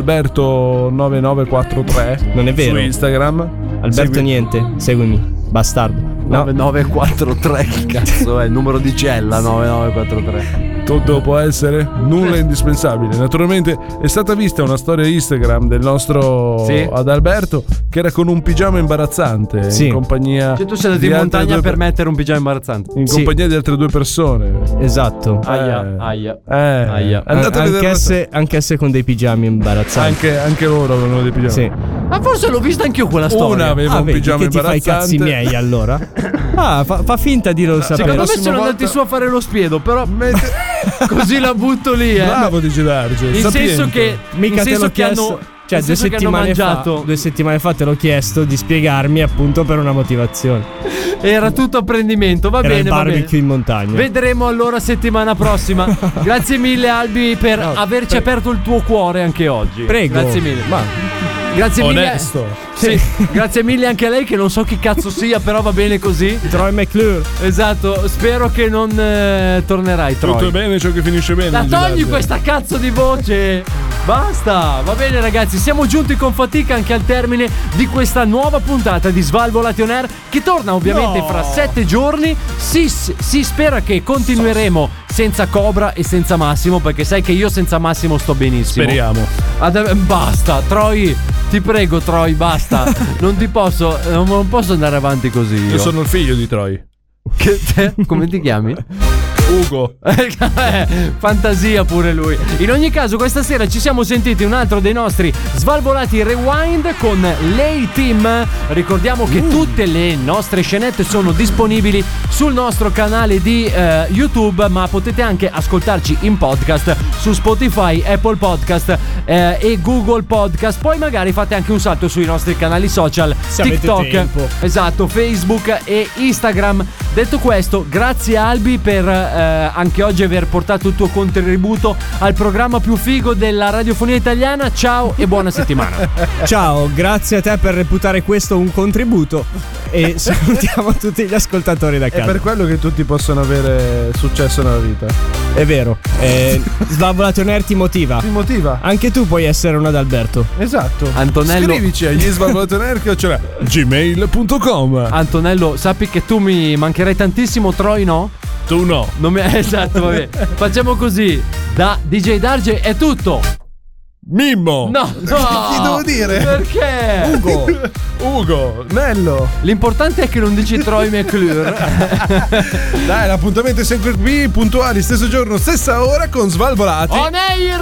Speaker 5: Alberto9943.
Speaker 15: Non è vero.
Speaker 5: Su Instagram.
Speaker 15: Alberto,
Speaker 5: Segui-
Speaker 15: niente, seguimi, bastardo. No.
Speaker 6: 9943, che cazzo è il numero di cella 9943.
Speaker 5: Tutto può essere, nulla è indispensabile. Naturalmente è stata vista una storia Instagram del nostro
Speaker 6: Sì.
Speaker 5: Adalberto che era con un pigiama imbarazzante
Speaker 15: Sì.
Speaker 5: in compagnia
Speaker 6: Cioè, tu sei andato
Speaker 5: di
Speaker 6: in
Speaker 5: altre
Speaker 6: montagna per
Speaker 5: due per-
Speaker 6: mettere un pigiama imbarazzante.
Speaker 5: in
Speaker 15: Sì.
Speaker 5: compagnia di altre due persone.
Speaker 15: Esatto.
Speaker 6: Aia,
Speaker 5: Eh.
Speaker 6: aia.
Speaker 5: Eh,
Speaker 6: Aia.
Speaker 5: andate a
Speaker 15: anche,
Speaker 5: vedere
Speaker 15: esse, anche esse con dei pigiami imbarazzanti.
Speaker 5: anche, anche loro avevano dei pigiami.
Speaker 15: Sì.
Speaker 6: Ma forse l'ho vista anch'io quella
Speaker 5: Una
Speaker 6: storia.
Speaker 5: aveva
Speaker 15: Ah,
Speaker 5: un
Speaker 15: vedi
Speaker 5: pigiama
Speaker 15: che ti fai i
Speaker 5: imbarazzante.
Speaker 15: cazzi miei allora? Ah, fa, fa finta di non sapere.
Speaker 6: Secondo me
Speaker 5: prossima
Speaker 6: sono
Speaker 5: volta-
Speaker 6: andati su a fare lo spiedo, però
Speaker 5: Mette-
Speaker 6: così la butto lì, eh.
Speaker 5: Bravo di girarci.
Speaker 6: In senso che,
Speaker 15: Mica
Speaker 6: in
Speaker 15: te
Speaker 6: senso
Speaker 15: l'ho
Speaker 6: che
Speaker 15: chiesto.
Speaker 6: hanno,
Speaker 15: cioè,
Speaker 6: nel
Speaker 15: due
Speaker 6: senso che hanno
Speaker 15: settimane, fa,
Speaker 6: mangiato.
Speaker 15: due settimane fa te l'ho chiesto di spiegarmi appunto per una motivazione.
Speaker 6: Era tutto a prendimento, va
Speaker 15: Era
Speaker 6: bene.
Speaker 15: il
Speaker 6: va bene.
Speaker 15: barbecue in montagna.
Speaker 6: Vedremo allora settimana prossima. Grazie mille, Albi, per averci aperto il tuo cuore anche oggi.
Speaker 15: Prego.
Speaker 6: Grazie mille.
Speaker 15: Ma
Speaker 6: Grazie
Speaker 5: Onesto.
Speaker 6: mille. Sì, grazie mille anche a lei, che non so chi cazzo sia, però va bene così.
Speaker 15: Troy McClure.
Speaker 6: Esatto, spero che non eh, tornerai Troy.
Speaker 5: Tutto è bene ciò che finisce bene.
Speaker 6: La
Speaker 5: di
Speaker 6: togli
Speaker 5: Gedarge.
Speaker 6: questa cazzo di voce! Basta! Va bene ragazzi, siamo giunti con fatica anche al termine di questa nuova puntata di Svalvolati On Air che torna ovviamente fra sette giorni. Si, si spera che continueremo senza Cobra e senza Massimo perché sai che io senza Massimo sto benissimo.
Speaker 5: Speriamo.
Speaker 6: Ad- eh, basta, Troy, ti prego Troy, basta. non ti posso, non, non posso andare avanti così. Io,
Speaker 5: Io sono il figlio di Troy.
Speaker 6: Che te- come ti chiami?
Speaker 5: Ugo.
Speaker 6: Eh, Fantasia pure lui. In ogni caso, questa sera ci siamo sentiti un altro dei nostri svalvolati rewind con lei team. Ricordiamo che tutte le nostre scenette sono disponibili sul nostro canale di eh, YouTube, ma potete anche ascoltarci in podcast su Spotify, Apple Podcast eh, e Google Podcast. Poi magari fate anche un salto sui nostri canali social,
Speaker 15: Se avete
Speaker 6: TikTok.
Speaker 15: tempo.
Speaker 6: Esatto, Facebook e Instagram. Detto questo, grazie Albi per eh, anche oggi aver portato il tuo contributo al programma più figo della radiofonia italiana. Ciao e buona settimana.
Speaker 15: Ciao, grazie a te per reputare questo un contributo. E salutiamo tutti gli ascoltatori da
Speaker 5: È
Speaker 15: casa.
Speaker 5: per quello che tutti possono avere successo nella vita.
Speaker 15: È vero. Eh, Svalvolato on Air ti motiva.
Speaker 5: Ti motiva?
Speaker 15: Anche tu puoi essere un Adalberto.
Speaker 5: Esatto.
Speaker 6: Antonello-
Speaker 5: Scrivici agli svalvolatornerchio, cioè gmail.com.
Speaker 6: Antonello, sappi che tu mi mancherai tantissimo, Troy no?
Speaker 5: Tu no.
Speaker 6: Non mi- Esatto, vabbè. Facciamo così. Da DJ Darge è tutto.
Speaker 5: Mimmo.
Speaker 6: No, no.
Speaker 5: Ti devo dire?
Speaker 6: Perché?
Speaker 5: Ugo. Ugo. Nello.
Speaker 6: L'importante è che non dici Troy McClure.
Speaker 5: Dai, l'appuntamento è sempre qui, puntuali, stesso giorno, stessa ora con Svalvolati.
Speaker 6: On air!